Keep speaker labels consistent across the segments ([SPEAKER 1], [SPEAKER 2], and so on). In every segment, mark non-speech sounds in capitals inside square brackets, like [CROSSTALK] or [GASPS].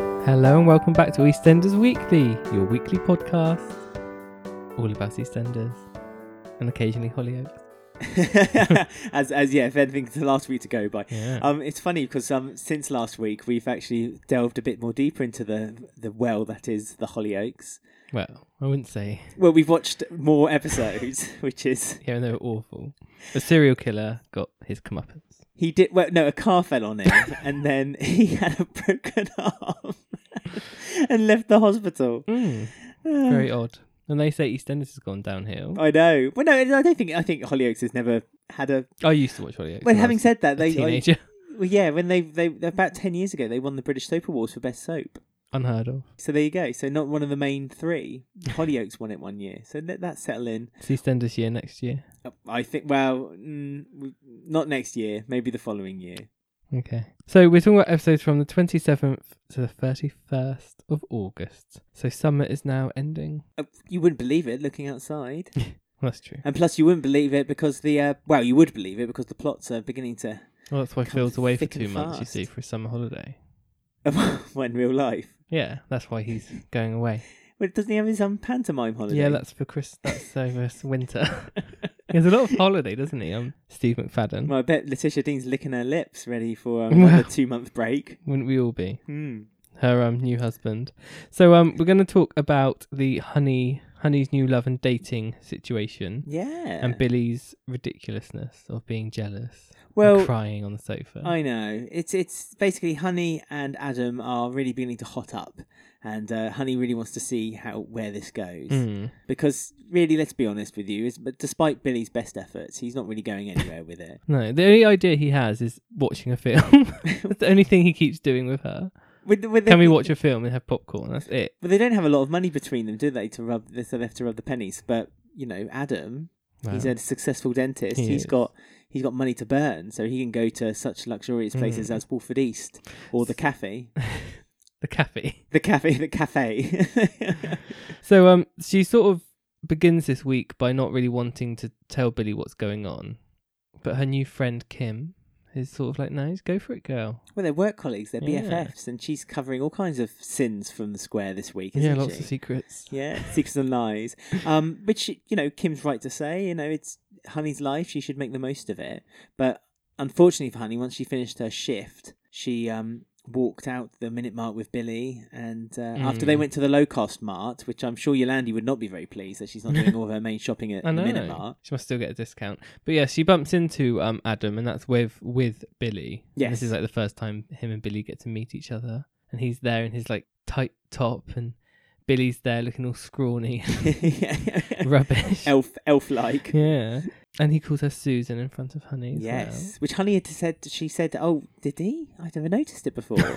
[SPEAKER 1] and welcome back to EastEnders Weekly, your weekly podcast all about EastEnders and occasionally Hollyoaks.
[SPEAKER 2] as as yeah, if anything's the last week to go by.
[SPEAKER 1] Yeah.
[SPEAKER 2] Um, it's funny because um, since last week we've actually delved a bit more deeper into the the well that is the Hollyoaks.
[SPEAKER 1] well, I wouldn't say.
[SPEAKER 2] Well, we've watched more episodes, [LAUGHS] which is
[SPEAKER 1] Yeah, they were awful. A serial killer got his comeuppance.
[SPEAKER 2] he did. Well, no, a car fell on him,
[SPEAKER 1] [LAUGHS]
[SPEAKER 2] and then he had a broken [LAUGHS] arm and left the hospital.
[SPEAKER 1] Mm, very odd. And they say EastEnders has gone downhill.
[SPEAKER 2] [SIGHS] I know. Well, no, I don't think. I think Hollyoaks has never had a.
[SPEAKER 1] I used to watch Hollyoaks.
[SPEAKER 2] Well,
[SPEAKER 1] when I
[SPEAKER 2] having
[SPEAKER 1] was
[SPEAKER 2] said that,
[SPEAKER 1] a
[SPEAKER 2] they. I,
[SPEAKER 1] teenager, [LAUGHS]
[SPEAKER 2] well, yeah, when they they about ten years ago they won the British Soap Awards for best soap.
[SPEAKER 1] unheard of.
[SPEAKER 2] So there you go. So not one of the main three. Hollyoaks won it one year. So let that settle in.
[SPEAKER 1] It's EastEnders year next year.
[SPEAKER 2] I think. Well, mm, w- not next year. Maybe the following year.
[SPEAKER 1] Okay. So we're talking about episodes from the 27th to the 31st of August. So summer is now ending.
[SPEAKER 2] Uh, You wouldn't believe it looking outside,
[SPEAKER 1] Well, that's true.
[SPEAKER 2] and plus you wouldn't believe it because the uh, well, you would believe it because the plots are beginning to [LAUGHS]
[SPEAKER 1] Well, that's why
[SPEAKER 2] Comes
[SPEAKER 1] Phil's away for
[SPEAKER 2] thick
[SPEAKER 1] two
[SPEAKER 2] and
[SPEAKER 1] months, you
[SPEAKER 2] fast.
[SPEAKER 1] see, for a summer holiday.
[SPEAKER 2] when real life.
[SPEAKER 1] Yeah, that's why he's going away.
[SPEAKER 2] Well, doesn't he have his um, pantomime [LAUGHS] holiday?
[SPEAKER 1] Yeah, that's for Chris. That's over winter. [LAUGHS] he has a lot of holiday, doesn't he? Um, Steve McFadden.
[SPEAKER 2] Well, I bet Letitia Dean's licking her lips,
[SPEAKER 1] [LAUGHS]
[SPEAKER 2] ready for um,
[SPEAKER 1] Well.
[SPEAKER 2] another two month break.
[SPEAKER 1] Wouldn't we all be?
[SPEAKER 2] Hmm.
[SPEAKER 1] Her um new husband. So um, we're going to talk about the honey, honey's new love and dating situation,
[SPEAKER 2] Yeah.
[SPEAKER 1] and Billy's ridiculousness of being jealous, and
[SPEAKER 2] well,
[SPEAKER 1] crying on the sofa.
[SPEAKER 2] I know. It's it's basically Honey and Adam are really beginning to hot up, and uh, Honey really wants to see how where this goes
[SPEAKER 1] Mm.
[SPEAKER 2] because really, let's be honest with you, is but despite Billy's best efforts, he's not really going anywhere with it.
[SPEAKER 1] No, the only idea he has is watching a film. [LAUGHS] that's the only thing he keeps doing with her.
[SPEAKER 2] With, with
[SPEAKER 1] Can we
[SPEAKER 2] the-
[SPEAKER 1] watch a film and have popcorn? That's it.
[SPEAKER 2] But they don't have a lot of money between them, do they? To rub, so they have to rub the pennies. But you know, Adam, he's
[SPEAKER 1] Wow.
[SPEAKER 2] a successful dentist.
[SPEAKER 1] He
[SPEAKER 2] He has
[SPEAKER 1] is.
[SPEAKER 2] got he's got money to burn, so he can go to such luxurious places
[SPEAKER 1] Mm.
[SPEAKER 2] as Wolford East
[SPEAKER 1] [LAUGHS]
[SPEAKER 2] or the cafe,
[SPEAKER 1] the cafe. [LAUGHS]
[SPEAKER 2] the cafe, the cafe. [LAUGHS]
[SPEAKER 1] So um, she sort of begins this week by not really wanting to tell Billy what's going on, but her new friend Kim is sort of like, "No, just go for it, girl."
[SPEAKER 2] Well, they're work colleagues, they're
[SPEAKER 1] Yeah.
[SPEAKER 2] BFFs, and she's covering all kinds of sins from the square this week, isn't
[SPEAKER 1] yeah, lots
[SPEAKER 2] she?
[SPEAKER 1] of secrets.
[SPEAKER 2] yeah, secrets and lies. Um, which you know, Kim's right to say. You know, it's Honey's life; she should make the most of it. But unfortunately for Honey, once she finished her shift, she um walked out the minute mark with Billy, and uh, after they
[SPEAKER 1] Mm.
[SPEAKER 2] went to the low cost mart, which I'm sure Yolandi would not be very pleased that she's
[SPEAKER 1] [LAUGHS]
[SPEAKER 2] not doing all of her main shopping at
[SPEAKER 1] I
[SPEAKER 2] the
[SPEAKER 1] know.
[SPEAKER 2] minute [LAUGHS] mart.
[SPEAKER 1] She must still get a discount. But yeah, she bumps into um Adam, and that's with with Billy. And
[SPEAKER 2] Yes.
[SPEAKER 1] this is like the first time him and Billy get to meet each other, and he's there in his like tight top, and Billy's there looking all scrawny, [LAUGHS] rubbish.
[SPEAKER 2] elf, elf like.
[SPEAKER 1] Yeah, and he calls her Susan in front of Honey. As
[SPEAKER 2] Yes,
[SPEAKER 1] well.
[SPEAKER 2] which Honey had said. She said, "Oh, did he? I'd never noticed
[SPEAKER 1] [LAUGHS]
[SPEAKER 2] it before." so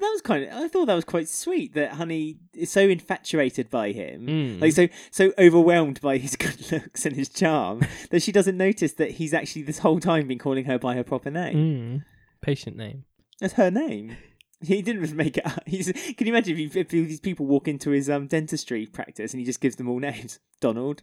[SPEAKER 2] that was kind of. I thought that was quite sweet that Honey is so infatuated by him,
[SPEAKER 1] Mm.
[SPEAKER 2] like so so overwhelmed by his [LAUGHS] good looks and his charm that she doesn't notice that he's actually this whole time been calling her by her proper name.
[SPEAKER 1] Mm. Patient name.
[SPEAKER 2] That's her name. He didn't just make it up. He's, can you imagine if, you, if these people walk into his um, dentistry practice and he just gives them all names? [LAUGHS] Donald.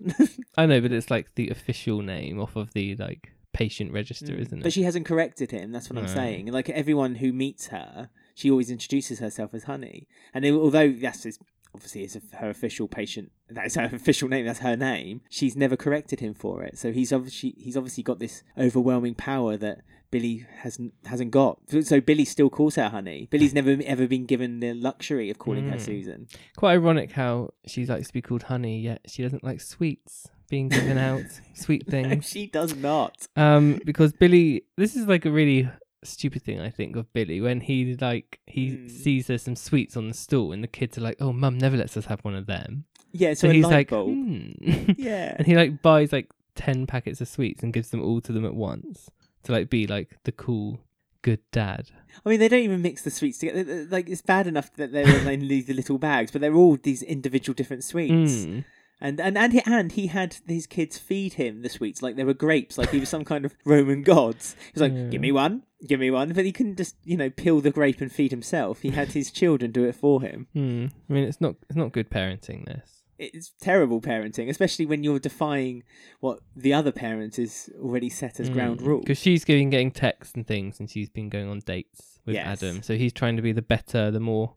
[SPEAKER 1] I know, but it's like the official name off of the like patient register, isn't it?
[SPEAKER 2] Mm. But she hasn't corrected him. That's what I'm
[SPEAKER 1] No.
[SPEAKER 2] saying. Like everyone who meets her, she always introduces herself as Honey. And then, although that's his, obviously it's her official patient, that is her [LAUGHS] official name. That's her name. She's never corrected him for it. So he's obviously he's obviously got this overwhelming power that Billy hasn't hasn't got. So Billy still calls her Honey. Billy's never ever been given the luxury of calling her
[SPEAKER 1] Mm.
[SPEAKER 2] Susan. [LAUGHS]
[SPEAKER 1] Quite ironic how she likes to be called honey, yet she doesn't like sweets being given
[SPEAKER 2] [LAUGHS]
[SPEAKER 1] out, sweet
[SPEAKER 2] No,
[SPEAKER 1] things.
[SPEAKER 2] she does not.
[SPEAKER 1] Um, because Billy, this is like a really stupid thing I think of Billy when he like he
[SPEAKER 2] Mm.
[SPEAKER 1] sees there's some sweets on the stool and the kids are like, "Oh, mum never lets us have one of them."
[SPEAKER 2] Yeah. So,
[SPEAKER 1] So,
[SPEAKER 2] a
[SPEAKER 1] he's
[SPEAKER 2] light
[SPEAKER 1] like,
[SPEAKER 2] bulb.
[SPEAKER 1] "Hmm." [LAUGHS]
[SPEAKER 2] Yeah.
[SPEAKER 1] and he like buys like 10 packets of sweets and gives them all to them at once to like be like the cool good dad
[SPEAKER 2] I mean, they don't even mix the sweets together. They- they- Like, it's bad enough that they're only the little bags, but they're all these individual different sweets.
[SPEAKER 1] Mm.
[SPEAKER 2] And, and and he, and he had his kids feed him the sweets like they were grapes, like he was some kind of Roman god. He was like,
[SPEAKER 1] Yeah.
[SPEAKER 2] "Give me one, give me one," but he couldn't just you know peel the grape and feed himself. He had his children do it for him.
[SPEAKER 1] Mm. I mean, it's not it's not good parenting. This.
[SPEAKER 2] It's terrible parenting, especially when you're defying what the other parent is already set as ground rule.
[SPEAKER 1] Because Hmm. she's getting getting texts and things, and she's been going on dates with
[SPEAKER 2] Yes.
[SPEAKER 1] Adam. So he's trying to be the better, the more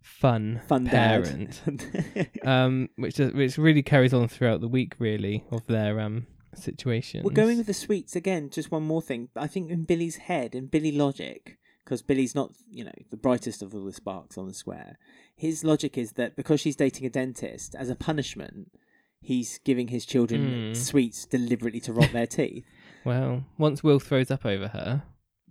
[SPEAKER 1] fun,
[SPEAKER 2] Fun dad.
[SPEAKER 1] parent,
[SPEAKER 2] [LAUGHS]
[SPEAKER 1] um, which does- which really carries on throughout the week, really, of their um situation.
[SPEAKER 2] We're going with the sweets again. Just one more thing. I think in Billy's head and Billy logic, because Billy's not, you know, the brightest of all the sparks on the square. His logic is that because she's dating a dentist, as a punishment, he's giving his children
[SPEAKER 1] Mm.
[SPEAKER 2] sweets deliberately to rot their teeth.
[SPEAKER 1] well, once Will throws up over her,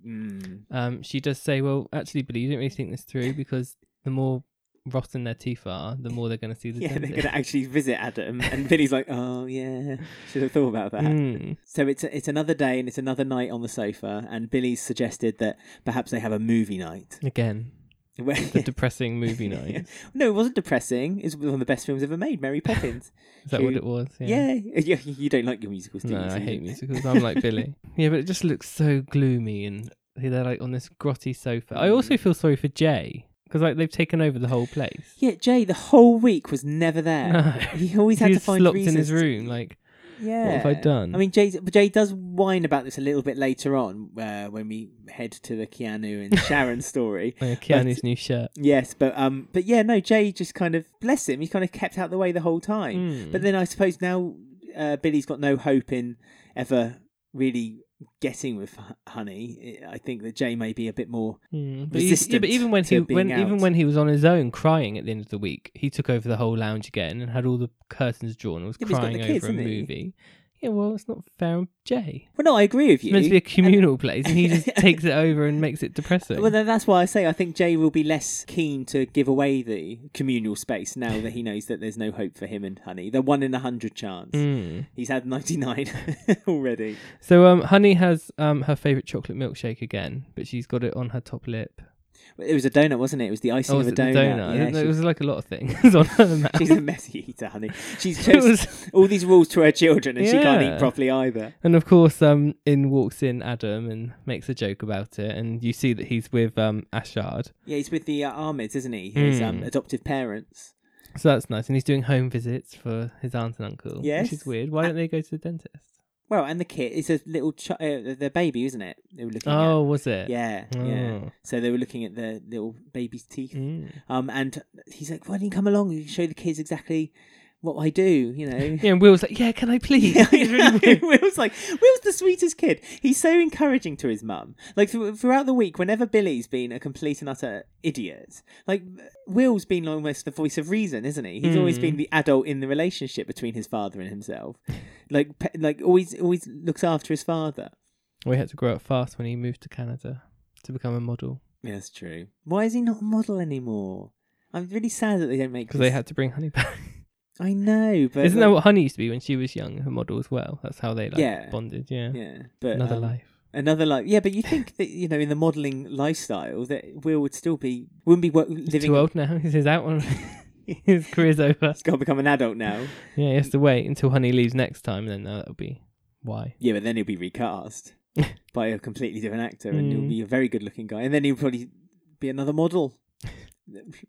[SPEAKER 2] Mm.
[SPEAKER 1] um, she does say, "Well, actually, Billy, you didn't really think this through because the more rotten their teeth are, the more they're going to see the
[SPEAKER 2] [LAUGHS] [LAUGHS] Yeah, they're
[SPEAKER 1] dentist." [LAUGHS]
[SPEAKER 2] going to actually visit Adam, and Billy's like, "Oh yeah, should have thought about that."
[SPEAKER 1] Mm.
[SPEAKER 2] So it's it's another day and it's another night on the sofa, and Billy's suggested that perhaps they have a movie night. [LAUGHS]
[SPEAKER 1] Again,
[SPEAKER 2] Where-
[SPEAKER 1] the depressing
[SPEAKER 2] [LAUGHS]
[SPEAKER 1] movie night.
[SPEAKER 2] No, it wasn't depressing. It's one of the best films ever made,
[SPEAKER 1] [LAUGHS]
[SPEAKER 2] Mary Poppins.
[SPEAKER 1] Is that what
[SPEAKER 2] Cute.
[SPEAKER 1] it was?
[SPEAKER 2] yeah. [LAUGHS] You, you don't like your musicals, do you?
[SPEAKER 1] No, I
[SPEAKER 2] Susan?
[SPEAKER 1] hate musicals. I'm like
[SPEAKER 2] [LAUGHS]
[SPEAKER 1] Billy. Yeah, but it just looks so gloomy, and they're like on this grotty sofa. I
[SPEAKER 2] Mm.
[SPEAKER 1] also feel sorry for Jay because like they've taken over the whole place.
[SPEAKER 2] Yeah, Jay, the whole week was never there.
[SPEAKER 1] No.
[SPEAKER 2] [LAUGHS] He always had to
[SPEAKER 1] He's
[SPEAKER 2] find
[SPEAKER 1] locked
[SPEAKER 2] reasons.
[SPEAKER 1] in his
[SPEAKER 2] to-
[SPEAKER 1] room. Like,
[SPEAKER 2] Yeah.
[SPEAKER 1] what have I done?
[SPEAKER 2] I mean, Jay, Jay does whine about this a little bit later on uh, when we head to the Keanu
[SPEAKER 1] [LAUGHS]
[SPEAKER 2] and Sharon story.
[SPEAKER 1] Uh, Keanu's new shirt.
[SPEAKER 2] Yes, but um, but yeah, no, Jay just kind of bless him. He's kind of kept out the way the whole time.
[SPEAKER 1] Mm.
[SPEAKER 2] But then I suppose now uh, Billy's got no hope in ever really getting with H- Honey. I I think that Jay may be a bit more.
[SPEAKER 1] Mm, but, he- yeah,
[SPEAKER 2] resistant
[SPEAKER 1] but even when
[SPEAKER 2] to
[SPEAKER 1] he
[SPEAKER 2] being
[SPEAKER 1] when even
[SPEAKER 2] out.
[SPEAKER 1] when he was on his own crying at the end of the week, he took over the whole lounge again and had all the curtains drawn and was
[SPEAKER 2] Yeah, but he's got
[SPEAKER 1] crying
[SPEAKER 2] the kids,
[SPEAKER 1] over a
[SPEAKER 2] hasn't he?
[SPEAKER 1] movie. Yeah, well, it's not fair on Jay.
[SPEAKER 2] Well, no, I agree with
[SPEAKER 1] It's
[SPEAKER 2] you.
[SPEAKER 1] meant to be a communal
[SPEAKER 2] [LAUGHS]
[SPEAKER 1] place, and he just takes it over and makes it depressing.
[SPEAKER 2] well, then that's why I say I think Jay will be less keen to give away the communal space
[SPEAKER 1] [LAUGHS]
[SPEAKER 2] now that he knows that there's no hope for him and Honey. The one in a hundred chance.
[SPEAKER 1] Mm.
[SPEAKER 2] He's had ninety nine [LAUGHS] already.
[SPEAKER 1] So um, Honey has um her favorite chocolate milkshake again, but she's got it on her top lip.
[SPEAKER 2] It was a donut, wasn't it? It was the icing
[SPEAKER 1] Oh,
[SPEAKER 2] of
[SPEAKER 1] was
[SPEAKER 2] a
[SPEAKER 1] it the
[SPEAKER 2] donut.
[SPEAKER 1] donut?
[SPEAKER 2] Yeah,
[SPEAKER 1] It- it
[SPEAKER 2] she-
[SPEAKER 1] was like a lot of things [LAUGHS] on her
[SPEAKER 2] [LAUGHS]
[SPEAKER 1] mouth.
[SPEAKER 2] She's a messy eater, honey.
[SPEAKER 1] [LAUGHS]
[SPEAKER 2] She's
[SPEAKER 1] It
[SPEAKER 2] chose
[SPEAKER 1] was-
[SPEAKER 2] all these rules to her children, and she can't
[SPEAKER 1] Yeah.
[SPEAKER 2] eat properly either.
[SPEAKER 1] And of course, um, in walks in Adam and makes a joke about it, and you see that he's with um Ashard,
[SPEAKER 2] Yeah, he's with the uh, Ahmeds, isn't he? His um,
[SPEAKER 1] Mm.
[SPEAKER 2] adoptive parents.
[SPEAKER 1] so that's nice. And he's doing home visits for his aunt and uncle,
[SPEAKER 2] Yes. Uh,
[SPEAKER 1] which is weird. Why don't they go to the dentist?
[SPEAKER 2] Well, and the kid. It's a little ch- uh, their baby, isn't it? They were looking
[SPEAKER 1] Oh, was it?
[SPEAKER 2] at. Yeah, yeah.
[SPEAKER 1] Oh.
[SPEAKER 2] So they were looking at the little baby's teeth.
[SPEAKER 1] Mm.
[SPEAKER 2] Um, and he's like, "Why don't you come along? You can show the kids exactly what I do." You know.
[SPEAKER 1] Yeah, and Will's like, yeah, can I
[SPEAKER 2] [LAUGHS]
[SPEAKER 1] please?
[SPEAKER 2] Yeah,
[SPEAKER 1] It's really weird.
[SPEAKER 2] Will's like, Will's the sweetest kid. He's so encouraging to his mum. Like thr- throughout the week, whenever Billy's been a complete and utter idiot, like Will's been almost the voice of reason, isn't he? He's always
[SPEAKER 1] Mm.
[SPEAKER 2] been the adult in the relationship between his father and himself. Like, pe- like always, always looks after his father.
[SPEAKER 1] Well, he had to grow up fast when he moved to Canada to become a model
[SPEAKER 2] Yeah, that's true. Why is he not a model anymore? I'm really sad that they don't make.
[SPEAKER 1] because they
[SPEAKER 2] this-
[SPEAKER 1] had to bring Honey back.
[SPEAKER 2] I know, but
[SPEAKER 1] Isn't
[SPEAKER 2] like-
[SPEAKER 1] that what Honey used to be when she was young? Her model as well. That's how they like
[SPEAKER 2] Yeah.
[SPEAKER 1] bonded. Yeah.
[SPEAKER 2] Yeah, but
[SPEAKER 1] Another
[SPEAKER 2] um,
[SPEAKER 1] life.
[SPEAKER 2] another life. Yeah, but you think that you know in the modelling lifestyle that Will would still be wouldn't be wo-
[SPEAKER 1] He's
[SPEAKER 2] living.
[SPEAKER 1] too
[SPEAKER 2] [LAUGHS]
[SPEAKER 1] old now. [LAUGHS] He's out on his career's over.
[SPEAKER 2] He's got to become an adult now.
[SPEAKER 1] Yeah, he has to wait until Honey leaves next time, and then that'll be why.
[SPEAKER 2] Yeah, but then he'll be
[SPEAKER 1] [LAUGHS]
[SPEAKER 2] recast by a completely different actor, and
[SPEAKER 1] Mm.
[SPEAKER 2] he'll be a very good-looking guy, and then he'll probably be another model.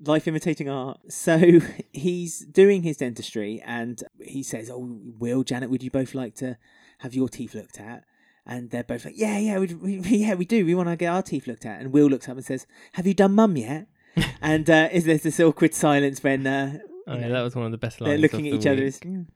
[SPEAKER 2] Life imitating art. So [LAUGHS] he's doing his dentistry, and he says, "Oh, Will, Janet, would you both like to have your teeth looked at?" And they're both like, "Yeah, yeah, we, we [LAUGHS] yeah, we do. We want to get our teeth looked at." And Will looks up and says, "Have you done mum yet?"
[SPEAKER 1] [LAUGHS]
[SPEAKER 2] and uh, is there's this awkward silence when uh,
[SPEAKER 1] Oh,
[SPEAKER 2] you
[SPEAKER 1] yeah,
[SPEAKER 2] know,
[SPEAKER 1] that was one of the best lines.
[SPEAKER 2] they're looking
[SPEAKER 1] of
[SPEAKER 2] at each
[SPEAKER 1] the
[SPEAKER 2] other.
[SPEAKER 1] week,
[SPEAKER 2] As, "Mm,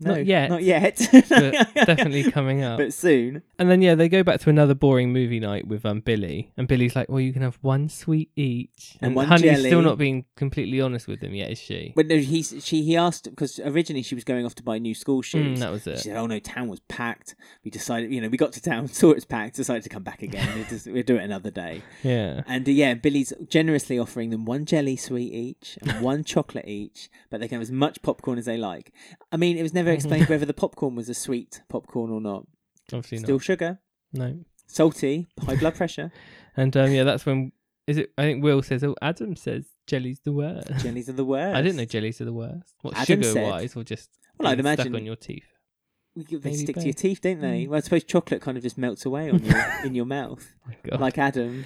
[SPEAKER 1] Not yet,
[SPEAKER 2] not yet,
[SPEAKER 1] [LAUGHS]
[SPEAKER 2] [LAUGHS]
[SPEAKER 1] but definitely coming up.
[SPEAKER 2] but soon.
[SPEAKER 1] And then yeah, they go back to another boring movie night with um Billy, and Billy's like, "Well, you can have one sweet each."
[SPEAKER 2] And one
[SPEAKER 1] Honey's
[SPEAKER 2] jelly.
[SPEAKER 1] still not being completely honest with him yet, is she?
[SPEAKER 2] But no, he's she he asked because originally she was going off to buy new school
[SPEAKER 1] Mm,
[SPEAKER 2] shoes.
[SPEAKER 1] that was
[SPEAKER 2] she
[SPEAKER 1] it.
[SPEAKER 2] said, "Oh no, town was packed. We decided, you know, we got to town, [LAUGHS] saw it was packed, decided to come back again. We'll, just, we'll do it another day."
[SPEAKER 1] Yeah.
[SPEAKER 2] And uh, yeah, Billy's generously offering them one jelly sweet each
[SPEAKER 1] [LAUGHS]
[SPEAKER 2] and one chocolate each, but they can have as much popcorn as they like. I mean, it was
[SPEAKER 1] [LAUGHS]
[SPEAKER 2] never explained whether the popcorn was a sweet popcorn or not.
[SPEAKER 1] Obviously
[SPEAKER 2] Still sugar,
[SPEAKER 1] not. No.
[SPEAKER 2] salty, high blood pressure.
[SPEAKER 1] And um, yeah, that's when is it? I think Will says, "Oh, Adam says jelly's the worst."
[SPEAKER 2] Jellies are the
[SPEAKER 1] [LAUGHS]
[SPEAKER 2] worst.
[SPEAKER 1] I didn't know jellies are the worst. What
[SPEAKER 2] Adam
[SPEAKER 1] sugar
[SPEAKER 2] said-
[SPEAKER 1] wise, or just
[SPEAKER 2] Well, I'd
[SPEAKER 1] being
[SPEAKER 2] imagine-
[SPEAKER 1] stuck on your Mm. teeth. Oh
[SPEAKER 2] They
[SPEAKER 1] Maybe
[SPEAKER 2] stick
[SPEAKER 1] both.
[SPEAKER 2] to your teeth, don't they? Well, I suppose chocolate kind of just melts away on your,
[SPEAKER 1] [LAUGHS]
[SPEAKER 2] in your mouth,
[SPEAKER 1] my God,
[SPEAKER 2] like Adam.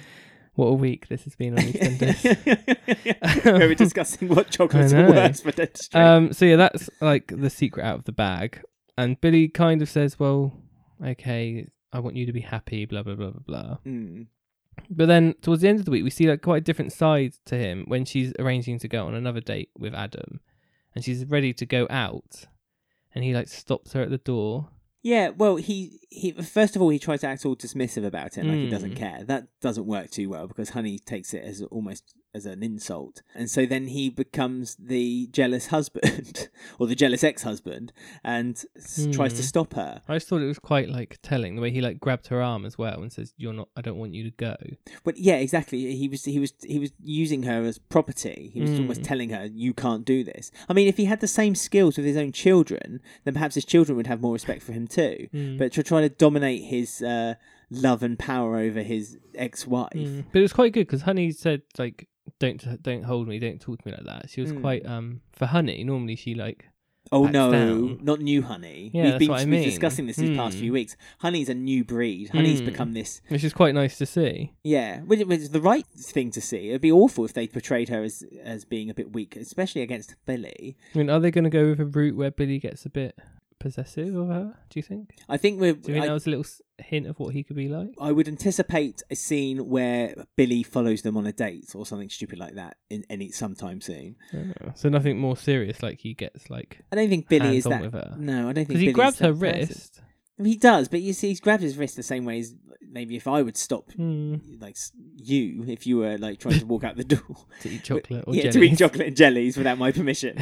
[SPEAKER 1] what a week this has
[SPEAKER 2] [LAUGHS]
[SPEAKER 1] been on EastEnders.
[SPEAKER 2] Where we're discussing what
[SPEAKER 1] [LAUGHS]
[SPEAKER 2] chocolates
[SPEAKER 1] I
[SPEAKER 2] are
[SPEAKER 1] know.
[SPEAKER 2] worse for dentistry.
[SPEAKER 1] um, so yeah, that's like the secret out of the bag. And Billy kind of says, "Well, okay, I want you to be happy." Blah blah blah blah blah.
[SPEAKER 2] Mm.
[SPEAKER 1] But then towards the end of the week, we see like quite a different side to him when she's arranging to go on another date with Adam, and she's ready to go out, and he like stops her at the door.
[SPEAKER 2] Yeah, well, he he first of all he tries to act all dismissive about it, like he doesn't
[SPEAKER 1] Mm.
[SPEAKER 2] care. That doesn't work too well because Honey takes it as almost as an insult, and so then he becomes the jealous husband [LAUGHS] or the jealous ex-husband, and s- tries to
[SPEAKER 1] Mm.
[SPEAKER 2] stop her.
[SPEAKER 1] I just thought it was quite like telling the way he like grabbed her arm as well and says, "You're not. I don't want you to go."
[SPEAKER 2] But yeah, exactly. He was he was he was using her as property. He was almost
[SPEAKER 1] Mm.
[SPEAKER 2] telling her, "You can't do this." I mean, if he had the same skills with his own children, then perhaps his children would have more respect for him too.
[SPEAKER 1] Mm.
[SPEAKER 2] But to try to dominate his uh, love and power over his ex-wife.
[SPEAKER 1] Mm. But it was quite good because Honey said like, "Don't don't hold me. Don't talk to me like that." She was
[SPEAKER 2] Mm.
[SPEAKER 1] quite um for Honey. Normally she like
[SPEAKER 2] Oh
[SPEAKER 1] backs
[SPEAKER 2] no,
[SPEAKER 1] down.
[SPEAKER 2] not new honey.
[SPEAKER 1] Yeah,
[SPEAKER 2] we've
[SPEAKER 1] that's
[SPEAKER 2] been
[SPEAKER 1] what I
[SPEAKER 2] we've
[SPEAKER 1] mean.
[SPEAKER 2] discussing this these past
[SPEAKER 1] Hmm.
[SPEAKER 2] few weeks. Honey's a new breed. Honey's
[SPEAKER 1] Hmm.
[SPEAKER 2] become this.
[SPEAKER 1] which is quite nice to see.
[SPEAKER 2] Yeah, which which is the right thing to see. It'd be awful if they portrayed her as as being a bit weak, especially against Billy.
[SPEAKER 1] I mean, are they going to go with a route where Billy gets a bit possessive of her? Do you think?
[SPEAKER 2] I think we're.
[SPEAKER 1] Do you think
[SPEAKER 2] I,
[SPEAKER 1] that was a little s- hint of what he could be like?
[SPEAKER 2] I would anticipate a scene where Billy follows them on a date or something stupid like that in any sometime soon.
[SPEAKER 1] Oh, So nothing more serious, like he gets like
[SPEAKER 2] I don't think Billy
[SPEAKER 1] hands
[SPEAKER 2] is
[SPEAKER 1] on
[SPEAKER 2] that.
[SPEAKER 1] with her
[SPEAKER 2] No, I don't think
[SPEAKER 1] because he
[SPEAKER 2] Billy's
[SPEAKER 1] grabs
[SPEAKER 2] that
[SPEAKER 1] her
[SPEAKER 2] person.
[SPEAKER 1] wrist.
[SPEAKER 2] He does, but you see, he's grabbed his wrist the same way as maybe if I would stop
[SPEAKER 1] Hmm.
[SPEAKER 2] like s- you if you were like trying to walk out the [LAUGHS] door.
[SPEAKER 1] to eat chocolate [LAUGHS] or
[SPEAKER 2] yeah,
[SPEAKER 1] jelly.
[SPEAKER 2] to eat chocolate and jellies without
[SPEAKER 1] [LAUGHS]
[SPEAKER 2] my permission.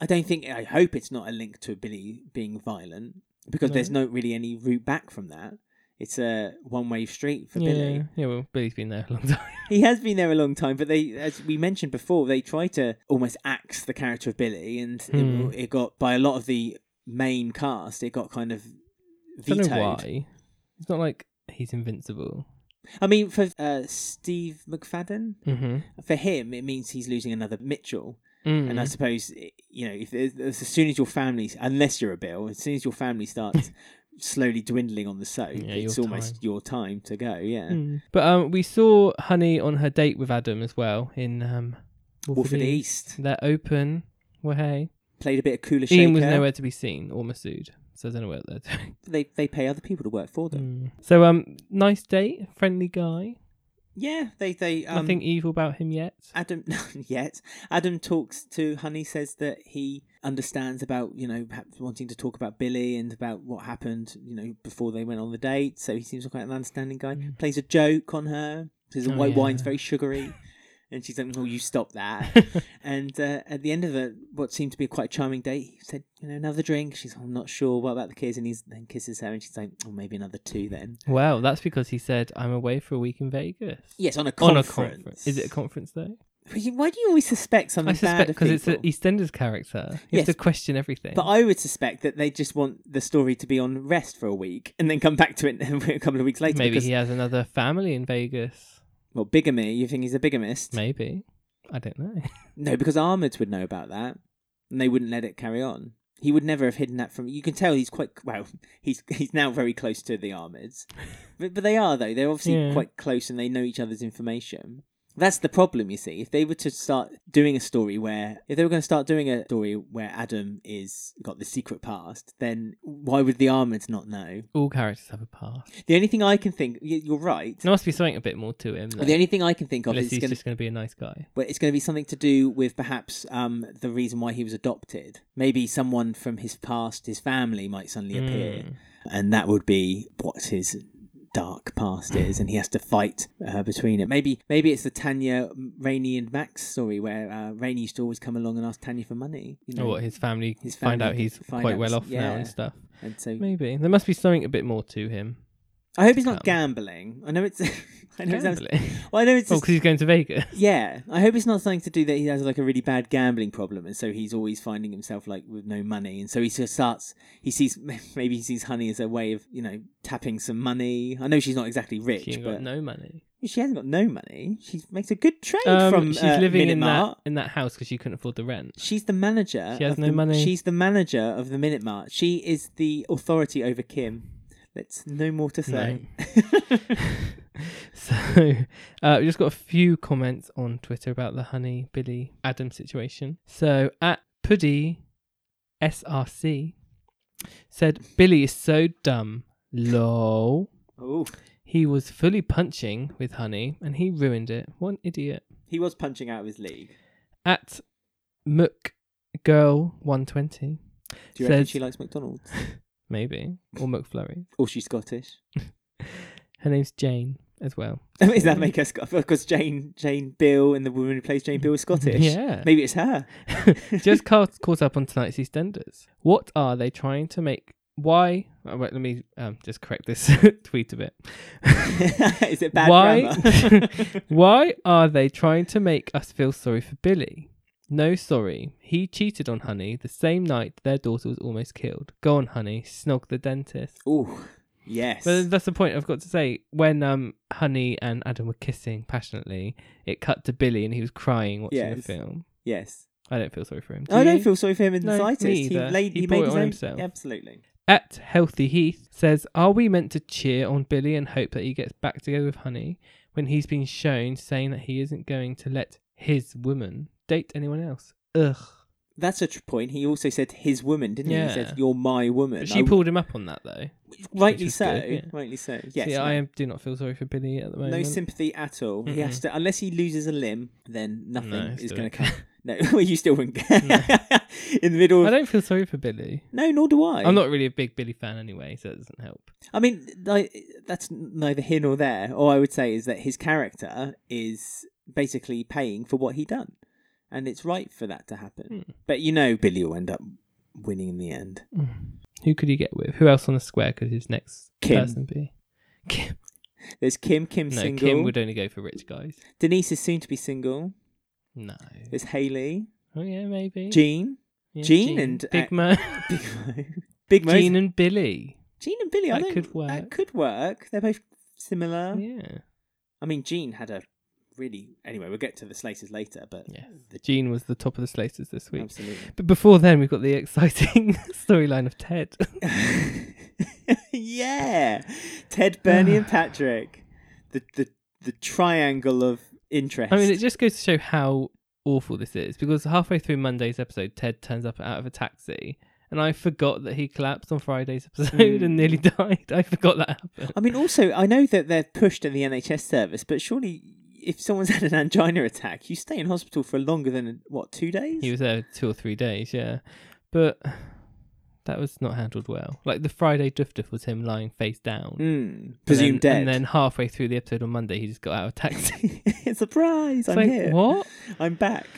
[SPEAKER 2] I don't think. I hope it's not a link to Billy being violent because there's no really any route back from that. It's a one-way street for
[SPEAKER 1] yeah,
[SPEAKER 2] Billy.
[SPEAKER 1] yeah. Well, Billy's been there a long [LAUGHS] time.
[SPEAKER 2] He has been there a long time, but they, as we mentioned before, they try to almost axe the character of Billy, and
[SPEAKER 1] Hmm.
[SPEAKER 2] it, it got by a lot of the main cast. It got kind of
[SPEAKER 1] I don't know
[SPEAKER 2] vetoed.
[SPEAKER 1] why. It's not like he's invincible.
[SPEAKER 2] I mean, for uh, Steve McFadden,
[SPEAKER 1] Mm-hmm.
[SPEAKER 2] for him, it means he's losing another Mitchell. And I
[SPEAKER 1] Mm.
[SPEAKER 2] suppose eh, you know, if there's- as soon as your family, unless you're a bill, as soon as your
[SPEAKER 1] [LAUGHS]
[SPEAKER 2] family starts slowly dwindling on the soap,
[SPEAKER 1] Yeah,
[SPEAKER 2] it's
[SPEAKER 1] your
[SPEAKER 2] almost
[SPEAKER 1] time.
[SPEAKER 2] your time to go. Yeah,
[SPEAKER 1] Mm. But um, we saw Honey on her date with Adam as well in um,
[SPEAKER 2] Wolford
[SPEAKER 1] East.
[SPEAKER 2] East
[SPEAKER 1] They're open. Well, hey.
[SPEAKER 2] played a bit of cooler shaker.
[SPEAKER 1] Ian was nowhere to be seen or Masood. So I don't know what they're doing.
[SPEAKER 2] They they pay other people to work for them.
[SPEAKER 1] So um, nice date, friendly guy.
[SPEAKER 2] Yeah, they they. Um,
[SPEAKER 1] Nothing evil about him yet.
[SPEAKER 2] Adam [LAUGHS] yet. Adam talks to Honey, says that he understands about you know perhaps wanting to talk about Billy and about what happened you know before they went on the date. So he seems like quite an understanding guy.
[SPEAKER 1] Mm.
[SPEAKER 2] Plays a joke on her. Says the
[SPEAKER 1] Oh,
[SPEAKER 2] white
[SPEAKER 1] yeah.
[SPEAKER 2] wine's very [LAUGHS] sugary, and she's like, "Oh, you stop [LAUGHS] that." and uh, at the end of it, what seemed to be quite a charming date, he said, "You know, another drink." She's, "I'm not sure. What about the kids?" And he then kisses her, and she's like, "Oh, maybe another two then."
[SPEAKER 1] [LAUGHS] well, that's because he said I'm away for a week in Vegas.
[SPEAKER 2] Yes, on a
[SPEAKER 1] On a
[SPEAKER 2] conference.
[SPEAKER 1] conference. Is it a conference though?
[SPEAKER 2] Why do you always suspect something
[SPEAKER 1] I suspect
[SPEAKER 2] bad of
[SPEAKER 1] because it's e- an
[SPEAKER 2] people?
[SPEAKER 1] EastEnders character. You
[SPEAKER 2] Yes,
[SPEAKER 1] have to question everything.
[SPEAKER 2] But I would suspect that they just want the story to be on rest for a week and then come back to it [LAUGHS] a couple of weeks later.
[SPEAKER 1] Maybe
[SPEAKER 2] because,
[SPEAKER 1] he has another family in Vegas.
[SPEAKER 2] well, bigamy. You think he's a bigamist?
[SPEAKER 1] Maybe. I don't know.
[SPEAKER 2] No, because Armouds would know about that, and they wouldn't let it carry on. He would never have hidden that from. You can tell he's quite well. [LAUGHS] He's he's now very close to the Armouds, but but they are though. They're obviously
[SPEAKER 1] Yeah.
[SPEAKER 2] quite close and they know each other's information. That's the problem, you see. If they were to start doing a story where, if they were going to start doing a story where Adam is got the secret past, then why would the Armouds not know?
[SPEAKER 1] All characters have a past.
[SPEAKER 2] The only thing I can think, y- you're right.
[SPEAKER 1] There must be something a bit more to him. Though,
[SPEAKER 2] The only thing I can think of
[SPEAKER 1] unless
[SPEAKER 2] is
[SPEAKER 1] he's
[SPEAKER 2] going to,
[SPEAKER 1] just going to be a nice guy.
[SPEAKER 2] well, it's going to be something to do with perhaps um, the reason why he was adopted. Maybe someone from his past, his family, might suddenly appear,
[SPEAKER 1] Mm.
[SPEAKER 2] and that would be what his dark past is, and he has to fight uh, between it. Maybe, maybe it's the Tanya, mm, Rainey, and Max story where uh, Rainey used to always come along and ask Tanya for money. You
[SPEAKER 1] Or
[SPEAKER 2] know,
[SPEAKER 1] Oh, what his family,
[SPEAKER 2] His
[SPEAKER 1] find
[SPEAKER 2] family
[SPEAKER 1] out he's
[SPEAKER 2] find
[SPEAKER 1] quite
[SPEAKER 2] out
[SPEAKER 1] well
[SPEAKER 2] he's-
[SPEAKER 1] off now
[SPEAKER 2] yeah.
[SPEAKER 1] and stuff.
[SPEAKER 2] and so
[SPEAKER 1] Maybe there must be something a bit more to him.
[SPEAKER 2] I hope he's not
[SPEAKER 1] Um,
[SPEAKER 2] gambling. I know it's. [LAUGHS] I know it sounds.
[SPEAKER 1] Gambling.
[SPEAKER 2] Well, I know it's.
[SPEAKER 1] [LAUGHS] oh,
[SPEAKER 2] just-
[SPEAKER 1] because he's going to Vegas.
[SPEAKER 2] Yeah, I hope it's not something to do that he has like a really bad gambling problem, and so he's always finding himself like with no money, and so he just starts. He sees [LAUGHS] maybe he sees Honey as a way of you know tapping some money. I know she's not exactly rich,
[SPEAKER 1] She ain't
[SPEAKER 2] but
[SPEAKER 1] got no money.
[SPEAKER 2] she hasn't got no money. She makes a good trade
[SPEAKER 1] Um,
[SPEAKER 2] from
[SPEAKER 1] she's
[SPEAKER 2] uh,
[SPEAKER 1] living
[SPEAKER 2] Minute
[SPEAKER 1] in
[SPEAKER 2] Mart.
[SPEAKER 1] that in that house because she couldn't afford the rent.
[SPEAKER 2] She's the manager.
[SPEAKER 1] She has
[SPEAKER 2] of
[SPEAKER 1] no
[SPEAKER 2] the-
[SPEAKER 1] money.
[SPEAKER 2] She's the manager of the Minute Mart. She is the authority over Kim. That's no more to say. [LAUGHS]
[SPEAKER 1] [LAUGHS] So uh, we just got a few comments on Twitter about the Honey Billy Adam situation. So at Puddy SRC said Billy is so dumb. Lol.
[SPEAKER 2] Oh,
[SPEAKER 1] He was fully punching with Honey, and he ruined it. What an idiot.
[SPEAKER 2] He was punching out of his league.
[SPEAKER 1] At Mook Girl 120,
[SPEAKER 2] Do you reckon
[SPEAKER 1] Says-
[SPEAKER 2] she likes McDonald's?
[SPEAKER 1] maybe, or McFlurry.
[SPEAKER 2] Or she's Scottish?
[SPEAKER 1] Her name's Jane as well.
[SPEAKER 2] [LAUGHS] Does that make her Scottish? Because Jane, Jane Bill, and the woman who plays Jane Bill is Scottish.
[SPEAKER 1] Yeah.
[SPEAKER 2] Maybe it's her. [LAUGHS]
[SPEAKER 1] Just caught, caught up on tonight's EastEnders. What are they trying to make? Why? Oh, wait, let me um, just correct this [LAUGHS] tweet a bit.
[SPEAKER 2] is it [LAUGHS] bad
[SPEAKER 1] Why-
[SPEAKER 2] grammar?
[SPEAKER 1] [LAUGHS]
[SPEAKER 2] [LAUGHS]
[SPEAKER 1] Why are they trying to make us feel sorry for Billy? No, sorry. He cheated on Honey the same night their daughter was almost killed. Go on, Honey. Snog the dentist.
[SPEAKER 2] Ooh, yes.
[SPEAKER 1] But that's the point I've got to say. When um, Honey and Adam were kissing passionately, it cut to Billy and he was crying watching the
[SPEAKER 2] Yes.
[SPEAKER 1] film.
[SPEAKER 2] yes.
[SPEAKER 1] I don't feel sorry for him. Do
[SPEAKER 2] I
[SPEAKER 1] you?
[SPEAKER 2] don't feel sorry for him in the
[SPEAKER 1] No,
[SPEAKER 2] slightest.
[SPEAKER 1] me
[SPEAKER 2] He,
[SPEAKER 1] either.
[SPEAKER 2] laid,
[SPEAKER 1] He
[SPEAKER 2] he,
[SPEAKER 1] brought
[SPEAKER 2] made
[SPEAKER 1] it
[SPEAKER 2] his
[SPEAKER 1] on
[SPEAKER 2] own.
[SPEAKER 1] himself.
[SPEAKER 2] Absolutely.
[SPEAKER 1] At Healthy Heath says, Are we meant to cheer on Billy and hope that he gets back together with Honey when he's been shown saying that he isn't going to let his woman date anyone else? Ugh.
[SPEAKER 2] That's a tr- point. He also said his woman, didn't he? He
[SPEAKER 1] Yeah.
[SPEAKER 2] said, You're my woman.
[SPEAKER 1] But she
[SPEAKER 2] I-
[SPEAKER 1] pulled him up on that though.
[SPEAKER 2] rightly
[SPEAKER 1] which is
[SPEAKER 2] so.
[SPEAKER 1] good, yeah.
[SPEAKER 2] Rightly so.
[SPEAKER 1] Yeah,
[SPEAKER 2] Yes.
[SPEAKER 1] yeah,
[SPEAKER 2] no.
[SPEAKER 1] I am, do not feel sorry for Billy at the moment.
[SPEAKER 2] No sympathy at all. He has to, unless he loses a limb, then nothing
[SPEAKER 1] No,
[SPEAKER 2] is
[SPEAKER 1] still
[SPEAKER 2] going to
[SPEAKER 1] don't [LAUGHS]
[SPEAKER 2] come. No, [LAUGHS] well, you still wouldn't care. [LAUGHS] in the middle
[SPEAKER 1] I
[SPEAKER 2] of.
[SPEAKER 1] don't feel sorry for Billy.
[SPEAKER 2] No, nor do I.
[SPEAKER 1] I'm not really a big Billy fan anyway, so it doesn't help.
[SPEAKER 2] I mean, like, that's neither here nor there. All I would say is that his character is basically paying for what he done, and it's right for that to
[SPEAKER 1] Hmm.
[SPEAKER 2] happen. But you know, Billy will end up winning in the end.
[SPEAKER 1] Who could he get with? Who else on the square could his next
[SPEAKER 2] Kim.
[SPEAKER 1] person be? Kim.
[SPEAKER 2] There's Kim. Kim's
[SPEAKER 1] No,
[SPEAKER 2] single.
[SPEAKER 1] Kim would only go for rich guys.
[SPEAKER 2] Denise is soon to be single.
[SPEAKER 1] No.
[SPEAKER 2] There's Haley.
[SPEAKER 1] Oh yeah, maybe.
[SPEAKER 2] Jean. [LAUGHS]
[SPEAKER 1] Yeah,
[SPEAKER 2] Gene and,
[SPEAKER 1] Big
[SPEAKER 2] uh,
[SPEAKER 1] Mo.
[SPEAKER 2] Big Mo. Big Mo's
[SPEAKER 1] Gene and Billy.
[SPEAKER 2] Gene and Billy, I
[SPEAKER 1] That
[SPEAKER 2] don't-
[SPEAKER 1] could work.
[SPEAKER 2] That could work. They're both similar.
[SPEAKER 1] Yeah.
[SPEAKER 2] I mean, Gene had a really. Anyway, we'll get to the Slaters later, but
[SPEAKER 1] Yes. Gene was the top of the Slaters this week.
[SPEAKER 2] absolutely.
[SPEAKER 1] But before then, we've got the exciting [LAUGHS] storyline of Ted.
[SPEAKER 2] yeah, Ted,
[SPEAKER 1] [SIGHS]
[SPEAKER 2] Bernie, and Patrick, the the the triangle of interest.
[SPEAKER 1] I mean, it just goes to show how awful this is because halfway through Monday's episode, Ted turns up out of a taxi. And I forgot that he collapsed on Friday's episode and nearly
[SPEAKER 2] Mm.
[SPEAKER 1] died. [LAUGHS] I forgot that happened.
[SPEAKER 2] I mean, also, I know that they're pushed in the NHS service, but surely, if someone's [LAUGHS] had an angina attack, you stay in hospital for longer than what two days?
[SPEAKER 1] He was there two or three days, yeah. But that was not handled well. Like the Friday drift off was him lying face down. And
[SPEAKER 2] Mm,
[SPEAKER 1] then-
[SPEAKER 2] presumed dead.
[SPEAKER 1] And then halfway through the episode on Monday, he just got out of
[SPEAKER 2] [LAUGHS]
[SPEAKER 1] taxi.
[SPEAKER 2] surprise!
[SPEAKER 1] It's
[SPEAKER 2] I'm
[SPEAKER 1] like,
[SPEAKER 2] here.
[SPEAKER 1] what?
[SPEAKER 2] I'm
[SPEAKER 1] [SIGHS]
[SPEAKER 2] back.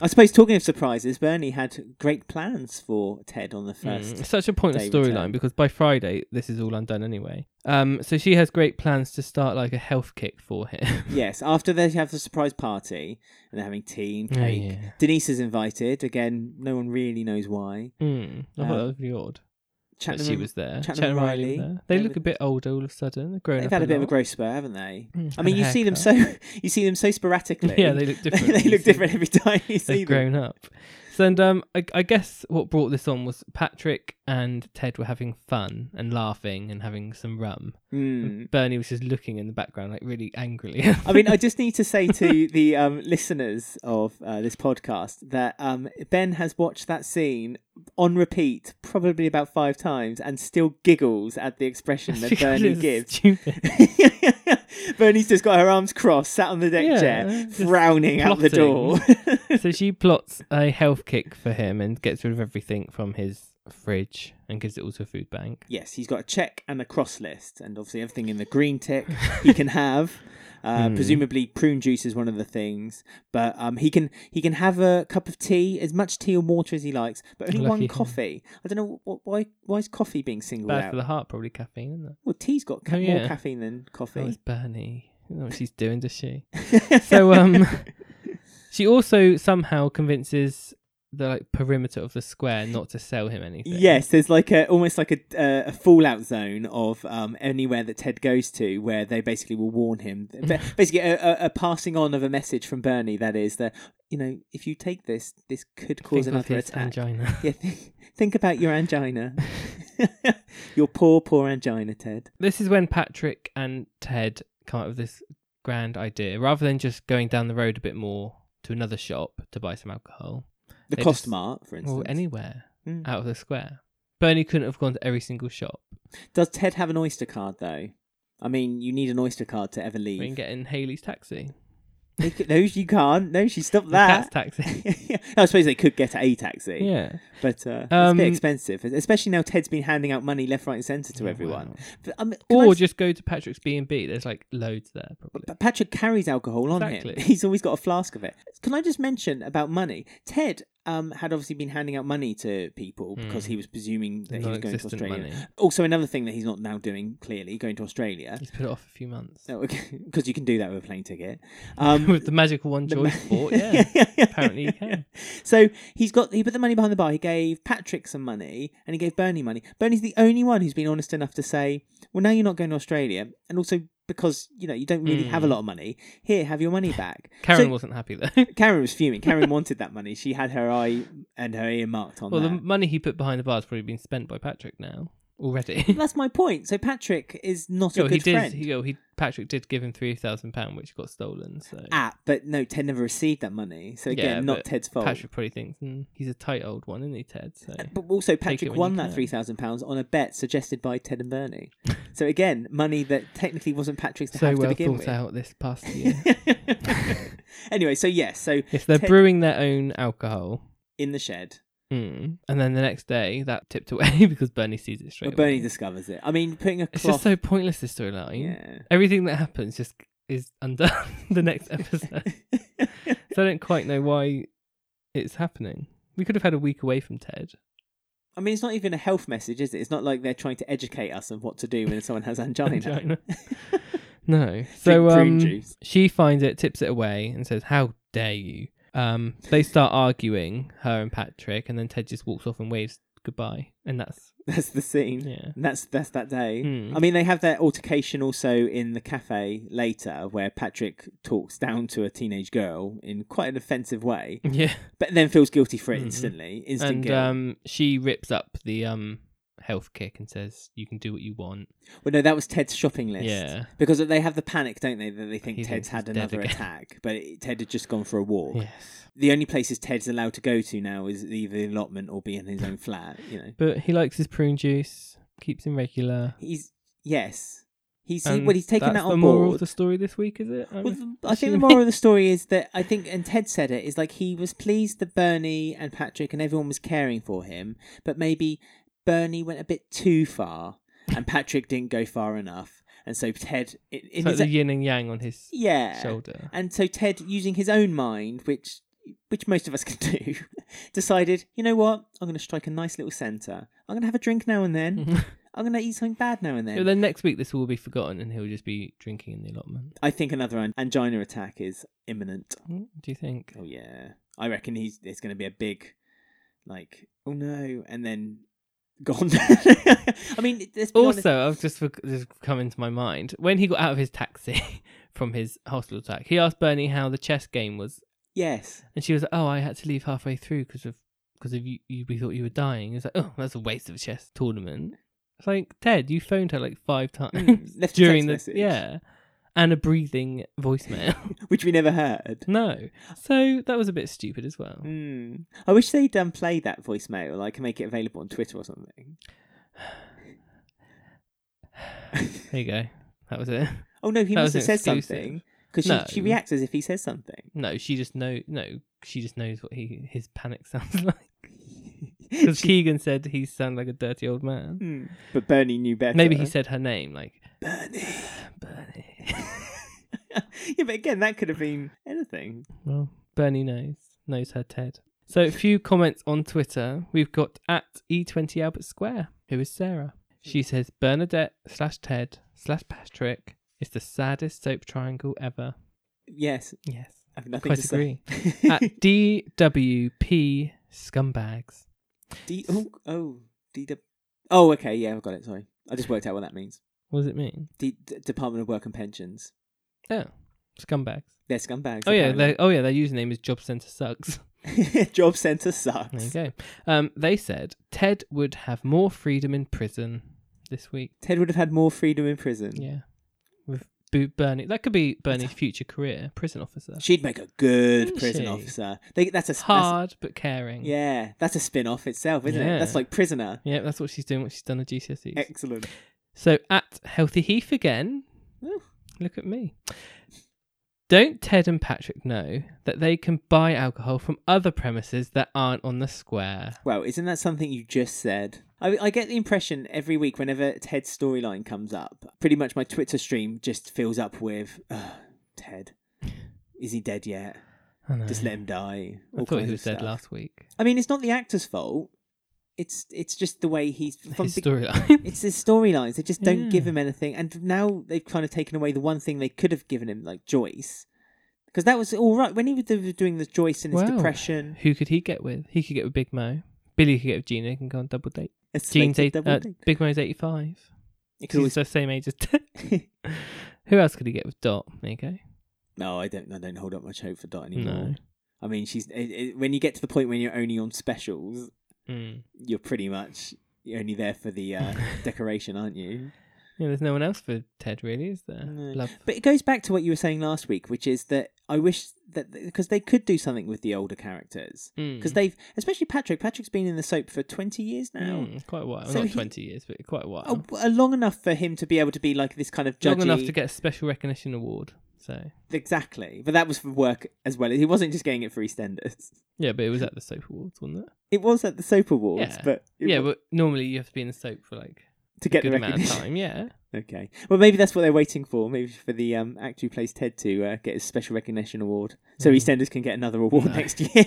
[SPEAKER 2] I suppose talking of surprises, Bernie had great plans for Ted on the first.
[SPEAKER 1] Mm, such a pointless
[SPEAKER 2] day return.
[SPEAKER 1] storyline because by Friday, this is all undone anyway. Um, so she has great plans to start like a health kick for
[SPEAKER 2] [LAUGHS]
[SPEAKER 1] him. [LAUGHS]
[SPEAKER 2] Yes, after they have the surprise party and they're having tea and
[SPEAKER 1] Oh,
[SPEAKER 2] cake.
[SPEAKER 1] yeah.
[SPEAKER 2] Denise is invited again. No one really knows why.
[SPEAKER 1] mm, I thought
[SPEAKER 2] Um,
[SPEAKER 1] that was really odd. That
[SPEAKER 2] Chapman
[SPEAKER 1] she
[SPEAKER 2] and-
[SPEAKER 1] was there.
[SPEAKER 2] Chapman
[SPEAKER 1] Chat
[SPEAKER 2] and
[SPEAKER 1] Riley.
[SPEAKER 2] Riley.
[SPEAKER 1] was there. They
[SPEAKER 2] They
[SPEAKER 1] look
[SPEAKER 2] were-
[SPEAKER 1] a bit older all of a sudden. They're grown
[SPEAKER 2] They've
[SPEAKER 1] up.
[SPEAKER 2] had a bit of a
[SPEAKER 1] lot.
[SPEAKER 2] growth spur, haven't they?
[SPEAKER 1] Mm,
[SPEAKER 2] I
[SPEAKER 1] and
[SPEAKER 2] mean,
[SPEAKER 1] a
[SPEAKER 2] you see them so [LAUGHS]
[SPEAKER 1] haircut.
[SPEAKER 2] you see them so sporadically.
[SPEAKER 1] [LAUGHS] Yeah, they look different.
[SPEAKER 2] [LAUGHS] they
[SPEAKER 1] You
[SPEAKER 2] look
[SPEAKER 1] see-
[SPEAKER 2] different every time
[SPEAKER 1] [LAUGHS]
[SPEAKER 2] you see
[SPEAKER 1] They've
[SPEAKER 2] them.
[SPEAKER 1] grown up. So, and um, I, I guess what brought this on was Patrick and Ted were having fun and laughing and having some rum.
[SPEAKER 2] Mm.
[SPEAKER 1] Bernie was just looking in the background, like really angrily. [LAUGHS]
[SPEAKER 2] I mean, I just need to say to the um, listeners of uh, this podcast that um, Ben has watched that scene on repeat probably about five times and still giggles at
[SPEAKER 1] [LAUGHS]
[SPEAKER 2] the expression that
[SPEAKER 1] Because
[SPEAKER 2] Bernie
[SPEAKER 1] it's
[SPEAKER 2] gives. [LAUGHS]
[SPEAKER 1] Stupid.
[SPEAKER 2] Bernie's just got her arms crossed, sat on the deck
[SPEAKER 1] Yeah,
[SPEAKER 2] chair,
[SPEAKER 1] just
[SPEAKER 2] frowning out the door.
[SPEAKER 1] [LAUGHS]
[SPEAKER 2] [LAUGHS]
[SPEAKER 1] so she plots a health kick for him and gets rid of everything from his fridge and gives it all to a food
[SPEAKER 2] [LAUGHS]
[SPEAKER 1] bank.
[SPEAKER 2] yes, he's got a check and a cross list, and obviously everything in the green tick he can have.
[SPEAKER 1] [LAUGHS] Hmm.
[SPEAKER 2] Uh, Presumably, prune juice is one of the things, but um, he can he can have a cup of tea, as much tea and water as he likes, but only
[SPEAKER 1] Lucky
[SPEAKER 2] one
[SPEAKER 1] him.
[SPEAKER 2] coffee. I don't know wh- wh- why why is coffee being singled
[SPEAKER 1] Bad
[SPEAKER 2] out.
[SPEAKER 1] for the heart, probably caffeine, isn't it?
[SPEAKER 2] Well, tea's got ca-
[SPEAKER 1] Oh,
[SPEAKER 2] more
[SPEAKER 1] yeah.
[SPEAKER 2] caffeine than
[SPEAKER 1] That was
[SPEAKER 2] coffee.
[SPEAKER 1] Bernie. You know what she's doing, does
[SPEAKER 2] [LAUGHS]
[SPEAKER 1] she? so um, she also somehow convinces the like perimeter of the square not to sell him anything.
[SPEAKER 2] Yes, there's like a almost like a, uh, a fallout zone of um, anywhere that Ted goes to, where they basically will
[SPEAKER 1] [LAUGHS]
[SPEAKER 2] warn him. Ba- basically, a, a, a passing on of a message from Bernie that is that you know if you take this, this could
[SPEAKER 1] Think
[SPEAKER 2] cause
[SPEAKER 1] of
[SPEAKER 2] another
[SPEAKER 1] his
[SPEAKER 2] attack.
[SPEAKER 1] angina. [LAUGHS]
[SPEAKER 2] Yeah, think, think about your angina, [LAUGHS] your poor, poor angina, Ted.
[SPEAKER 1] this is when Patrick and Ted come up with this grand idea. Rather than just going down the road a bit more to another shop to buy some alcohol,
[SPEAKER 2] The
[SPEAKER 1] They
[SPEAKER 2] cost
[SPEAKER 1] just-
[SPEAKER 2] mart, for instance.
[SPEAKER 1] or anywhere
[SPEAKER 2] Mm.
[SPEAKER 1] out of the square, Bernie couldn't have gone to every single shop.
[SPEAKER 2] Does Ted have an Oyster card though? I mean, you need an Oyster card to ever
[SPEAKER 1] We can
[SPEAKER 2] leave.
[SPEAKER 1] get in Haley's taxi.
[SPEAKER 2] They could- no, you can't. No, she stopped
[SPEAKER 1] The cat's
[SPEAKER 2] that. [LAUGHS]
[SPEAKER 1] taxi. [LAUGHS]
[SPEAKER 2] I suppose they could get a taxi,
[SPEAKER 1] yeah.
[SPEAKER 2] but uh, it's a
[SPEAKER 1] Um,
[SPEAKER 2] bit expensive, especially now Ted's been handing out money left, right, and centre to
[SPEAKER 1] Yeah,
[SPEAKER 2] everyone.
[SPEAKER 1] wow.
[SPEAKER 2] But, um, can
[SPEAKER 1] Or
[SPEAKER 2] I just-
[SPEAKER 1] just go to Patrick's B and B. There's like loads there probably.
[SPEAKER 2] but Patrick carries alcohol on him.
[SPEAKER 1] Exactly.
[SPEAKER 2] [LAUGHS] He's always got a flask of it. Can I just mention about money? Ted um, had obviously been handing out money to people because
[SPEAKER 1] Hmm.
[SPEAKER 2] he was presuming that he was going to
[SPEAKER 1] Non-existent
[SPEAKER 2] Australia.
[SPEAKER 1] money.
[SPEAKER 2] Also, another thing that he's not now doing clearly going to Australia.
[SPEAKER 1] He's put it off a few months.
[SPEAKER 2] [LAUGHS] No, because you can do that with a plane ticket.
[SPEAKER 1] [LAUGHS]
[SPEAKER 2] Um,
[SPEAKER 1] With the magical one
[SPEAKER 2] the
[SPEAKER 1] Joyce
[SPEAKER 2] ma- [LAUGHS]
[SPEAKER 1] bought, yeah. Apparently you can.
[SPEAKER 2] So he's got he put the money behind the bar. He gave Patrick some money and he gave Bernie money. Bernie's the only one who's been honest enough to say, "Well, now you're not going to Australia, and also because you know you don't really have a lot of money. Here, have your money back."
[SPEAKER 1] Hmm. [LAUGHS] Karen
[SPEAKER 2] so,
[SPEAKER 1] wasn't happy though. [LAUGHS]
[SPEAKER 2] Karen was fuming. Karen wanted that money. She had her eye and her ear marked on
[SPEAKER 1] well, the
[SPEAKER 2] that.
[SPEAKER 1] money he put behind the bar has probably been spent by Patrick now already.
[SPEAKER 2] That's my point. So Patrick is
[SPEAKER 1] [LAUGHS]
[SPEAKER 2] not
[SPEAKER 1] Yo,
[SPEAKER 2] a good
[SPEAKER 1] he did.
[SPEAKER 2] friend.
[SPEAKER 1] He, yo, he Patrick did give him three thousand pound, which got stolen. So
[SPEAKER 2] Ah, but no, Ted never received that money. So
[SPEAKER 1] Yeah,
[SPEAKER 2] again, not
[SPEAKER 1] but
[SPEAKER 2] Ted's fault.
[SPEAKER 1] Patrick probably thinks mm, he's a tight old one, isn't he, Ted? So
[SPEAKER 2] But also,
[SPEAKER 1] it
[SPEAKER 2] Patrick
[SPEAKER 1] when you
[SPEAKER 2] won that
[SPEAKER 1] can.
[SPEAKER 2] three thousand pounds on a bet suggested by Ted and Bernie. so again, money that technically wasn't Patrick's to
[SPEAKER 1] so
[SPEAKER 2] have to
[SPEAKER 1] well
[SPEAKER 2] begin
[SPEAKER 1] thought
[SPEAKER 2] with.
[SPEAKER 1] out this past
[SPEAKER 2] [LAUGHS]
[SPEAKER 1] year.
[SPEAKER 2] anyway, so yes, so
[SPEAKER 1] if they're
[SPEAKER 2] Ted-
[SPEAKER 1] brewing their own alcohol.
[SPEAKER 2] in the shed, Hmm.
[SPEAKER 1] Mm. And then the next day, that tipped away [LAUGHS] because Bernie sees it straight
[SPEAKER 2] but Bernie
[SPEAKER 1] away.
[SPEAKER 2] discovers it. I mean, putting a
[SPEAKER 1] It's
[SPEAKER 2] cloth.
[SPEAKER 1] just so pointless this storyline.
[SPEAKER 2] yeah.
[SPEAKER 1] Everything that happens just is undone [LAUGHS] the next episode.
[SPEAKER 2] [LAUGHS]
[SPEAKER 1] so I don't quite know why it's happening. We could have had a week away from Ted.
[SPEAKER 2] I mean, it's not even a health message, is it? It's not like they're trying to educate us on what to do when someone has
[SPEAKER 1] [LAUGHS]
[SPEAKER 2] angina.
[SPEAKER 1] Angina.
[SPEAKER 2] [LAUGHS]
[SPEAKER 1] no. So
[SPEAKER 2] prune
[SPEAKER 1] um,
[SPEAKER 2] juice. [LAUGHS]
[SPEAKER 1] she finds it, tips it away, and says, "How dare you?" Um, they start arguing, her and Patrick, and then Ted just walks off and waves goodbye, and that's
[SPEAKER 2] That's the scene.
[SPEAKER 1] yeah.
[SPEAKER 2] And That's that's that day.
[SPEAKER 1] Hmm.
[SPEAKER 2] I mean, they have their altercation also in the cafe later, where Patrick talks down to a teenage girl in quite an offensive way, [LAUGHS]
[SPEAKER 1] Yeah,
[SPEAKER 2] but then feels guilty for it
[SPEAKER 1] Mhm.
[SPEAKER 2] instantly. Instant
[SPEAKER 1] and
[SPEAKER 2] guilt.
[SPEAKER 1] um, she rips up the um health kick and says, "You can do what you want."
[SPEAKER 2] well, no, that was Ted's shopping list.
[SPEAKER 1] Yeah,
[SPEAKER 2] Because they have the panic, don't they, that they think
[SPEAKER 1] He thinks
[SPEAKER 2] Ted's had
[SPEAKER 1] he's dead
[SPEAKER 2] another
[SPEAKER 1] again.
[SPEAKER 2] attack, but it, Ted had just gone for a walk.
[SPEAKER 1] yes.
[SPEAKER 2] The only places Ted's allowed to go to now is either the allotment or be in his own flat. You know,
[SPEAKER 1] But he likes his prune juice, keeps him regular.
[SPEAKER 2] he's yes, he's he,
[SPEAKER 1] and
[SPEAKER 2] well, he's taken
[SPEAKER 1] that's
[SPEAKER 2] that
[SPEAKER 1] the
[SPEAKER 2] on
[SPEAKER 1] moral of
[SPEAKER 2] board.
[SPEAKER 1] the story this week, is it? I'm
[SPEAKER 2] Well, the-
[SPEAKER 1] [LAUGHS]
[SPEAKER 2] I think the
[SPEAKER 1] assuming-
[SPEAKER 2] moral of [LAUGHS] the story is that I think, and Ted said it, is like he was pleased that Bernie and Patrick and everyone was caring for him, but maybe Bernie went a bit too far and Patrick didn't go far enough. And so Ted, in, in
[SPEAKER 1] It's like
[SPEAKER 2] his,
[SPEAKER 1] the yin and yang on his
[SPEAKER 2] yeah.
[SPEAKER 1] shoulder.
[SPEAKER 2] And so Ted, using his own mind, which which most of us [LAUGHS] can do, decided, you know what? I'm going to strike a nice little centre. I'm going to have a drink now and then. [LAUGHS] I'm going to eat something bad now and then.
[SPEAKER 1] Yeah, then next week this will all be forgotten and he'll just be drinking in the allotment.
[SPEAKER 2] I think another an- angina attack is imminent.
[SPEAKER 1] Mm, Do you think?
[SPEAKER 2] Oh yeah, I reckon he's it's going to be a big, like oh no, and then [LAUGHS] gone. I mean, let's be honest.
[SPEAKER 1] Also, I've just, forg- just come into my mind when he got out of his taxi [LAUGHS] from his hospital attack. He asked Bernie how the chess game was,
[SPEAKER 2] yes,
[SPEAKER 1] and she was like, "Oh, I had to leave halfway through because of because of you, you. We thought you were dying." He was like, "Oh, that's a waste of a chess tournament." It's like Ted, you phoned her like
[SPEAKER 2] [LAUGHS]
[SPEAKER 1] five times
[SPEAKER 2] left a
[SPEAKER 1] during
[SPEAKER 2] text
[SPEAKER 1] the
[SPEAKER 2] message.
[SPEAKER 1] yeah, and a breathing voicemail. [LAUGHS]
[SPEAKER 2] which we never heard.
[SPEAKER 1] no, so that was a bit stupid as well.
[SPEAKER 2] Mm. I wish they'd um, play that voicemail. I can make it available on Twitter or something.
[SPEAKER 1] There you go. That was it. [LAUGHS]
[SPEAKER 2] Oh no, he
[SPEAKER 1] That
[SPEAKER 2] must have
[SPEAKER 1] was
[SPEAKER 2] said
[SPEAKER 1] an exclusive.
[SPEAKER 2] something because she,
[SPEAKER 1] No.
[SPEAKER 2] she reacts as if he
[SPEAKER 1] [LAUGHS]
[SPEAKER 2] says something.
[SPEAKER 1] No, she just know no, she just knows what he his panic [LAUGHS] sounds like.
[SPEAKER 2] [LAUGHS]
[SPEAKER 1] Because Keegan said he sounded like a dirty old man.
[SPEAKER 2] Hmm. But Bernie knew better.
[SPEAKER 1] Maybe he said her name, like
[SPEAKER 2] Bernie. [LAUGHS]
[SPEAKER 1] Bernie.
[SPEAKER 2] yeah, but again, that could have been anything.
[SPEAKER 1] [LAUGHS] Well, Bernie knows. Knows her Ted. So a few comments on Twitter. We've got at E twenty Albert Square, who is Sarah. She says Bernadette slash Ted slash Patrick is the saddest soap triangle ever.
[SPEAKER 2] Yes,
[SPEAKER 1] Yes.
[SPEAKER 2] I have nothing
[SPEAKER 1] Quite
[SPEAKER 2] to [LAUGHS]
[SPEAKER 1] agree.
[SPEAKER 2] say.
[SPEAKER 1] at DWP scumbags.
[SPEAKER 2] D- oh, oh, DW. Oh, okay, yeah, I've got it. Sorry, I just worked out what that means.
[SPEAKER 1] What does it mean?
[SPEAKER 2] D- D- Department of Work and Pensions.
[SPEAKER 1] Oh. Scumbags.
[SPEAKER 2] They're scumbags.
[SPEAKER 1] Oh yeah,
[SPEAKER 2] apparently.
[SPEAKER 1] their oh yeah, their username is Job Center Sucks.
[SPEAKER 2] [LAUGHS] job centre
[SPEAKER 1] There you
[SPEAKER 2] sucks.
[SPEAKER 1] go. Um, they said Ted would have more freedom in prison this week.
[SPEAKER 2] Ted would have had more freedom in prison.
[SPEAKER 1] Yeah, with Bo- Bernie, that could be Bernie's future career, prison officer.
[SPEAKER 2] She'd make a good
[SPEAKER 1] Wouldn't
[SPEAKER 2] prison
[SPEAKER 1] she?
[SPEAKER 2] officer. They, that's a that's,
[SPEAKER 1] Hard but caring.
[SPEAKER 2] yeah, that's a spin off itself, isn't it?
[SPEAKER 1] Yeah.
[SPEAKER 2] That's like prisoner.
[SPEAKER 1] yeah, that's what she's doing. What she's done at GCSEs.
[SPEAKER 2] Excellent.
[SPEAKER 1] so at Healthy Heath again,
[SPEAKER 2] Oh.
[SPEAKER 1] Look at me. Don't Ted and Patrick know that they can buy alcohol from other premises that aren't on the square?
[SPEAKER 2] Well, isn't that something you just said? I, I get the impression every week whenever Ted's storyline comes up, pretty much my Twitter stream just fills up with "Ugh, Ted. Is he dead yet?
[SPEAKER 1] I know.
[SPEAKER 2] Just let him die.
[SPEAKER 1] I
[SPEAKER 2] all
[SPEAKER 1] thought
[SPEAKER 2] kinds
[SPEAKER 1] he
[SPEAKER 2] of
[SPEAKER 1] was dead
[SPEAKER 2] stuff.
[SPEAKER 1] last week.
[SPEAKER 2] I mean, it's not the actor's fault. It's it's just the
[SPEAKER 1] [LAUGHS]
[SPEAKER 2] way he's from
[SPEAKER 1] His
[SPEAKER 2] be-
[SPEAKER 1] storyline.
[SPEAKER 2] It's his storylines. They just don't give
[SPEAKER 1] Yeah.
[SPEAKER 2] him anything. And now they've kind of taken away the one thing they could have given him, like Joyce. Because that was all right. When he was doing the Joyce and his
[SPEAKER 1] Well,
[SPEAKER 2] depression,
[SPEAKER 1] Who could he get with? He could get with Big Mo. Billy could get with Gina. Can go on double date.
[SPEAKER 2] a
[SPEAKER 1] Gene's
[SPEAKER 2] slated
[SPEAKER 1] eight,
[SPEAKER 2] double
[SPEAKER 1] uh,
[SPEAKER 2] date.
[SPEAKER 1] Big Mo's eighty-five. He's
[SPEAKER 2] Excuse-
[SPEAKER 1] also same age as
[SPEAKER 2] [LAUGHS]
[SPEAKER 1] Ted. Who else could he get with Dot? There you go.
[SPEAKER 2] no, I don't. I don't hold up much hope for Dot anymore.
[SPEAKER 1] No.
[SPEAKER 2] I mean, she's it, it, when you get to the point when you're only on specials,
[SPEAKER 1] Mm.
[SPEAKER 2] you're pretty much you're only there for
[SPEAKER 1] [LAUGHS]
[SPEAKER 2] the uh, decoration, aren't you?
[SPEAKER 1] Yeah, there's no one else for Ted, really, is there?
[SPEAKER 2] No.
[SPEAKER 1] Love.
[SPEAKER 2] But it goes back to what you were saying last week, which is that I wish that because they could do something with the older characters.
[SPEAKER 1] Hmm.
[SPEAKER 2] because they've especially Patrick. Patrick's been in the soap for twenty years now.
[SPEAKER 1] Mm, quite a while.
[SPEAKER 2] So
[SPEAKER 1] Not
[SPEAKER 2] he-
[SPEAKER 1] 20 years, but quite a while.
[SPEAKER 2] Oh, w- uh, long enough for him to be able to be like this kind of judgy.
[SPEAKER 1] Long enough to get a special recognition award. So
[SPEAKER 2] exactly, but that was for work as well. He wasn't just getting it for EastEnders.
[SPEAKER 1] yeah, but it was at the soap awards, wasn't it?
[SPEAKER 2] It was at the soap awards,
[SPEAKER 1] Yeah.
[SPEAKER 2] but it
[SPEAKER 1] yeah,
[SPEAKER 2] wa-
[SPEAKER 1] but normally you have to be in the soap for like
[SPEAKER 2] to
[SPEAKER 1] a
[SPEAKER 2] get the
[SPEAKER 1] good amount of
[SPEAKER 2] recognition.
[SPEAKER 1] time. Yeah,
[SPEAKER 2] [LAUGHS] Okay, well maybe that's what they're waiting for. Maybe for the um, actor who plays Ted to uh, get his special recognition award, so
[SPEAKER 1] Mm.
[SPEAKER 2] EastEnders can get another award
[SPEAKER 1] No.
[SPEAKER 2] next [LAUGHS] year.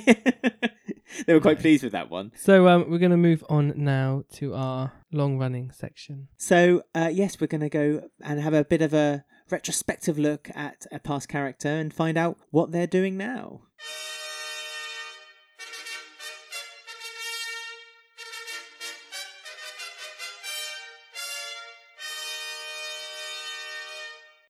[SPEAKER 2] they were quite
[SPEAKER 1] No.
[SPEAKER 2] pleased with that one.
[SPEAKER 1] So um, we're going to move on now to our long running section.
[SPEAKER 2] So, uh, yes, we're going to go and have a bit of a retrospective look at a past character and find out what they're doing now.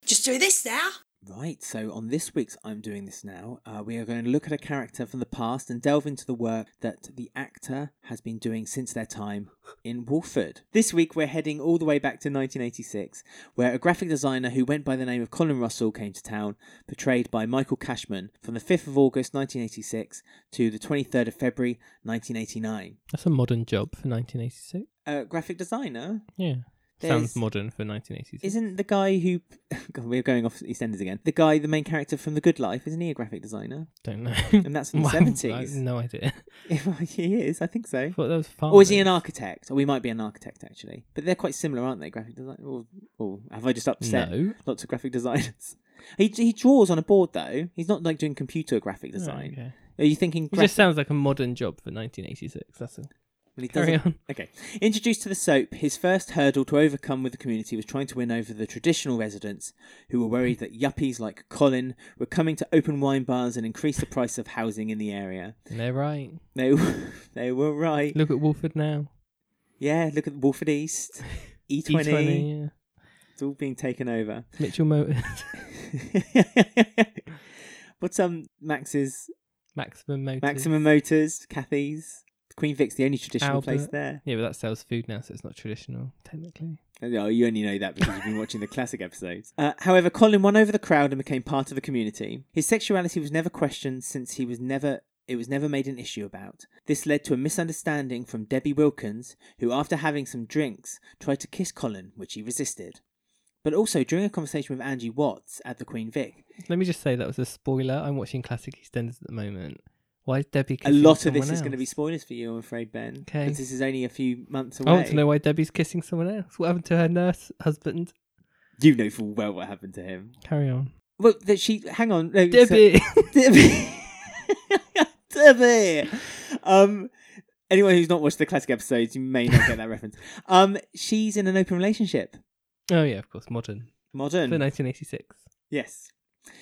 [SPEAKER 3] Just do this now.
[SPEAKER 2] Right, so on this week's I'm Doing This Now, uh, we are going to look at a character from the past and delve into the work that the actor has been doing since their time in Wolford. This week, we're heading all the way back to 1986, where a graphic designer who went by the name of Colin Russell came to town, portrayed by Michael Cashman from the 5th of August 1986 to the 23rd of February 1989.
[SPEAKER 1] That's a modern job for 1986.
[SPEAKER 2] Uh, graphic designer
[SPEAKER 1] Yeah,
[SPEAKER 2] There's-
[SPEAKER 1] sounds modern for 1986.
[SPEAKER 2] Isn't the guy who [LAUGHS] God, we're going off EastEnders again? The guy, the main character from The Good Life, isn't he a graphic designer? [LAUGHS]
[SPEAKER 1] Don't know.
[SPEAKER 2] And
[SPEAKER 1] [LAUGHS]
[SPEAKER 2] that's from the
[SPEAKER 1] Well, I have
[SPEAKER 2] 70s.
[SPEAKER 1] no idea. [LAUGHS]
[SPEAKER 2] he is, I think
[SPEAKER 1] I
[SPEAKER 2] so.
[SPEAKER 1] thought that was fun.
[SPEAKER 2] Or is he an architect? Or we might be an architect actually. But they're quite similar, aren't they? Graphic design. Or, or have I just upset
[SPEAKER 1] No.
[SPEAKER 2] lots of graphic designers? [LAUGHS] He he draws on a board though. He's not like doing computer graphic design.
[SPEAKER 1] Oh, okay.
[SPEAKER 2] Are you thinking?
[SPEAKER 1] It
[SPEAKER 2] graph-
[SPEAKER 1] just sounds like a modern job for 1986. That's all.
[SPEAKER 2] Well, he
[SPEAKER 1] Carry
[SPEAKER 2] doesn't-
[SPEAKER 1] on.
[SPEAKER 2] Okay. Introduced to the soap, his first hurdle to overcome with the community was trying to win over the traditional residents who were worried that yuppies like Colin were coming to open wine bars and increase the price of housing in the area.
[SPEAKER 1] And they're right.
[SPEAKER 2] They, [LAUGHS] they were right.
[SPEAKER 1] Look at Wolford now.
[SPEAKER 2] Yeah, look at
[SPEAKER 1] [LAUGHS]
[SPEAKER 2] Wolford East, E20,
[SPEAKER 1] E20. E Yeah.
[SPEAKER 2] it's all being taken over. [LAUGHS]
[SPEAKER 1] Mitchell Motors.
[SPEAKER 2] What's um Max's
[SPEAKER 1] [LAUGHS] Maximum Motors.
[SPEAKER 2] Maximum Motors, Kathy's, Queen Vic's the only traditional place
[SPEAKER 1] Albert.
[SPEAKER 2] there.
[SPEAKER 1] Yeah, but that sells food now, so it's not traditional technically.
[SPEAKER 2] Oh, you only know that because you've been watching the classic episodes. Uh, however, Colin won over the crowd and became part of the community. His sexuality was never questioned since he was never it was never made an issue about. This led to a misunderstanding from Debbie Wilkins, who after having some drinks tried to kiss Colin, which he resisted. But also during a conversation with Angie Watts at the Queen Vic,
[SPEAKER 1] Let me just say that was a spoiler. I'm watching classic EastEnders at the moment. Why is Debbie?
[SPEAKER 2] a
[SPEAKER 1] Kissing
[SPEAKER 2] lot of this
[SPEAKER 1] someone
[SPEAKER 2] is going to be
[SPEAKER 1] else?
[SPEAKER 2] spoilers for you, I'm afraid, Ben.
[SPEAKER 1] Okay. Oh,
[SPEAKER 2] Because this is only a few months away.
[SPEAKER 1] I want to know why Debbie's kissing someone else. What happened to her nurse husband?
[SPEAKER 2] You know full well what happened to him.
[SPEAKER 1] Carry on,
[SPEAKER 2] Well, that she. Hang on. No, so-
[SPEAKER 1] Debbie.
[SPEAKER 2] Debbie. [LAUGHS] Debbie. Um, anyone who's not watched the classic episodes, you may not get that reference. Um, she's in an open relationship.
[SPEAKER 1] [LAUGHS] oh yeah, of course, modern for
[SPEAKER 2] Modern.
[SPEAKER 1] 1986.
[SPEAKER 2] yes.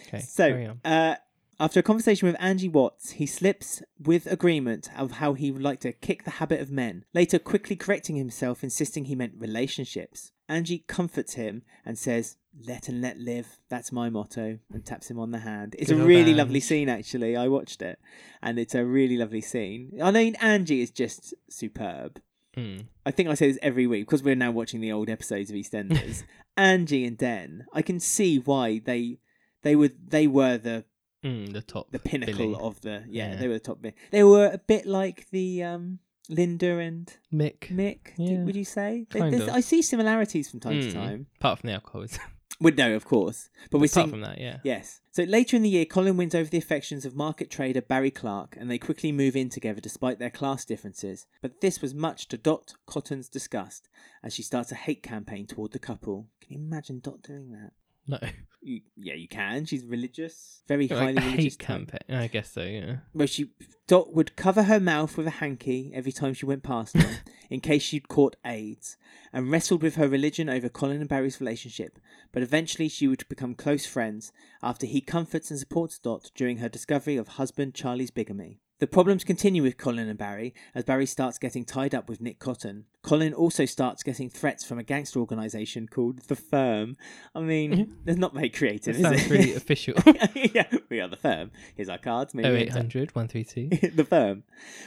[SPEAKER 1] Okay, carry
[SPEAKER 2] So,
[SPEAKER 1] on.
[SPEAKER 2] uh, after a conversation with Angie Watts, he slips with agreement of how he would like to kick the habit of men, later quickly correcting himself, insisting he meant relationships. Angie comforts him and says, Let and let live, that's my motto, and taps him on the hand. It's
[SPEAKER 1] Good
[SPEAKER 2] a
[SPEAKER 1] old
[SPEAKER 2] really lovely
[SPEAKER 1] Ange.
[SPEAKER 2] scene, actually. I watched it, and it's a really lovely scene. I mean, Angie is just superb.
[SPEAKER 1] Mm.
[SPEAKER 2] I think I say this every week because we're now watching the old episodes of
[SPEAKER 1] [LAUGHS]
[SPEAKER 2] EastEnders. Angie and Den, I can see why they they were they were the
[SPEAKER 1] Mm, the top,
[SPEAKER 2] the pinnacle
[SPEAKER 1] billing.
[SPEAKER 2] of the yeah,
[SPEAKER 1] Yeah.
[SPEAKER 2] they were the top bit. They were a bit like the um Linda and
[SPEAKER 1] Mick.
[SPEAKER 2] Mick. d-
[SPEAKER 1] Yeah.
[SPEAKER 2] would you say? They-
[SPEAKER 1] Kind
[SPEAKER 2] there's-
[SPEAKER 1] of.
[SPEAKER 2] I see similarities from time to
[SPEAKER 1] Mm.
[SPEAKER 2] time.
[SPEAKER 1] Apart from the alcoholism,
[SPEAKER 2] Well, no, of course. But we're
[SPEAKER 1] Apart
[SPEAKER 2] seeing
[SPEAKER 1] from that,
[SPEAKER 2] [LAUGHS]
[SPEAKER 1] yeah.
[SPEAKER 2] Yes. So later in the year, Colin wins over the affections of market trader Barry Clark, and they quickly move in together despite their class differences. But this was much to Dot Cotton's disgust, as she starts a hate campaign toward the couple. Can you imagine Dot doing that?
[SPEAKER 1] No.
[SPEAKER 2] You, yeah, you can. She's religious,
[SPEAKER 1] [LAUGHS]
[SPEAKER 2] very highly
[SPEAKER 1] Like, a
[SPEAKER 2] religious.
[SPEAKER 1] hate
[SPEAKER 2] type.
[SPEAKER 1] campaign. I guess so, yeah.
[SPEAKER 2] Well, she Dot would cover her mouth with a hanky every time she went
[SPEAKER 1] [LAUGHS]
[SPEAKER 2] past them, in case she'd caught AIDS, and wrestled with her religion over Colin and Barry's relationship. But eventually, she would become close friends after he comforts and supports Dot during her discovery of husband Charlie's bigamy. The problems continue with Colin and Barry as Barry starts getting tied up with Nick Cotton. Colin also starts getting threats from a gangster organisation called The Firm. I mean, that's not very creative,
[SPEAKER 1] Mm-hmm. It
[SPEAKER 2] [LAUGHS] is
[SPEAKER 1] sounds
[SPEAKER 2] it?
[SPEAKER 1] really official.
[SPEAKER 2] [LAUGHS]
[SPEAKER 1] Oh,
[SPEAKER 2] yeah, we are The Firm. Here's our cards. Maybe we can
[SPEAKER 1] 0800
[SPEAKER 2] [LAUGHS]
[SPEAKER 1] 132.
[SPEAKER 2] the firm.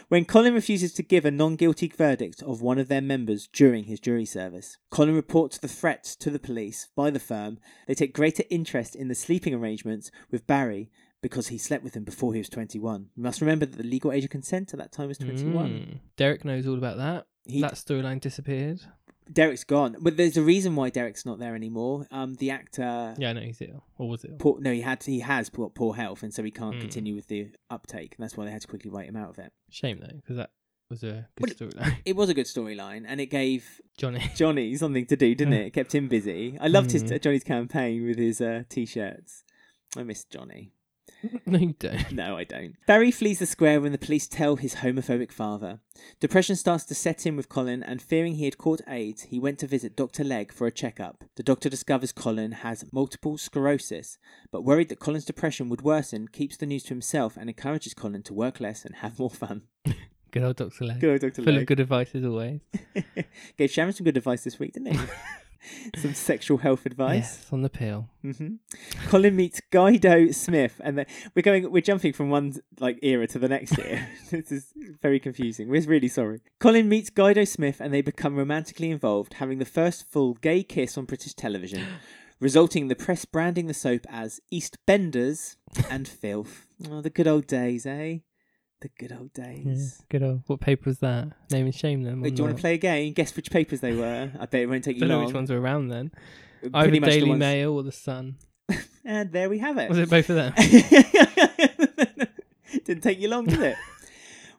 [SPEAKER 2] When Colin refuses to give a non guilty verdict of one of their members during his jury service, Colin reports the threats to the police by the firm. They take greater interest in the sleeping arrangements with Barry because he slept with him before he was 21. You must remember that the legal age of consent at that time was 21.
[SPEAKER 1] Mm. Derek knows all about that.
[SPEAKER 2] He-
[SPEAKER 1] That storyline disappeared.
[SPEAKER 2] Derek's gone, but there's a reason why Derek's not there anymore. Um, the actor.
[SPEAKER 1] Yeah, I know he's ill. Or was ill.
[SPEAKER 2] Poor, no, he had he has poor, poor health, and so he can't
[SPEAKER 1] Mm.
[SPEAKER 2] continue with the uptake. And that's why they had to quickly write him out of it.
[SPEAKER 1] Shame, though, because that was a
[SPEAKER 2] Well,
[SPEAKER 1] good storyline. [LAUGHS]
[SPEAKER 2] It was a good storyline, and it gave
[SPEAKER 1] Johnny. [LAUGHS]
[SPEAKER 2] Johnny something to do, didn't it? It kept him busy. I loved his
[SPEAKER 1] Mm.
[SPEAKER 2] Johnny's campaign with his uh, t-shirts. I miss Johnny.
[SPEAKER 1] no, you don't.
[SPEAKER 2] No, I don't. Barry flees the square when the police tell his homophobic father. Depression starts to set in with Colin, and fearing he had caught AIDS, he went to visit Dr. Legg for a checkup. The doctor discovers Colin has multiple sclerosis, but worried that Colin's depression would worsen, keeps the news to himself and encourages Colin to work less and have more fun.
[SPEAKER 1] Good old Dr. Leg.
[SPEAKER 2] Good old Dr.
[SPEAKER 1] Full
[SPEAKER 2] Legg.
[SPEAKER 1] of good advice as always.
[SPEAKER 2] Gave Sharon some good advice this week, didn't he? some sexual health advice.
[SPEAKER 1] Yes, on the pill.
[SPEAKER 2] hmm Colin meets Guido Smith, and then we're going, we're jumping from one like era to the
[SPEAKER 1] [LAUGHS]
[SPEAKER 2] next era. [LAUGHS] this is very confusing. We're really sorry. Colin meets Guido Smith, and they become romantically involved, having the first full gay kiss on
[SPEAKER 1] [GASPS]
[SPEAKER 2] British television, resulting in the press branding the soap as East
[SPEAKER 1] [LAUGHS]
[SPEAKER 2] Benders and Filth. Oh, the good old days, eh? The good old
[SPEAKER 1] Yeah,
[SPEAKER 2] days.
[SPEAKER 1] good old. What paper was that? Name and shame then.
[SPEAKER 2] Wait, do you want to play a game? Guess which papers they were.
[SPEAKER 1] [LAUGHS]
[SPEAKER 2] I bet it won't
[SPEAKER 1] I
[SPEAKER 2] take you
[SPEAKER 1] don't know
[SPEAKER 2] long.
[SPEAKER 1] which ones were around then.
[SPEAKER 2] Uh, Pretty
[SPEAKER 1] Either
[SPEAKER 2] much the
[SPEAKER 1] Daily
[SPEAKER 2] ones-
[SPEAKER 1] Mail or The Sun.
[SPEAKER 2] And there we have it.
[SPEAKER 1] Was it both of
[SPEAKER 2] [LAUGHS]
[SPEAKER 1] them?
[SPEAKER 2] Didn't take you long, did it?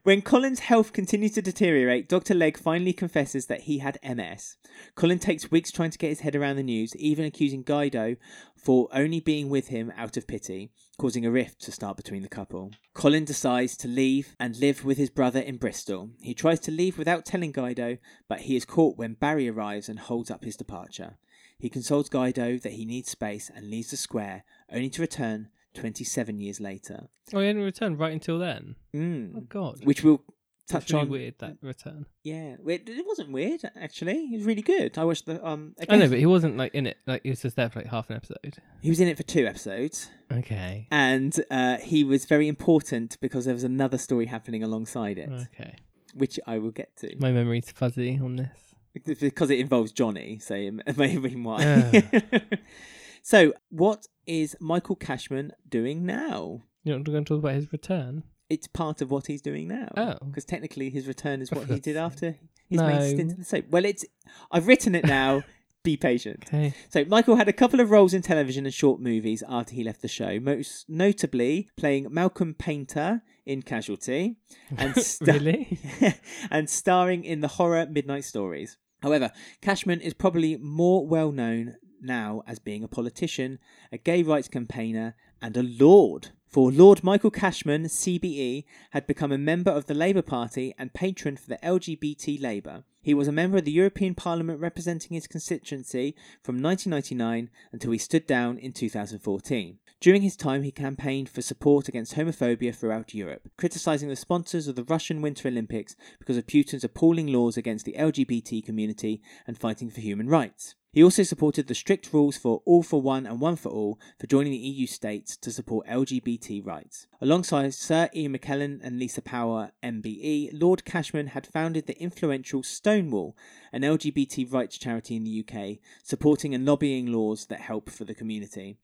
[SPEAKER 2] when Colin's health continues to deteriorate, Dr. Legg finally confesses that he had MS. Colin takes weeks trying to get his head around the news, even accusing Guido for only being with him out of pity, causing a rift to start between the couple. Colin decides to leave and live with his brother in Bristol. He tries to leave without telling Guido, but he is caught when Barry arrives and holds up his departure. He consoles Guido that he needs space and leaves the square, only to return 27 years later.
[SPEAKER 1] Oh, he didn't return right until then. Oh,
[SPEAKER 2] Mm.
[SPEAKER 1] God.
[SPEAKER 2] Which we'll
[SPEAKER 1] That's
[SPEAKER 2] touch
[SPEAKER 1] really
[SPEAKER 2] on.
[SPEAKER 1] weird, that
[SPEAKER 2] [LAUGHS]
[SPEAKER 1] return.
[SPEAKER 2] Yeah, it, it wasn't weird actually. It was really good. I watched the um.
[SPEAKER 1] I know, but he wasn't like in it. Like he was just there for like half an episode.
[SPEAKER 2] he was in it for two episodes,
[SPEAKER 1] Okay.
[SPEAKER 2] and uh, he was very important because there was another story happening alongside it,
[SPEAKER 1] Okay.
[SPEAKER 2] which I will get to
[SPEAKER 1] My memory's fuzzy on this.
[SPEAKER 2] It's because it involves Johnny. So it may [LAUGHS] have been why.
[SPEAKER 1] Ah.
[SPEAKER 2] [LAUGHS] so, what is Michael Cashman doing now?
[SPEAKER 1] You're not going to talk about his return.
[SPEAKER 2] it's part of what he's doing now.
[SPEAKER 1] Oh.
[SPEAKER 2] because technically his return is what
[SPEAKER 1] [LAUGHS]
[SPEAKER 2] he
[SPEAKER 1] That's-
[SPEAKER 2] did after his main
[SPEAKER 1] No.
[SPEAKER 2] stint in the soap. Well, it's I've written
[SPEAKER 1] [LAUGHS]
[SPEAKER 2] it now. Be patient.
[SPEAKER 1] Okay.
[SPEAKER 2] So Michael had a couple of roles in television and short movies after he left the show, most notably playing Malcolm Painter in Casualty and sta-
[SPEAKER 1] Really?
[SPEAKER 2] [LAUGHS] and starring in the horror Midnight Stories. However, Cashman is probably more well known now as being a politician, a gay rights campaigner, and a lord. For Lord Michael Cashman, CBE, had become a member of the Labour Party and patron for the LGBT Labour. He was a member of the European Parliament representing his constituency from 1999 until he stood down in 2014. During his time, he campaigned for support against homophobia throughout Europe, criticising the sponsors of the Russian Winter Olympics because of Putin's appalling laws against the LGBT community and fighting for human rights. He also supported the strict rules for all for one and one for all for joining the EU states to support LGBT rights. Alongside Sir Ian McKellen and Lisa Power, MBE, Lord Cashman had founded the influential Stonewall, an LGBT rights charity in the UK, supporting and lobbying laws that help for the community.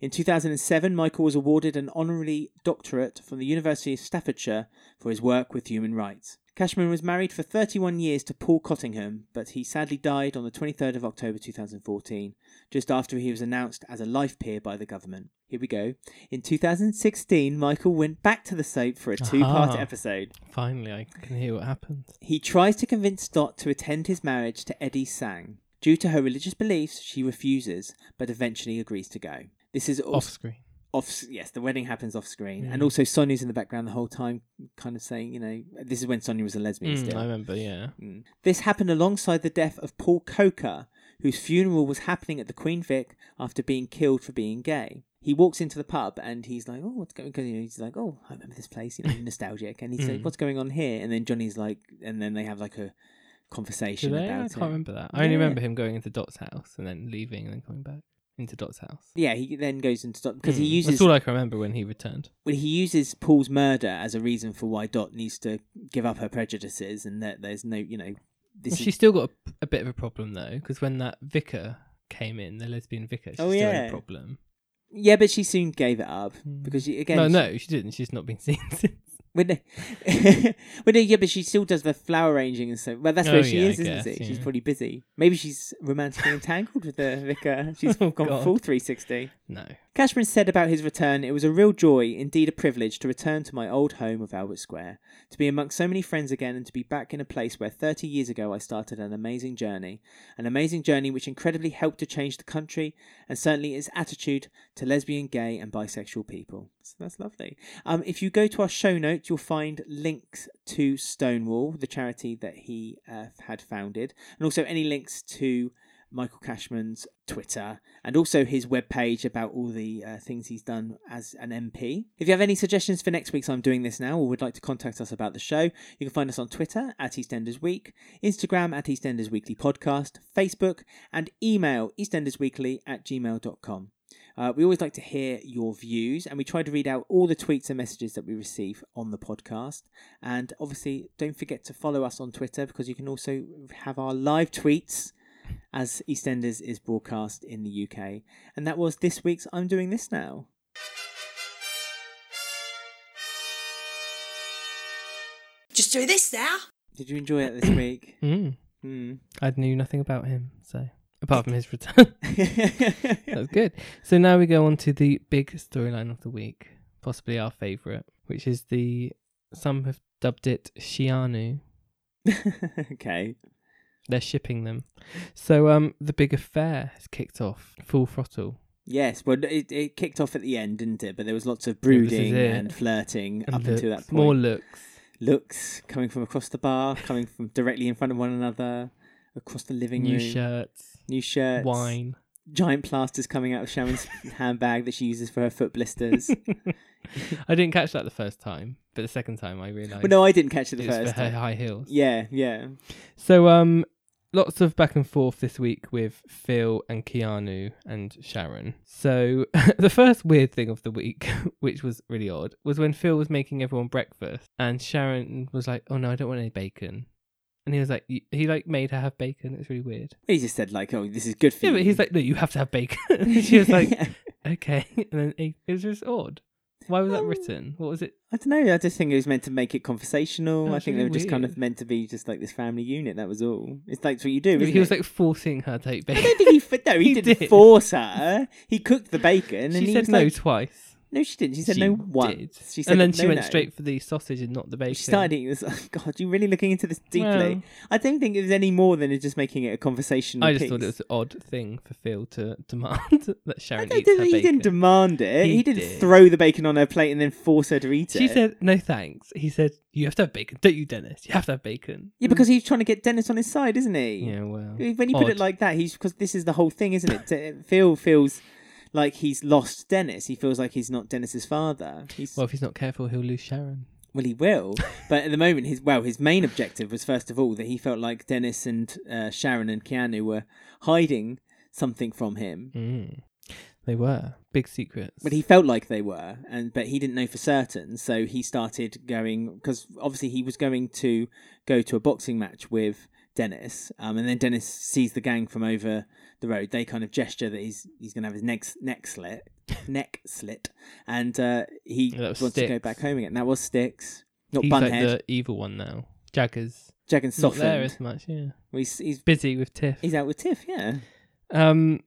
[SPEAKER 2] In 2007, Michael was awarded an honorary doctorate from the University of Staffordshire for his work with human rights. Cashman was married for 31 years to Paul Cottingham, but he sadly died on the 23rd of October 2014, just after he was announced as a life peer by the government. Here we go. In 2016, Michael went back to the soap for a two part
[SPEAKER 1] Aha.
[SPEAKER 2] episode.
[SPEAKER 1] Finally, I can hear what happens.
[SPEAKER 2] He tries to convince Dot to attend his marriage to Eddie Sang. Due to her religious beliefs, she refuses, but eventually agrees to go. This is
[SPEAKER 1] Off
[SPEAKER 2] also
[SPEAKER 1] screen.
[SPEAKER 2] off yes the wedding happens off screen and
[SPEAKER 1] Mm.
[SPEAKER 2] also sonya's in the background the whole time kind of saying you know this is when sonya was a lesbian
[SPEAKER 1] Mm,
[SPEAKER 2] still
[SPEAKER 1] I remember, yeah.
[SPEAKER 2] Mm. this happened alongside the death of paul coker whose funeral was happening at the queen vic after being killed for being gay he walks into the pub and he's like oh what's going on you know, he's like oh i remember this place you
[SPEAKER 1] [LAUGHS]
[SPEAKER 2] know nostalgic and he's like
[SPEAKER 1] Mm.
[SPEAKER 2] what's going on here and then johnny's like and then they have like a
[SPEAKER 1] Did
[SPEAKER 2] conversation
[SPEAKER 1] they? I
[SPEAKER 2] about
[SPEAKER 1] can't
[SPEAKER 2] it
[SPEAKER 1] remember that. I only
[SPEAKER 2] Yeah.
[SPEAKER 1] remember him going into Dot's house and then leaving and then coming back into Dot's house.
[SPEAKER 2] yeah he then goes into because he
[SPEAKER 1] Mm,
[SPEAKER 2] uses
[SPEAKER 1] That's all I can remember when he returned.
[SPEAKER 2] well, he uses Paul's murder as a reason for why Dot needs to give up her prejudices, and that there's no, you know, this
[SPEAKER 1] Well,
[SPEAKER 2] is
[SPEAKER 1] she's still got a, a bit of a problem though, because when that vicar came in, the lesbian vicar, she still
[SPEAKER 2] Oh,
[SPEAKER 1] had
[SPEAKER 2] yeah.
[SPEAKER 1] a problem.
[SPEAKER 2] yeah, but she soon gave it up
[SPEAKER 1] Mm.
[SPEAKER 2] because she, again,
[SPEAKER 1] no,
[SPEAKER 2] she-
[SPEAKER 1] no, she didn't. She's not been [LAUGHS] seen since.
[SPEAKER 2] Well, no, [LAUGHS] well, no, yeah, but she still does the flower arranging and stuff. Well, that's where
[SPEAKER 1] Oh,
[SPEAKER 2] she
[SPEAKER 1] yeah, I
[SPEAKER 2] is, isn't
[SPEAKER 1] guess,
[SPEAKER 2] it? She's
[SPEAKER 1] yeah.
[SPEAKER 2] probably busy. Maybe she's romantically entangled with
[SPEAKER 1] [LAUGHS]
[SPEAKER 2] the vicar. She's
[SPEAKER 1] Oh,
[SPEAKER 2] gone
[SPEAKER 1] God.
[SPEAKER 2] full 360.
[SPEAKER 1] No.
[SPEAKER 2] Cashman said about his return, it was a real joy, indeed a privilege, to return to my old home of Albert Square, to be amongst so many friends again, and to be back in a place where 30 years ago I started an amazing journey. An amazing journey which incredibly helped to change the country, and certainly its attitude to lesbian, gay, and bisexual people. So that's lovely. Um, if you go to our show notes, you'll find links to Stonewall, the charity that he uh, had founded, and also any links to Michael Cashman's Twitter and also his webpage about all the uh, things he's done as an MP. If you have any suggestions for next week's I'm Doing This Now or would like to contact us about the show, you can find us on Twitter at EastEnders Week, Instagram at EastEnders Weekly Podcast, Facebook, and email eastendersweekly at gmail.com. Uh, we always like to hear your views, and we try to read out all the tweets and messages that we receive on the podcast. And obviously, don't forget to follow us on Twitter because you can also have our live tweets as EastEnders is broadcast in the UK. And that was this week's I'm Doing This Now.
[SPEAKER 3] Just do this now.
[SPEAKER 2] Did you enjoy
[SPEAKER 1] [COUGHS]
[SPEAKER 2] it this week?
[SPEAKER 1] Mm.
[SPEAKER 2] Hmm. [LAUGHS]
[SPEAKER 1] I knew nothing about him, so apart from [LAUGHS] his return, that was good. So now we go on to the big storyline of the week, possibly our favourite, which is the some have dubbed it Shianu.
[SPEAKER 2] okay.
[SPEAKER 1] They're shipping them. So um, the big affair has kicked off full throttle.
[SPEAKER 2] Yes, well, it, it kicked off at the end, didn't it? But there was lots of
[SPEAKER 1] Yeah, this is
[SPEAKER 2] brooding
[SPEAKER 1] it.
[SPEAKER 2] and flirting
[SPEAKER 1] And
[SPEAKER 2] up until that
[SPEAKER 1] looks,
[SPEAKER 2] point.
[SPEAKER 1] more looks.
[SPEAKER 2] Looks coming from across the bar, coming from directly in front of one another, across the living
[SPEAKER 1] New
[SPEAKER 2] room.
[SPEAKER 1] shirts,
[SPEAKER 2] New shirts.
[SPEAKER 1] wine.
[SPEAKER 2] Giant plasters coming out
[SPEAKER 1] [LAUGHS]
[SPEAKER 2] of Sharon's handbag that she uses for her foot blisters.
[SPEAKER 1] I didn't catch that the first time, but the second time I realised
[SPEAKER 2] well, no, I didn't catch it the
[SPEAKER 1] it was
[SPEAKER 2] first
[SPEAKER 1] for her
[SPEAKER 2] time.
[SPEAKER 1] high heels.
[SPEAKER 2] Yeah, yeah.
[SPEAKER 1] So um, lots of back and forth this week with Phil and Keanu and Sharon. So [LAUGHS] the first weird thing of the week, [LAUGHS] which was really odd, was when Phil was making everyone breakfast and Sharon was like, "Oh no, I don't want any bacon," and he was like, y- "He like made her have bacon." It's really
[SPEAKER 2] [LAUGHS]
[SPEAKER 1] weird.
[SPEAKER 2] He just said like, "Oh, this is good for
[SPEAKER 1] Yeah,
[SPEAKER 2] you."
[SPEAKER 1] but he's like, "No, you have to have bacon." [LAUGHS] And she was
[SPEAKER 2] [LAUGHS]
[SPEAKER 1] like, "Okay," [LAUGHS] and then he, it was just odd. Why was that
[SPEAKER 2] Um,
[SPEAKER 1] written? What was it?
[SPEAKER 2] I don't know. I just think it was meant to make it conversational. I
[SPEAKER 1] That's
[SPEAKER 2] think they
[SPEAKER 1] really
[SPEAKER 2] were just kind of
[SPEAKER 1] weird.
[SPEAKER 2] meant to be just like this family unit. That was all. It's like it's what you do.
[SPEAKER 1] He
[SPEAKER 2] isn't
[SPEAKER 1] was
[SPEAKER 2] it?
[SPEAKER 1] like forcing her to eat
[SPEAKER 2] I
[SPEAKER 1] bacon.
[SPEAKER 2] [LAUGHS] don't think he. f- No,
[SPEAKER 1] [LAUGHS]
[SPEAKER 2] he,
[SPEAKER 1] He
[SPEAKER 2] didn't
[SPEAKER 1] did.
[SPEAKER 2] force her. He cooked the bacon, and
[SPEAKER 1] she
[SPEAKER 2] he
[SPEAKER 1] said
[SPEAKER 2] was
[SPEAKER 1] no
[SPEAKER 2] like,
[SPEAKER 1] twice.
[SPEAKER 2] "No, she didn't. She said no once.
[SPEAKER 1] did.
[SPEAKER 2] She said
[SPEAKER 1] and then she
[SPEAKER 2] no,
[SPEAKER 1] went
[SPEAKER 2] no.
[SPEAKER 1] straight for the sausage and not the bacon.
[SPEAKER 2] She started eating this. [LAUGHS] God, you're really looking into this deeply.
[SPEAKER 1] Well.
[SPEAKER 2] I don't think it was any more than just making it a conversational.
[SPEAKER 1] I just
[SPEAKER 2] piece.
[SPEAKER 1] thought it was an odd thing for Phil to demand [LAUGHS] that
[SPEAKER 2] I
[SPEAKER 1] Sharon
[SPEAKER 2] don't
[SPEAKER 1] eats her
[SPEAKER 2] think he
[SPEAKER 1] bacon.
[SPEAKER 2] didn't demand it. He,
[SPEAKER 1] He
[SPEAKER 2] didn't
[SPEAKER 1] did.
[SPEAKER 2] throw the bacon on her plate and then force her to eat
[SPEAKER 1] she
[SPEAKER 2] it.
[SPEAKER 1] said no thanks. He said you have to have bacon, don't you, Dennis? You have to have bacon.
[SPEAKER 2] "Yeah, because he's trying to get Dennis on his side, isn't Mm. he?"
[SPEAKER 1] "Mm." Yeah, well,
[SPEAKER 2] When you put it
[SPEAKER 1] odd.
[SPEAKER 2] like that, he's because this is the whole thing, isn't it? T- Phil feels like he's lost Dennis. He feels like he's not Dennis's father. He's,
[SPEAKER 1] well,
[SPEAKER 2] well,
[SPEAKER 1] if he's not careful, he'll lose Sharon.
[SPEAKER 2] he will, but at the moment, his well, his main objective was first of all that he felt like Dennis and uh, Sharon and Keanu were hiding something from him,
[SPEAKER 1] Mm. They were big secrets.
[SPEAKER 2] but he felt like they were, and but he didn't know for certain. So he started going because obviously he was going to go to a boxing match with Dennis, um, and then Dennis sees the gang from over the road. They kind of gesture that he's he's going to have his neck
[SPEAKER 1] [LAUGHS]
[SPEAKER 2] neck slit, neck slit, and uh, he
[SPEAKER 1] Yeah, that
[SPEAKER 2] wants
[SPEAKER 1] was
[SPEAKER 2] to go
[SPEAKER 1] Styx.
[SPEAKER 2] back home again. That was Sticks, not
[SPEAKER 1] he's like
[SPEAKER 2] Bunhead.
[SPEAKER 1] the evil one now. Jagger's
[SPEAKER 2] Jaggins
[SPEAKER 1] not there
[SPEAKER 2] softened.
[SPEAKER 1] as much. Yeah,
[SPEAKER 2] Well, he's, he's
[SPEAKER 1] busy with Tiff.
[SPEAKER 2] he's out with Tiff. Yeah.
[SPEAKER 1] Um,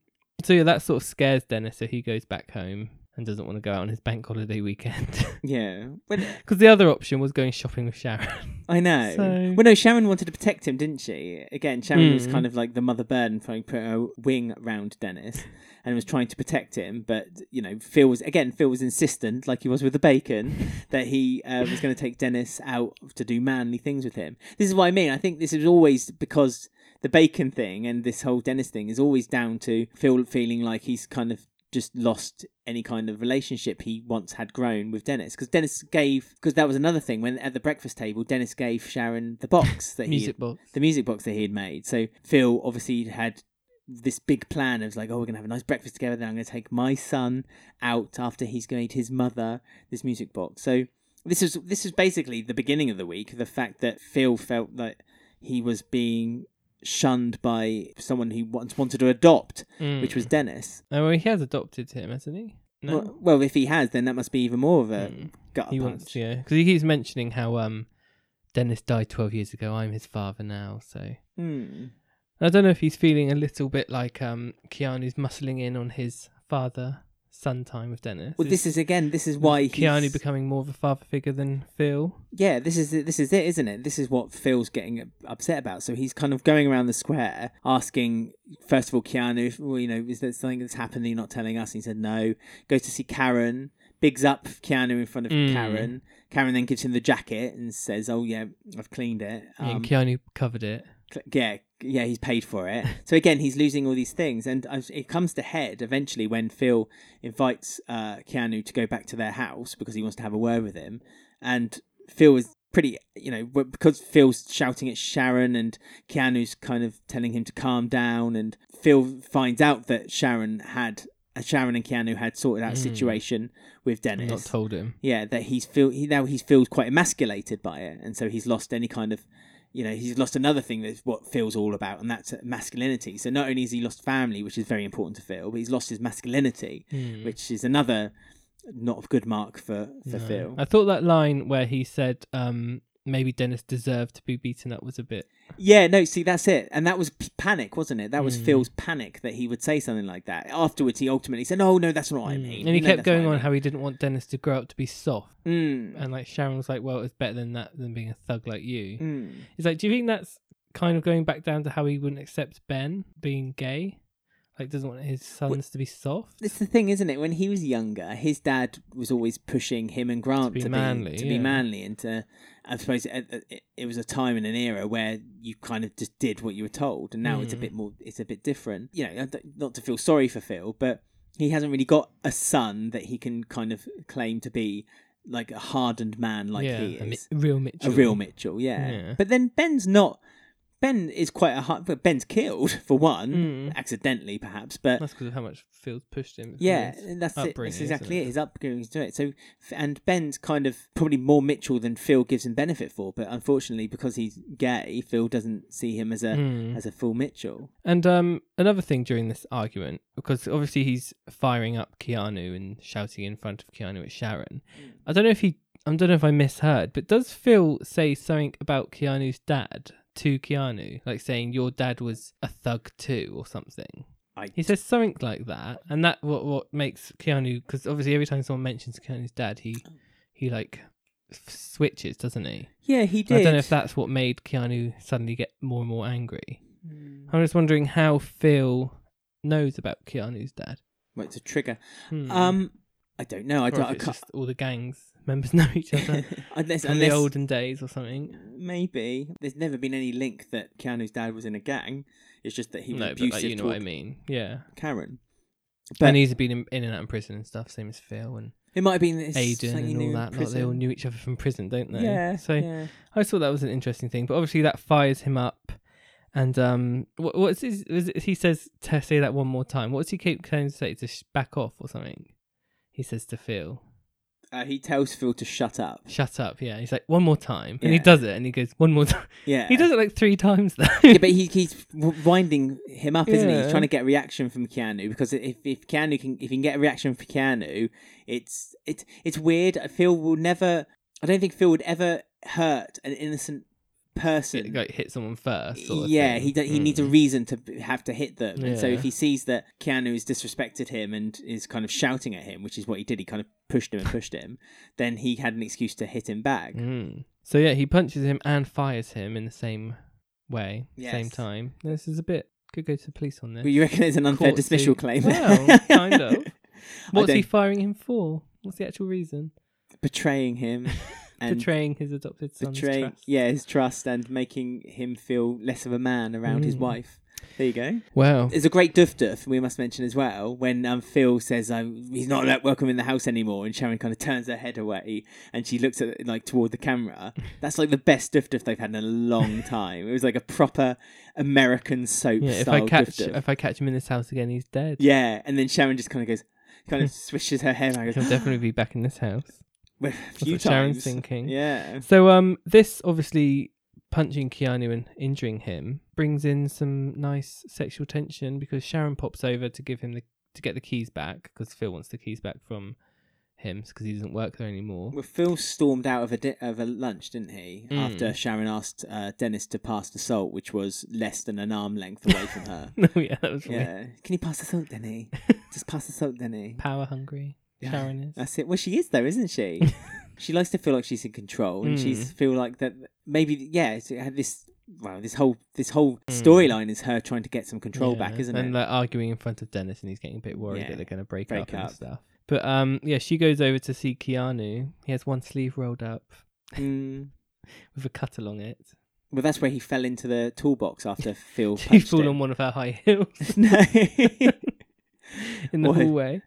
[SPEAKER 1] so yeah, that sort of scares Dennis, so he goes back home and doesn't want to go out on his bank holiday weekend. [LAUGHS]
[SPEAKER 2] Yeah. Well,
[SPEAKER 1] Because the other option was going shopping with Sharon.
[SPEAKER 2] I know.
[SPEAKER 1] So-
[SPEAKER 2] Well, no, Sharon wanted to protect him, didn't she? Again, Sharon was
[SPEAKER 1] Mm.
[SPEAKER 2] kind of like the mother bird and trying to put her wing round Dennis and was trying to protect him. But, you know, Phil was, again, Phil was insistent, like he was with the bacon, that he uh, was going to take Dennis out to do manly things with him. This is what I mean. I think this is always because the bacon thing and this whole Dennis thing is always down to Phil feeling like he's kind of just lost any kind of relationship he once had grown with Dennis because Dennis gave because that was another thing when at the breakfast table Dennis gave Sharon the box that he
[SPEAKER 1] Music box.
[SPEAKER 2] the music box that he had made so Phil obviously had this big plan of like oh we're gonna have a nice breakfast together then I'm gonna take my son out after he's made his mother this music box so this is this is basically the beginning of the week the fact that Phil felt that he was being shunned by someone he once wanted to adopt
[SPEAKER 1] Mm.
[SPEAKER 2] which was Dennis
[SPEAKER 1] Oh, well, he has adopted him, hasn't he? No.
[SPEAKER 2] well, uh, well, if he has, then that must be even more of a
[SPEAKER 1] Mm.
[SPEAKER 2] gut
[SPEAKER 1] he
[SPEAKER 2] punch.
[SPEAKER 1] wants to, yeah. Because he keeps mentioning how um, Dennis died 12 years ago. I'm his father now, so.
[SPEAKER 2] Hmm.
[SPEAKER 1] I don't know if he's feeling a little bit like um, Keanu's muscling in on his father son time with Dennis.
[SPEAKER 2] Well, this is again. This is why he's,
[SPEAKER 1] Keanu becoming more of a father figure than Phil.
[SPEAKER 2] Yeah, this is this is it, isn't it? This is what Phil's getting upset about. So he's kind of going around the square asking, first of all, Keanu, if- well, you know, is there something that's happened that you're not telling us? And he said no. Goes to see Karen, bigs up Keanu in front of
[SPEAKER 1] Mm.
[SPEAKER 2] Karen. Karen then gives him the jacket and says, "Oh yeah, I've cleaned it." Um,
[SPEAKER 1] and Keanu covered it.
[SPEAKER 2] Cl- yeah yeah he's paid
[SPEAKER 1] [LAUGHS]
[SPEAKER 2] for it so again he's losing all these things and I- it comes to head eventually when phil invites uh keanu to go back to their house because he wants to have a word with him and phil is pretty you know w- because phil's shouting at sharon and keanu's kind of telling him to calm down and phil finds out that sharon had uh, sharon and keanu had sorted out a
[SPEAKER 1] Mm.
[SPEAKER 2] situation with
[SPEAKER 1] I'm
[SPEAKER 2] dennis
[SPEAKER 1] not told him.
[SPEAKER 2] yeah that he's feel he now he's feels quite emasculated by it and so he's lost any kind of you know he's lost another thing that's what Phil's all about and that's masculinity so not only has he lost family which is very important to Phil but he's lost his masculinity
[SPEAKER 1] Hmm.
[SPEAKER 2] which is another not a good mark for for
[SPEAKER 1] No.
[SPEAKER 2] Phil
[SPEAKER 1] I thought that line where he said um, maybe Dennis deserved to be beaten up was a bit.
[SPEAKER 2] yeah no see that's it and that was p- panic wasn't it that was
[SPEAKER 1] Mm.
[SPEAKER 2] Phil's panic that he would say something like that afterwards he ultimately said "Oh, no no that's not what I
[SPEAKER 1] Mm.
[SPEAKER 2] mean
[SPEAKER 1] And he
[SPEAKER 2] No,
[SPEAKER 1] kept
[SPEAKER 2] that's not
[SPEAKER 1] going
[SPEAKER 2] what
[SPEAKER 1] on
[SPEAKER 2] I
[SPEAKER 1] how he didn't want Dennis to grow up to be soft.
[SPEAKER 2] mean." Hmm.
[SPEAKER 1] And like Sharon was like, well, it's better than that than being a thug like you.
[SPEAKER 2] mm, mm.
[SPEAKER 1] He's like, do you think that's kind of going back down to how he wouldn't accept Ben being gay? Like, doesn't want his sons to be soft?
[SPEAKER 2] It's the thing, isn't it? When he was younger, his dad was always pushing him and Grant to
[SPEAKER 1] be
[SPEAKER 2] be,
[SPEAKER 1] manly,
[SPEAKER 2] to
[SPEAKER 1] yeah.
[SPEAKER 2] be manly, and to, I suppose it, it, it was a time and an era where you kind of just did what you were told, and now it's a
[SPEAKER 1] Mm.
[SPEAKER 2] bit more, it's a bit different. You know, I don't- not to feel sorry for Phil, but he hasn't really got a son that he can kind of claim to be like a hardened man like
[SPEAKER 1] yeah,
[SPEAKER 2] he
[SPEAKER 1] a mi-
[SPEAKER 2] is,
[SPEAKER 1] real Mitchell.
[SPEAKER 2] a real Mitchell, yeah.
[SPEAKER 1] Yeah.
[SPEAKER 2] But then Ben's not. Ben is quite a hard, but Ben's killed [LAUGHS] for one,
[SPEAKER 1] Mm.
[SPEAKER 2] accidentally perhaps, but
[SPEAKER 1] That's because of how much Phil pushed him. from
[SPEAKER 2] yeah,
[SPEAKER 1] his
[SPEAKER 2] and that's it.
[SPEAKER 1] upbringing,
[SPEAKER 2] That's
[SPEAKER 1] isn't
[SPEAKER 2] exactly
[SPEAKER 1] it?
[SPEAKER 2] it. His upbringing to it. So, f- and Ben's kind of probably more Mitchell than Phil gives him benefit for, but unfortunately, because he's gay, Phil doesn't see him as a
[SPEAKER 1] Mm.
[SPEAKER 2] as a full Mitchell.
[SPEAKER 1] And um, another thing during this argument, because obviously he's firing up Keanu and shouting in front of Keanu at Sharon. I don't know if he, I don't know if I misheard, but does Phil say something about Keanu's dad to Keanu, like saying your dad was a thug too or something?
[SPEAKER 2] I
[SPEAKER 1] He says something like that, and that what what makes Keanu because obviously every time someone mentions Keanu's dad, he he like f- switches, doesn't he?
[SPEAKER 2] yeah, he
[SPEAKER 1] And
[SPEAKER 2] did.
[SPEAKER 1] I don't know if that's what made Keanu suddenly get more and more angry.
[SPEAKER 2] Hmm.
[SPEAKER 1] I'm just wondering how Phil knows about Keanu's dad.
[SPEAKER 2] Well, it's a trigger.
[SPEAKER 1] Hmm.
[SPEAKER 2] Um, I don't know. I
[SPEAKER 1] Or
[SPEAKER 2] don't.
[SPEAKER 1] if
[SPEAKER 2] I
[SPEAKER 1] it's
[SPEAKER 2] can't.
[SPEAKER 1] just all the gangs members [LAUGHS] know each
[SPEAKER 2] [LAUGHS]
[SPEAKER 1] other
[SPEAKER 2] unless,
[SPEAKER 1] from the
[SPEAKER 2] unless
[SPEAKER 1] olden days or something.
[SPEAKER 2] maybe there's never been any link that Keanu's dad was in a gang. It's just that he was
[SPEAKER 1] No, but
[SPEAKER 2] abusive
[SPEAKER 1] like, you know
[SPEAKER 2] toward
[SPEAKER 1] what I mean. Yeah.
[SPEAKER 2] Karen.
[SPEAKER 1] and
[SPEAKER 2] But
[SPEAKER 1] he's been in, in and out of prison and stuff, same as Phil and
[SPEAKER 2] it might have been this
[SPEAKER 1] Aiden
[SPEAKER 2] something he
[SPEAKER 1] and
[SPEAKER 2] knew
[SPEAKER 1] all
[SPEAKER 2] in
[SPEAKER 1] that. Like they all
[SPEAKER 2] prison.
[SPEAKER 1] knew each other from prison, don't they?
[SPEAKER 2] Yeah.
[SPEAKER 1] So
[SPEAKER 2] yeah.
[SPEAKER 1] I just thought that was an interesting thing, but obviously that fires him up. And um, what, what's his? Is it, he says to say that one more time. What's he keep trying to say? To sh- back off or something? He says to Phil,
[SPEAKER 2] Uh, he tells Phil to shut up.
[SPEAKER 1] "Shut up!" Yeah, he's like one more time, and he
[SPEAKER 2] Yeah.
[SPEAKER 1] does it, and he goes one more time.
[SPEAKER 2] Yeah.
[SPEAKER 1] He does it like three times though.
[SPEAKER 2] yeah,
[SPEAKER 1] [LAUGHS]
[SPEAKER 2] but he, he's w- winding him up, isn't he?
[SPEAKER 1] Yeah.
[SPEAKER 2] He's trying to get a reaction from Keanu because if, if Keanu can if you can get a reaction from Keanu, it's it's it's weird. Phil will never. I don't think Phil would ever hurt an innocent person.
[SPEAKER 1] like hit someone first. sort of
[SPEAKER 2] yeah,
[SPEAKER 1] thing.
[SPEAKER 2] he do- he
[SPEAKER 1] Mm.
[SPEAKER 2] needs a reason to b- have to hit them. And so
[SPEAKER 1] Yeah.
[SPEAKER 2] if he sees that Keanu has disrespected him and is kind of shouting at him, which is what he did, he kind of pushed him and pushed him. Then he had an excuse to hit him back.
[SPEAKER 1] Mm. So yeah, he punches him and fires him in the same way, same
[SPEAKER 2] Yes.
[SPEAKER 1] time. This is a bit could go to the police on this.
[SPEAKER 2] But you reckon it's an unfair
[SPEAKER 1] Court
[SPEAKER 2] dismissal
[SPEAKER 1] suit.
[SPEAKER 2] claim?
[SPEAKER 1] Well, kind [LAUGHS]
[SPEAKER 2] [LAUGHS]
[SPEAKER 1] of. What's he
[SPEAKER 2] don't-
[SPEAKER 1] firing him for? What's the actual reason? [LAUGHS]
[SPEAKER 2] Betraying him. And
[SPEAKER 1] Betraying his adopted son's
[SPEAKER 2] betraying,
[SPEAKER 1] trust.
[SPEAKER 2] yeah, his trust and making him feel less of a man around his
[SPEAKER 1] Mm.
[SPEAKER 2] wife. There you go.
[SPEAKER 1] Well,
[SPEAKER 2] There's a great duff duff we must mention as well when um, Phil says um, he's not like, welcome in the house anymore, and Sharon kind of turns her head away and she looks at like toward
[SPEAKER 1] [LAUGHS]
[SPEAKER 2] the camera. That's like the best duff duff they've had in a long time. It was like a proper American soap
[SPEAKER 1] yeah, if
[SPEAKER 2] style
[SPEAKER 1] I catch
[SPEAKER 2] duff duff.
[SPEAKER 1] if I catch him in this house again, he's dead.
[SPEAKER 2] Yeah, and then Sharon just kind of goes,
[SPEAKER 1] [LAUGHS]
[SPEAKER 2] kind of swishes her hair and
[SPEAKER 1] He'll
[SPEAKER 2] goes,
[SPEAKER 1] definitely be back in this
[SPEAKER 2] [LAUGHS]
[SPEAKER 1] house.
[SPEAKER 2] a few
[SPEAKER 1] what Sharon's
[SPEAKER 2] times.
[SPEAKER 1] thinking.
[SPEAKER 2] Yeah,
[SPEAKER 1] So um, this obviously punching Keanu and injuring him brings in some nice sexual tension because Sharon pops over to give him the to get the keys back because Phil wants the keys back from him because he doesn't work there anymore.
[SPEAKER 2] well, Phil stormed out of a di- of a lunch, didn't he?
[SPEAKER 1] Mm.
[SPEAKER 2] After Sharon asked uh, Dennis to pass the salt, which was less than an arm length away
[SPEAKER 1] [LAUGHS]
[SPEAKER 2] from her.
[SPEAKER 1] No, [LAUGHS] yeah, that was really
[SPEAKER 2] Yeah. Can you pass the
[SPEAKER 1] [LAUGHS]
[SPEAKER 2] salt, Denny? Just pass the salt, Denny.
[SPEAKER 1] power hungry.
[SPEAKER 2] Yeah.
[SPEAKER 1] Sharon is.
[SPEAKER 2] That's it. Well, she is though, isn't
[SPEAKER 1] [LAUGHS]
[SPEAKER 2] she? she likes to feel like she's in control, and
[SPEAKER 1] Hmm.
[SPEAKER 2] she's feel like that. Maybe yeah. it's- it had this. Well, this whole this whole storyline is her trying to get some control
[SPEAKER 1] Hmm. Yeah,
[SPEAKER 2] back, isn't
[SPEAKER 1] and uh,
[SPEAKER 2] it?
[SPEAKER 1] like arguing in front of Dennis, and he's getting a bit worried
[SPEAKER 2] Yeah,
[SPEAKER 1] that they're going to break,
[SPEAKER 2] break
[SPEAKER 1] up, and
[SPEAKER 2] up.
[SPEAKER 1] stuff. But um, yeah, she goes over to see Keanu. He has one sleeve rolled up
[SPEAKER 2] Mm.
[SPEAKER 1] with a cut along it.
[SPEAKER 2] Well, that's where he fell into the
[SPEAKER 1] [LAUGHS]
[SPEAKER 2] toolbox after Phil.
[SPEAKER 1] She
[SPEAKER 2] punched
[SPEAKER 1] fall on
[SPEAKER 2] him.
[SPEAKER 1] one of her high heels.
[SPEAKER 2] [LAUGHS]
[SPEAKER 1] [LAUGHS]
[SPEAKER 2] no.
[SPEAKER 1] in the
[SPEAKER 2] Why?
[SPEAKER 1] hallway.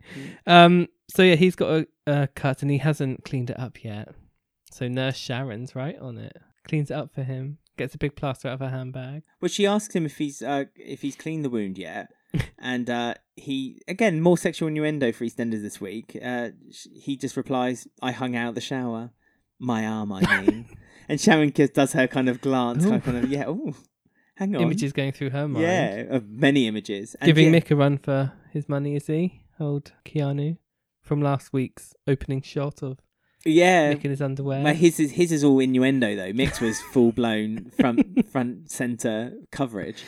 [SPEAKER 2] Mm.
[SPEAKER 1] Um, so yeah, he's got a, a cut and he hasn't cleaned it up yet. So Nurse Sharon's right on it, cleans it up for him, gets a big plaster out of her handbag.
[SPEAKER 2] Well, she asks him if he's uh, if he's cleaned the wound yet,
[SPEAKER 1] [LAUGHS]
[SPEAKER 2] and uh, he again more sexual innuendo for EastEnders this week. Uh, sh- he just replies, "I hung out the shower, my arm,
[SPEAKER 1] [LAUGHS]
[SPEAKER 2] I mean." and Sharon gives, does her kind of glance, kind
[SPEAKER 1] Ooh.
[SPEAKER 2] of, kind of yeah, oh, hang on,
[SPEAKER 1] Images going through her mind.
[SPEAKER 2] yeah, of many images, and
[SPEAKER 1] Giving
[SPEAKER 2] yeah,
[SPEAKER 1] Mick a run for his money, is he? Old Keanu from last week's opening shot of
[SPEAKER 2] yeah.
[SPEAKER 1] Mick in his underwear.
[SPEAKER 2] Well, his is his is all innuendo though.
[SPEAKER 1] [LAUGHS]
[SPEAKER 2] Mick's was full blown front front center coverage.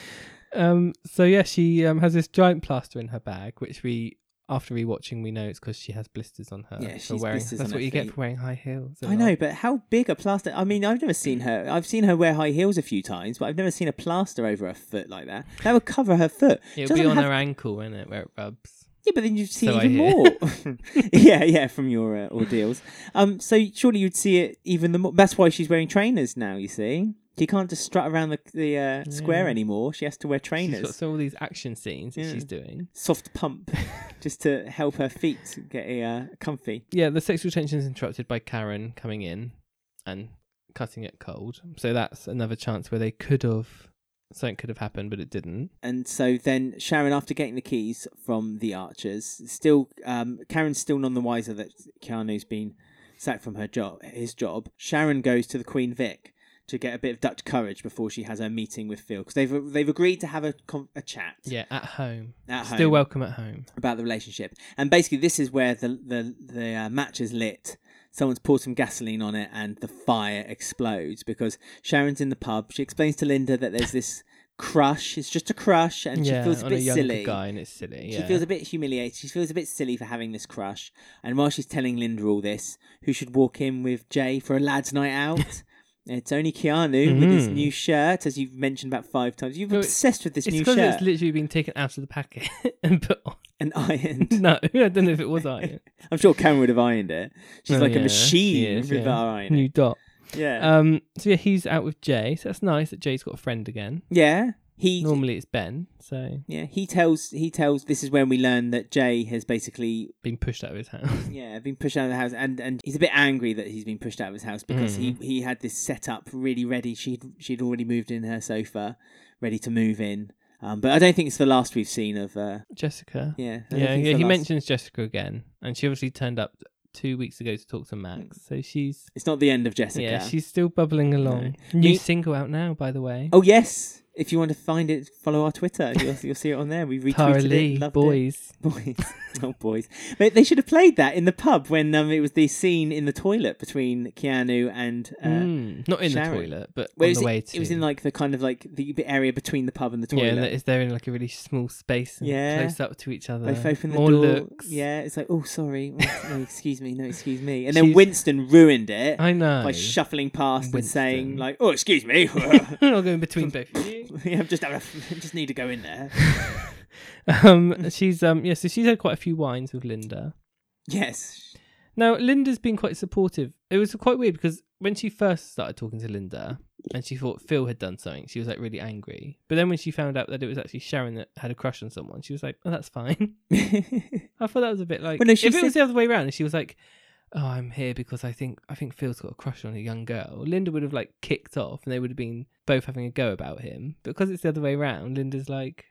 [SPEAKER 1] Um, so yeah, she um, has this giant plaster in her bag, which we, after rewatching, we know it's because she has blisters on her.
[SPEAKER 2] Yeah,
[SPEAKER 1] for
[SPEAKER 2] she's
[SPEAKER 1] wearing.
[SPEAKER 2] blisters
[SPEAKER 1] That's
[SPEAKER 2] on
[SPEAKER 1] what
[SPEAKER 2] her
[SPEAKER 1] you get
[SPEAKER 2] feet.
[SPEAKER 1] for wearing high heels. a
[SPEAKER 2] I
[SPEAKER 1] lot.
[SPEAKER 2] know, but how big a plaster? I mean, I've never seen her. I've seen her wear high heels a few times, but I've never seen a plaster over her foot like that. That would cover her foot.
[SPEAKER 1] It'll
[SPEAKER 2] Doesn't
[SPEAKER 1] be on
[SPEAKER 2] have-
[SPEAKER 1] her ankle, won't it, where it rubs.
[SPEAKER 2] Yeah, but then you'd see
[SPEAKER 1] So I
[SPEAKER 2] even
[SPEAKER 1] hear.
[SPEAKER 2] more.
[SPEAKER 1] [LAUGHS]
[SPEAKER 2] [LAUGHS] yeah, yeah, from your uh, ordeals. Um, so surely you'd see it even the more. That's why she's wearing trainers now. You see, she can't just strut around the the uh, square anymore. She has to wear
[SPEAKER 1] She's
[SPEAKER 2] trainers.
[SPEAKER 1] got so all these action scenes that
[SPEAKER 2] Yeah.
[SPEAKER 1] she's doing. [LAUGHS]
[SPEAKER 2] Soft pump, just to help her feet get uh, comfy.
[SPEAKER 1] Yeah, the sexual tension is interrupted by Karen coming in and cutting it cold. So that's another chance where they could have something could have happened, but it didn't.
[SPEAKER 2] And so then Sharon, after getting the keys from the Archers, still um, Karen's still none the wiser that Keanu's been sacked from her job. His job. Sharon goes to the Queen Vic to get a bit of Dutch courage before she has her meeting with Phil because they've they've agreed to have a con- a chat
[SPEAKER 1] Yeah, at home.
[SPEAKER 2] At
[SPEAKER 1] Still
[SPEAKER 2] home.
[SPEAKER 1] welcome at home.
[SPEAKER 2] about the relationship. And basically, this is where the the the uh, match is lit. Someone's poured some gasoline on it, and the fire explodes because Sharon's in the pub. She explains to Linda that there's this crush. It's just a crush, and
[SPEAKER 1] yeah,
[SPEAKER 2] she feels a
[SPEAKER 1] on
[SPEAKER 2] bit
[SPEAKER 1] a younger
[SPEAKER 2] silly.
[SPEAKER 1] guy, and it's silly. Yeah.
[SPEAKER 2] She feels a bit humiliated. She feels a bit silly for having this crush. And while she's telling Linda all this, who should walk in with Jay for a lads'
[SPEAKER 1] [LAUGHS]
[SPEAKER 2] night out? it's only Keanu with his
[SPEAKER 1] Mm.
[SPEAKER 2] new shirt, as you've mentioned about five times. You're
[SPEAKER 1] No, it-
[SPEAKER 2] obsessed with this
[SPEAKER 1] it's
[SPEAKER 2] new
[SPEAKER 1] because
[SPEAKER 2] shirt.
[SPEAKER 1] it's literally been taken out of the packet [LAUGHS] and put on.
[SPEAKER 2] and ironed. [LAUGHS]
[SPEAKER 1] No, [LAUGHS] I don't know if it was iron.
[SPEAKER 2] I'm sure Karen would have ironed it. She's
[SPEAKER 1] Oh,
[SPEAKER 2] like
[SPEAKER 1] yeah,
[SPEAKER 2] a
[SPEAKER 1] she
[SPEAKER 2] machine
[SPEAKER 1] is,
[SPEAKER 2] with
[SPEAKER 1] yeah.
[SPEAKER 2] her ironing.
[SPEAKER 1] New dot.
[SPEAKER 2] yeah.
[SPEAKER 1] Um. So yeah, he's out with Jay. So that's nice that Jay's got a friend again.
[SPEAKER 2] yeah. He
[SPEAKER 1] Normally it's Ben. So
[SPEAKER 2] yeah, he tells he tells this is when we learn that Jay has basically
[SPEAKER 1] being pushed out of his house. [LAUGHS]
[SPEAKER 2] Yeah, been pushed out of the house, and and he's a bit angry that he's been pushed out of his house because
[SPEAKER 1] Mm.
[SPEAKER 2] he he had this set up really ready. She'd she'd already moved in her sofa, ready to move in. Um, but I don't think it's the last we've seen of. Uh,
[SPEAKER 1] Jessica.
[SPEAKER 2] yeah, I don't
[SPEAKER 1] Yeah,
[SPEAKER 2] think it's
[SPEAKER 1] yeah.
[SPEAKER 2] the
[SPEAKER 1] He
[SPEAKER 2] last-
[SPEAKER 1] mentions Jessica again, and she obviously turned up two weeks ago to talk to
[SPEAKER 2] Hmm.
[SPEAKER 1] Max. So she's
[SPEAKER 2] it's not the end of Jessica.
[SPEAKER 1] yeah, she's still bubbling along. New
[SPEAKER 2] You-
[SPEAKER 1] single out now, by the way.
[SPEAKER 2] Oh yes, If you want to find it, follow our Twitter. You'll, [LAUGHS] you'll see it on there. We retweeted
[SPEAKER 1] Tara
[SPEAKER 2] it.
[SPEAKER 1] Lee,
[SPEAKER 2] loved it.
[SPEAKER 1] boys.
[SPEAKER 2] [LAUGHS] boys, oh boys. They, they should have played that in the pub when um, it was the scene in the toilet between Keanu and. Uh,
[SPEAKER 1] Mm, Not in
[SPEAKER 2] Sharon.
[SPEAKER 1] the toilet, but
[SPEAKER 2] Where
[SPEAKER 1] on
[SPEAKER 2] was
[SPEAKER 1] the
[SPEAKER 2] it,
[SPEAKER 1] way to.
[SPEAKER 2] it was in like the kind of like the bit area between the pub and the
[SPEAKER 1] yeah, and
[SPEAKER 2] toilet.
[SPEAKER 1] that is they're in like a really small space and
[SPEAKER 2] Yeah.
[SPEAKER 1] close up to each other.
[SPEAKER 2] Both open the
[SPEAKER 1] More
[SPEAKER 2] door.
[SPEAKER 1] looks.
[SPEAKER 2] Yeah, it's like, oh,
[SPEAKER 1] [LAUGHS]
[SPEAKER 2] sorry. Oh, no, excuse me. No, excuse me. And then
[SPEAKER 1] She's-
[SPEAKER 2] Winston ruined it
[SPEAKER 1] I know.
[SPEAKER 2] by shuffling past and saying,
[SPEAKER 1] Winston.
[SPEAKER 2] like, oh, excuse me.
[SPEAKER 1] [LAUGHS]
[SPEAKER 2] [LAUGHS]
[SPEAKER 1] I'll go in between both of you.
[SPEAKER 2] Yeah, I'm [LAUGHS] just, I just need to go in there.
[SPEAKER 1] Um, she's um, yeah, so she's had quite a few wines with Linda.
[SPEAKER 2] Yes.
[SPEAKER 1] Now Linda's been quite supportive. It was quite weird because when she first started talking to Linda and she thought Phil had done something, she was like really angry. But then when she found out that it was actually Sharon that had a crush on someone, she was like, "Oh, that's
[SPEAKER 2] [LAUGHS]
[SPEAKER 1] fine." I thought that was a bit like
[SPEAKER 2] Well, no, she
[SPEAKER 1] if it
[SPEAKER 2] said-
[SPEAKER 1] was the other way around, and she was like, "Oh, I'm here because I think I think Phil's got a crush on a young girl." Linda would have like kicked off, and they would have been both having a go about him. But because it's the other way around, Linda's like,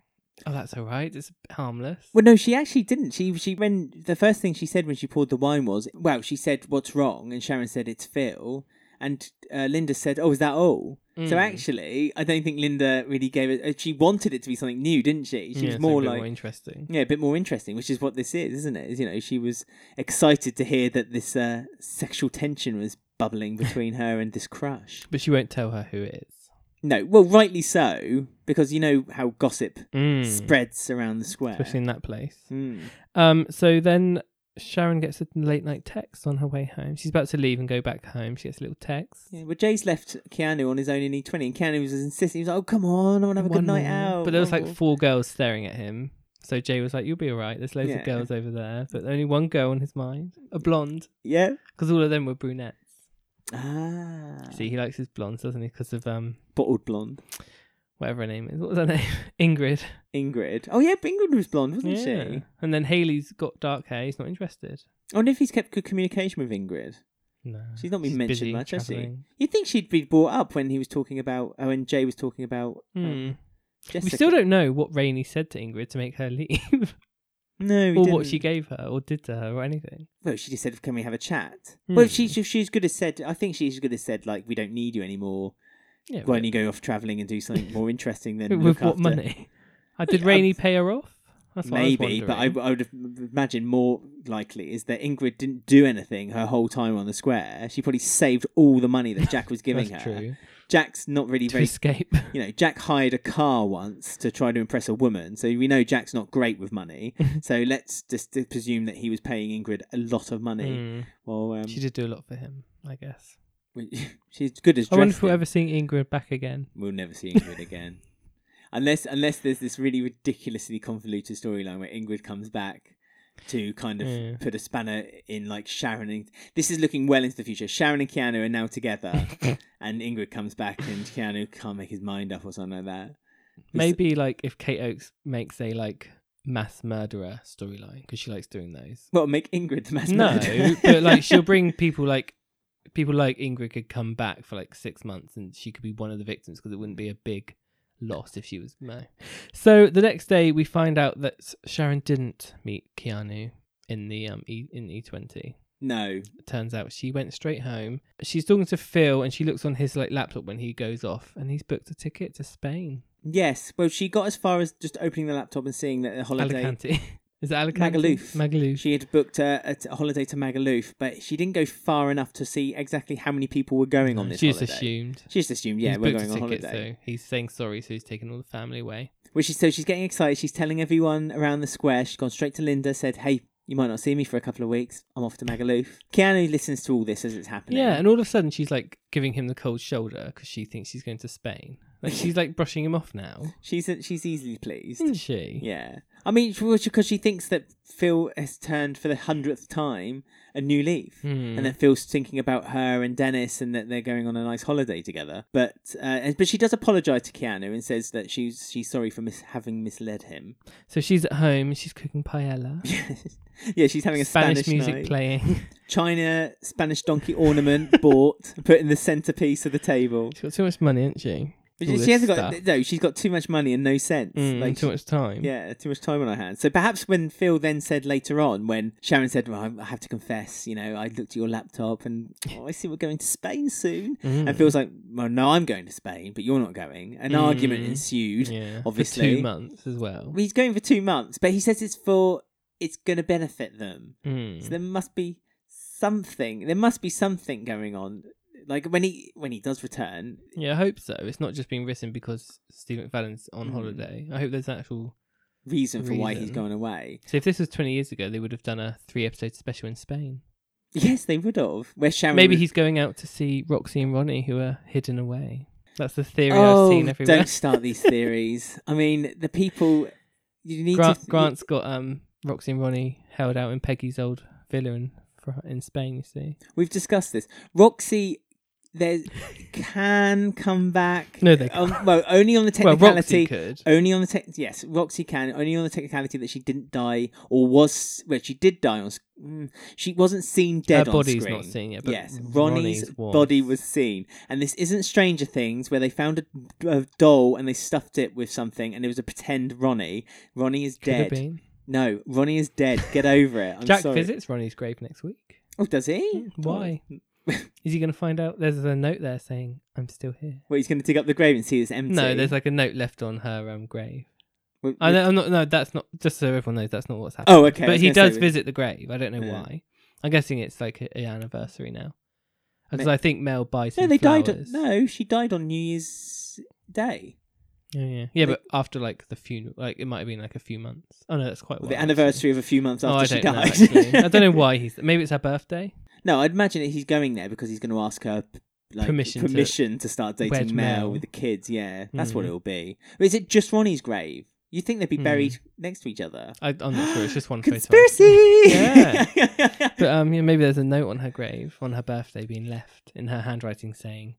[SPEAKER 1] "Oh, that's all right. It's harmless."
[SPEAKER 2] well, no, she actually didn't. She, she, when the first thing she said when she poured the wine was, well, she said, what's wrong? And Sharon said, it's Phil. And uh, Linda said, oh, is that all? So
[SPEAKER 1] Mm.
[SPEAKER 2] actually, I don't think Linda really gave it. uh, She wanted it to be something new, didn't she? She
[SPEAKER 1] Yeah,
[SPEAKER 2] was
[SPEAKER 1] so
[SPEAKER 2] more
[SPEAKER 1] a bit
[SPEAKER 2] like,
[SPEAKER 1] more interesting.
[SPEAKER 2] yeah, a bit more interesting, which is what this is, isn't it? Is, You know, she was excited to hear that this uh, sexual tension was bubbling between her and this crush.
[SPEAKER 1] But she won't tell her who it is.
[SPEAKER 2] No, well, rightly so, because you know how gossip
[SPEAKER 1] Mm.
[SPEAKER 2] spreads around the square.
[SPEAKER 1] Especially in that place.
[SPEAKER 2] Mm.
[SPEAKER 1] Um. So then Sharon gets a late night text on her way home. She's about to leave and go back home. She gets a little text.
[SPEAKER 2] Yeah, well, Jay's left Keanu on his own in E20, and Keanu was insisting. He was like, "Oh, come on, I want to have a
[SPEAKER 1] One
[SPEAKER 2] good night
[SPEAKER 1] more.
[SPEAKER 2] out."
[SPEAKER 1] But there was
[SPEAKER 2] one
[SPEAKER 1] like
[SPEAKER 2] more.
[SPEAKER 1] four girls staring at him. So Jay was like, "You'll be all right. There's loads
[SPEAKER 2] Yeah.
[SPEAKER 1] of girls over there, but only one girl on his mind, a blonde,
[SPEAKER 2] yeah.
[SPEAKER 1] because all of them were brunettes.
[SPEAKER 2] Ah,
[SPEAKER 1] See, he likes his blondes, doesn't he? Because of um,
[SPEAKER 2] bottled blonde
[SPEAKER 1] whatever her name is. What was her [LAUGHS] name? Ingrid.
[SPEAKER 2] Ingrid. Oh yeah, Ingrid was blonde, wasn't she?
[SPEAKER 1] And then Haley's got dark hair. He's not interested.
[SPEAKER 2] I wonder if he's kept good communication with Ingrid.
[SPEAKER 1] No,
[SPEAKER 2] She's not been mentioned
[SPEAKER 1] busy
[SPEAKER 2] much, has she?
[SPEAKER 1] travelling.
[SPEAKER 2] You'd think she'd be brought up when he was talking about, oh, when Jay was talking about uh,
[SPEAKER 1] Hmm.
[SPEAKER 2] Jessica.
[SPEAKER 1] We still don't know what Rainey said to Ingrid to make her leave, [LAUGHS]
[SPEAKER 2] No, we
[SPEAKER 1] or what
[SPEAKER 2] didn't.
[SPEAKER 1] she gave her, or did to her, or anything.
[SPEAKER 2] Well, she just said, "Can we have a chat?" Well, if
[SPEAKER 1] Hmm.
[SPEAKER 2] she if she could have said, I think she could have said like, "We don't need you anymore.
[SPEAKER 1] Yeah,
[SPEAKER 2] Why don't you go off travelling and do something more interesting than
[SPEAKER 1] but
[SPEAKER 2] look
[SPEAKER 1] [LAUGHS] with what
[SPEAKER 2] after- [LAUGHS]
[SPEAKER 1] money? Uh, did
[SPEAKER 2] yeah,
[SPEAKER 1] Rainey pay her off? That's what I was
[SPEAKER 2] Maybe, but I,
[SPEAKER 1] wondering.
[SPEAKER 2] I would have imagine more likely is that Ingrid didn't do anything her whole time on the square. She probably saved all the money
[SPEAKER 1] [LAUGHS]
[SPEAKER 2] that Jack was giving
[SPEAKER 1] That's
[SPEAKER 2] her.
[SPEAKER 1] true.
[SPEAKER 2] Jack's not really
[SPEAKER 1] [LAUGHS] To
[SPEAKER 2] very [LAUGHS]
[SPEAKER 1] escape.
[SPEAKER 2] you know, Jack hired a car once to try to impress a woman, so we know Jack's not great
[SPEAKER 1] [LAUGHS]
[SPEAKER 2] with money. so let's just uh, presume that he was paying Ingrid a lot of money.
[SPEAKER 1] Mm.
[SPEAKER 2] Well, um,
[SPEAKER 1] She did do a lot for him, I guess.
[SPEAKER 2] [LAUGHS] she's good as
[SPEAKER 1] I wonder if
[SPEAKER 2] dressed.
[SPEAKER 1] we'll
[SPEAKER 2] in.
[SPEAKER 1] ever see Ingrid back again.
[SPEAKER 2] We'll never see Ingrid
[SPEAKER 1] [LAUGHS]
[SPEAKER 2] again, unless unless there's this really ridiculously convoluted storyline where Ingrid comes back to kind of
[SPEAKER 1] Yeah.
[SPEAKER 2] put a spanner in like Sharon and this is looking well into the future. Sharon and Keanu are
[SPEAKER 1] [LAUGHS]
[SPEAKER 2] now together, and Ingrid comes back and Keanu can't make his mind up or something like that.
[SPEAKER 1] Maybe like if Kate Oakes makes a like mass murderer storyline because she likes doing those.
[SPEAKER 2] Well, make Ingrid the mass
[SPEAKER 1] No,
[SPEAKER 2] murderer.
[SPEAKER 1] but like
[SPEAKER 2] [LAUGHS]
[SPEAKER 1] she'll bring people like people like Ingrid could come back for like six months and she could be one of the victims because it wouldn't be a big loss if she was no. So the next day we find out that Sharon didn't meet Keanu in the um e- in E twenty.
[SPEAKER 2] No.
[SPEAKER 1] turns out she went straight home. She's talking to Phil and she looks on his like laptop when he goes off and he's booked a ticket to Spain.
[SPEAKER 2] Yes. Well, she got as far as just opening the laptop and seeing that the holiday.
[SPEAKER 1] Alicante. [LAUGHS] Is it Alicante?
[SPEAKER 2] Magaluf.
[SPEAKER 1] Magaluf.
[SPEAKER 2] She had booked a, a t- a holiday to Magaluf, but she didn't go far enough to see exactly how many people were going on this
[SPEAKER 1] she
[SPEAKER 2] holiday.
[SPEAKER 1] just assumed.
[SPEAKER 2] She just assumed, yeah,
[SPEAKER 1] he's
[SPEAKER 2] we're
[SPEAKER 1] booked
[SPEAKER 2] going
[SPEAKER 1] a
[SPEAKER 2] on
[SPEAKER 1] ticket,
[SPEAKER 2] holiday.
[SPEAKER 1] So he's saying sorry, so he's taking all the family away.
[SPEAKER 2] Which is so she's getting excited. She's telling everyone around the square. She's gone straight to Linda, said, "Hey, you might not see me for a couple of weeks. I'm off to Magaluf." Keanu listens to all this as it's happening.
[SPEAKER 1] Yeah, and all of a sudden she's like giving him the cold shoulder because she thinks she's going to Spain. Like she's like brushing him off
[SPEAKER 2] [LAUGHS]
[SPEAKER 1] now,
[SPEAKER 2] she's she's easily pleased.
[SPEAKER 1] isn't she?
[SPEAKER 2] Yeah, I mean, because she thinks that Phil has turned for the hundredth time a new leaf,
[SPEAKER 1] Hmm.
[SPEAKER 2] and that Phil's thinking about her and Dennis, and that they're going on a nice holiday together. But uh, and- but she does apologise to Keanu and says that she's she's sorry for mis- having misled him. [LAUGHS]
[SPEAKER 1] So she's at home and she's cooking paella,
[SPEAKER 2] yeah, she's having a Spanish,
[SPEAKER 1] music
[SPEAKER 2] night.
[SPEAKER 1] playing. [LAUGHS]
[SPEAKER 2] China [LAUGHS] Spanish donkey ornament bought, put in the centerpiece of the table.
[SPEAKER 1] She's got too much money, hasn't she?
[SPEAKER 2] But
[SPEAKER 1] all
[SPEAKER 2] she
[SPEAKER 1] this
[SPEAKER 2] hasn't
[SPEAKER 1] stuff.
[SPEAKER 2] got no. She's got too much money and no sense.
[SPEAKER 1] Mm,
[SPEAKER 2] like
[SPEAKER 1] too much time.
[SPEAKER 2] Yeah, too much time on our hands. So perhaps when Phil then said later on, when Sharon said, well, I have to confess, you know, I looked at your laptop and oh, I see we're going to Spain soon.
[SPEAKER 1] [LAUGHS] Mm.
[SPEAKER 2] And Phil's like, well, no, I'm going to Spain, but you're not going. An argument
[SPEAKER 1] Mm.
[SPEAKER 2] ensued.
[SPEAKER 1] Yeah,
[SPEAKER 2] obviously.
[SPEAKER 1] for two months as well.
[SPEAKER 2] Well, He's going for two months, but he says it's for, it's going to benefit them.
[SPEAKER 1] Mm.
[SPEAKER 2] So there must be something, there must be something going on. Like when he when he does return,
[SPEAKER 1] Yeah, I hope so. It's not just being written because Steve McFadden's on
[SPEAKER 2] Mm.
[SPEAKER 1] holiday. I hope there's an actual.
[SPEAKER 2] reason for why he's
[SPEAKER 1] Reason.
[SPEAKER 2] going away.
[SPEAKER 1] So if this was 20 years ago, they would have done a three episode special in Spain.
[SPEAKER 2] Yes, they would have. Where Sharon
[SPEAKER 1] Maybe
[SPEAKER 2] was-
[SPEAKER 1] he's going out to see Roxy and Ronnie, who are hidden away. That's the theory I've seen everywhere.
[SPEAKER 2] Oh, Don't
[SPEAKER 1] [LAUGHS]
[SPEAKER 2] start these theories. I mean, the people you need
[SPEAKER 1] Grant,
[SPEAKER 2] to
[SPEAKER 1] Grant's got um, Roxy and Ronnie held out in Peggy's old villa in Fr- in Spain. You
[SPEAKER 2] [LAUGHS]
[SPEAKER 1] see?
[SPEAKER 2] We've discussed this. Roxy there can come back.
[SPEAKER 1] No, they
[SPEAKER 2] Um, well, only on the
[SPEAKER 1] Well, Roxy
[SPEAKER 2] technicality.
[SPEAKER 1] could.
[SPEAKER 2] only on the tech. Yes, Roxy can. Only on the technicality that she didn't die or was. Well, she did die on. sc- Mm, she wasn't seen dead
[SPEAKER 1] Her
[SPEAKER 2] on
[SPEAKER 1] body's
[SPEAKER 2] screen.
[SPEAKER 1] not seen yet, but
[SPEAKER 2] yes, Ronnie's,
[SPEAKER 1] Ronnie's was.
[SPEAKER 2] body was seen, and this isn't Stranger Things where they found a, a doll and they stuffed it with something, and it was a pretend Ronnie. Ronnie is
[SPEAKER 1] Could have
[SPEAKER 2] dead.
[SPEAKER 1] been.
[SPEAKER 2] No, Ronnie is dead. Get over
[SPEAKER 1] [LAUGHS]
[SPEAKER 2] it. I'm
[SPEAKER 1] Jack
[SPEAKER 2] sorry.
[SPEAKER 1] visits Ronnie's grave next week. Hmm,
[SPEAKER 2] Oh, does he?
[SPEAKER 1] Why? [LAUGHS] Is he going to find out? There's a note there saying, "I'm still here."
[SPEAKER 2] Well, he's going to dig up the grave and see it's empty.
[SPEAKER 1] No, there's like a note left on her um, grave.
[SPEAKER 2] Well,
[SPEAKER 1] I know, I'm not. No, that's not. Just so everyone knows, that's not what's happening.
[SPEAKER 2] Oh, okay. I
[SPEAKER 1] but
[SPEAKER 2] was
[SPEAKER 1] he
[SPEAKER 2] gonna say
[SPEAKER 1] does
[SPEAKER 2] we-
[SPEAKER 1] visit the grave. I don't know
[SPEAKER 2] Yeah.
[SPEAKER 1] why. I'm guessing it's like a, a anniversary now, because
[SPEAKER 2] Ma-
[SPEAKER 1] I think Mel buys.
[SPEAKER 2] No,
[SPEAKER 1] him
[SPEAKER 2] they died. uh,
[SPEAKER 1] flowers.
[SPEAKER 2] No, she died on New Year's Day.
[SPEAKER 1] Oh, yeah, yeah,
[SPEAKER 2] They-
[SPEAKER 1] but after like the funeral, like it might have been like a few months. Oh no, that's quite a
[SPEAKER 2] the
[SPEAKER 1] while,
[SPEAKER 2] anniversary of a few months
[SPEAKER 1] actually.
[SPEAKER 2] after
[SPEAKER 1] Oh, I
[SPEAKER 2] she
[SPEAKER 1] don't
[SPEAKER 2] died.
[SPEAKER 1] know. Actually. I don't
[SPEAKER 2] [LAUGHS]
[SPEAKER 1] know why he's. Maybe it's her birthday.
[SPEAKER 2] No, I'd imagine that he's going there because he's going to ask her p- like,
[SPEAKER 1] Permission to-
[SPEAKER 2] permission to, start
[SPEAKER 1] wed
[SPEAKER 2] dating Mel
[SPEAKER 1] Mel.
[SPEAKER 2] with the kids. Yeah, that's what
[SPEAKER 1] Mm.
[SPEAKER 2] it'll be. But is it just Ronnie's grave? You think they'd be
[SPEAKER 1] Mm.
[SPEAKER 2] buried next to each other?
[SPEAKER 1] I, I'm not sure. It's just one
[SPEAKER 2] Conspiracy.
[SPEAKER 1] photo.
[SPEAKER 2] [LAUGHS]
[SPEAKER 1] But um, yeah, maybe there's a note on her grave on her birthday being left in her handwriting saying,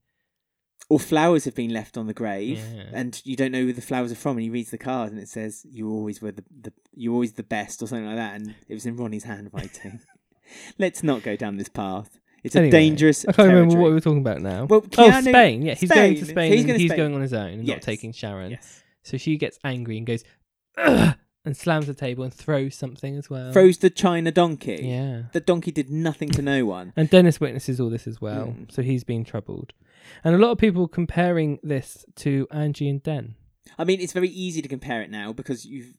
[SPEAKER 2] or flowers have been left on the grave
[SPEAKER 1] Yeah.
[SPEAKER 2] and you don't know who the flowers are from and he reads the card and it says you always were the, the you always the best or something like that and it was in
[SPEAKER 1] [LAUGHS]
[SPEAKER 2] ronnie's handwriting let's not go down this path it's
[SPEAKER 1] Anyway,
[SPEAKER 2] a dangerous
[SPEAKER 1] I can't remember what
[SPEAKER 2] territory.
[SPEAKER 1] we were talking about now.
[SPEAKER 2] Well,
[SPEAKER 1] oh,
[SPEAKER 2] Keanu-
[SPEAKER 1] Spain. Yeah, he's going to
[SPEAKER 2] Spain.
[SPEAKER 1] Spain.
[SPEAKER 2] He's
[SPEAKER 1] and
[SPEAKER 2] going to
[SPEAKER 1] he's
[SPEAKER 2] Spain.
[SPEAKER 1] going on his own and not
[SPEAKER 2] Yes.
[SPEAKER 1] taking Sharon.
[SPEAKER 2] yes.
[SPEAKER 1] So she gets angry and goes, Ugh! and slams the table and throws something as well.
[SPEAKER 2] froze the china donkey
[SPEAKER 1] Yeah.
[SPEAKER 2] the donkey did nothing to no one
[SPEAKER 1] And Dennis witnesses all this as well,
[SPEAKER 2] Mm.
[SPEAKER 1] so he's been troubled. And a lot of people comparing this to Angie and Den.
[SPEAKER 2] i mean it's very easy to compare it now because you've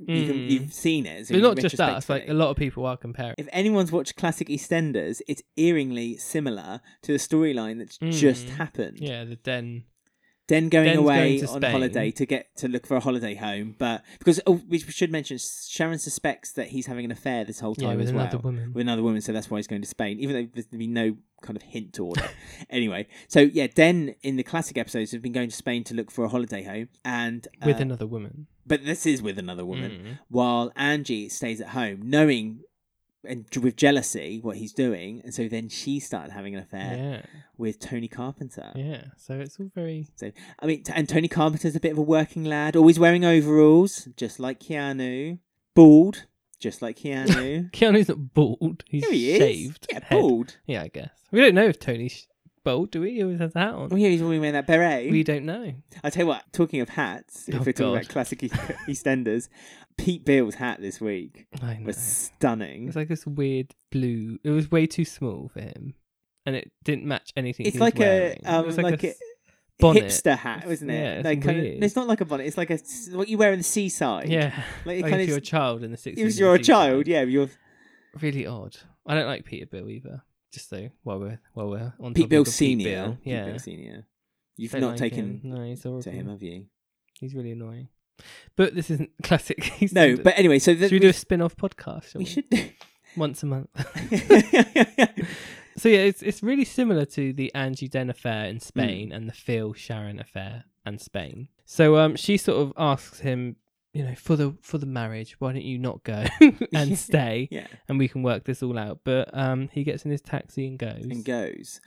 [SPEAKER 2] you can,
[SPEAKER 1] Mm.
[SPEAKER 2] you've seen it so
[SPEAKER 1] But
[SPEAKER 2] you-
[SPEAKER 1] not just us, like
[SPEAKER 2] retrospectively.
[SPEAKER 1] a lot of people are comparing.
[SPEAKER 2] If anyone's watched classic EastEnders, it's eeringly similar to the storyline that's just
[SPEAKER 1] Mm.
[SPEAKER 2] happened.
[SPEAKER 1] Yeah, the Den.
[SPEAKER 2] Then going
[SPEAKER 1] Then's
[SPEAKER 2] away
[SPEAKER 1] going to
[SPEAKER 2] on
[SPEAKER 1] Spain.
[SPEAKER 2] holiday to get to look for a holiday home, but because oh, we should mention Sharon suspects that he's having an affair this whole time
[SPEAKER 1] Yeah, with
[SPEAKER 2] as
[SPEAKER 1] another
[SPEAKER 2] well
[SPEAKER 1] woman.
[SPEAKER 2] with another woman, so that's why he's going to Spain, even though there's been no kind of hint toward it. [LAUGHS] anyway, so yeah, Den in the classic episodes have been going to Spain to look for a holiday home, and uh,
[SPEAKER 1] with another woman.
[SPEAKER 2] but this is with another woman,
[SPEAKER 1] Mm.
[SPEAKER 2] while Angie stays at home, knowing and with jealousy what he's doing, and so then she started having an affair
[SPEAKER 1] Yeah,
[SPEAKER 2] with Tony Carpenter.
[SPEAKER 1] yeah. So it's all very.
[SPEAKER 2] So I mean, t- and Tony Carpenter's a bit of a working lad, always wearing overalls, just like Keanu, bald, just like Keanu.
[SPEAKER 1] Keanu's not bald. [LAUGHS] He's
[SPEAKER 2] Here he is.
[SPEAKER 1] shaved.
[SPEAKER 2] Yeah,
[SPEAKER 1] head.
[SPEAKER 2] bald.
[SPEAKER 1] Yeah, I guess we don't know if Tony's bald. Do we? He always has a hat on.
[SPEAKER 2] Oh yeah, he's always wearing that beret.
[SPEAKER 1] we don't know.
[SPEAKER 2] I tell you what. Talking of hats, if
[SPEAKER 1] Oh,
[SPEAKER 2] we're talking
[SPEAKER 1] God. [LAUGHS]
[SPEAKER 2] about classic E- EastEnders, Pete Beale's hat this week
[SPEAKER 1] I know.
[SPEAKER 2] was
[SPEAKER 1] It's
[SPEAKER 2] stunning.
[SPEAKER 1] like this weird blue. It was way too small for him, and it didn't match anything.
[SPEAKER 2] It's
[SPEAKER 1] he was
[SPEAKER 2] like a
[SPEAKER 1] wearing.
[SPEAKER 2] um,
[SPEAKER 1] it was
[SPEAKER 2] like, a,
[SPEAKER 1] s- bonnet.
[SPEAKER 2] hipster hat, wasn't it?
[SPEAKER 1] Yeah, it's
[SPEAKER 2] like kind
[SPEAKER 1] weird.
[SPEAKER 2] of, it's not like a bonnet. It's like a s- what you wear in the seaside.
[SPEAKER 1] yeah,
[SPEAKER 2] like
[SPEAKER 1] like,
[SPEAKER 2] it kind
[SPEAKER 1] if
[SPEAKER 2] of.
[SPEAKER 1] you're a child in the sixties.
[SPEAKER 2] if you're a child, yeah, you're
[SPEAKER 1] really odd. I don't like Peter Bill either. Just so while we're while we're on
[SPEAKER 2] Pete
[SPEAKER 1] topic
[SPEAKER 2] Beale
[SPEAKER 1] of Pete
[SPEAKER 2] senior.
[SPEAKER 1] Bill.
[SPEAKER 2] Pete
[SPEAKER 1] yeah.
[SPEAKER 2] Beale senior. You've
[SPEAKER 1] Don't
[SPEAKER 2] not
[SPEAKER 1] like
[SPEAKER 2] taken
[SPEAKER 1] him. no, he's
[SPEAKER 2] to
[SPEAKER 1] horrible.
[SPEAKER 2] him, have you?
[SPEAKER 1] He's really annoying. But this isn't [LAUGHS] classic. EastEnders.
[SPEAKER 2] No, but anyway, so that
[SPEAKER 1] should we do a spin-off podcast? shall
[SPEAKER 2] we should.
[SPEAKER 1] [LAUGHS]
[SPEAKER 2] do- [LAUGHS]
[SPEAKER 1] once a month. so yeah, it's it's really similar to the Angie Den affair
[SPEAKER 2] Hmm.
[SPEAKER 1] in Spain and the Phil Sharon affair and Spain. So um, she sort of asks him, you know, for the for the marriage, why don't you not go [LAUGHS]
[SPEAKER 2] Yeah. [LAUGHS]
[SPEAKER 1] and stay,
[SPEAKER 2] yeah,
[SPEAKER 1] and we can work this all out. But um, he gets in his taxi and goes.
[SPEAKER 2] and goes.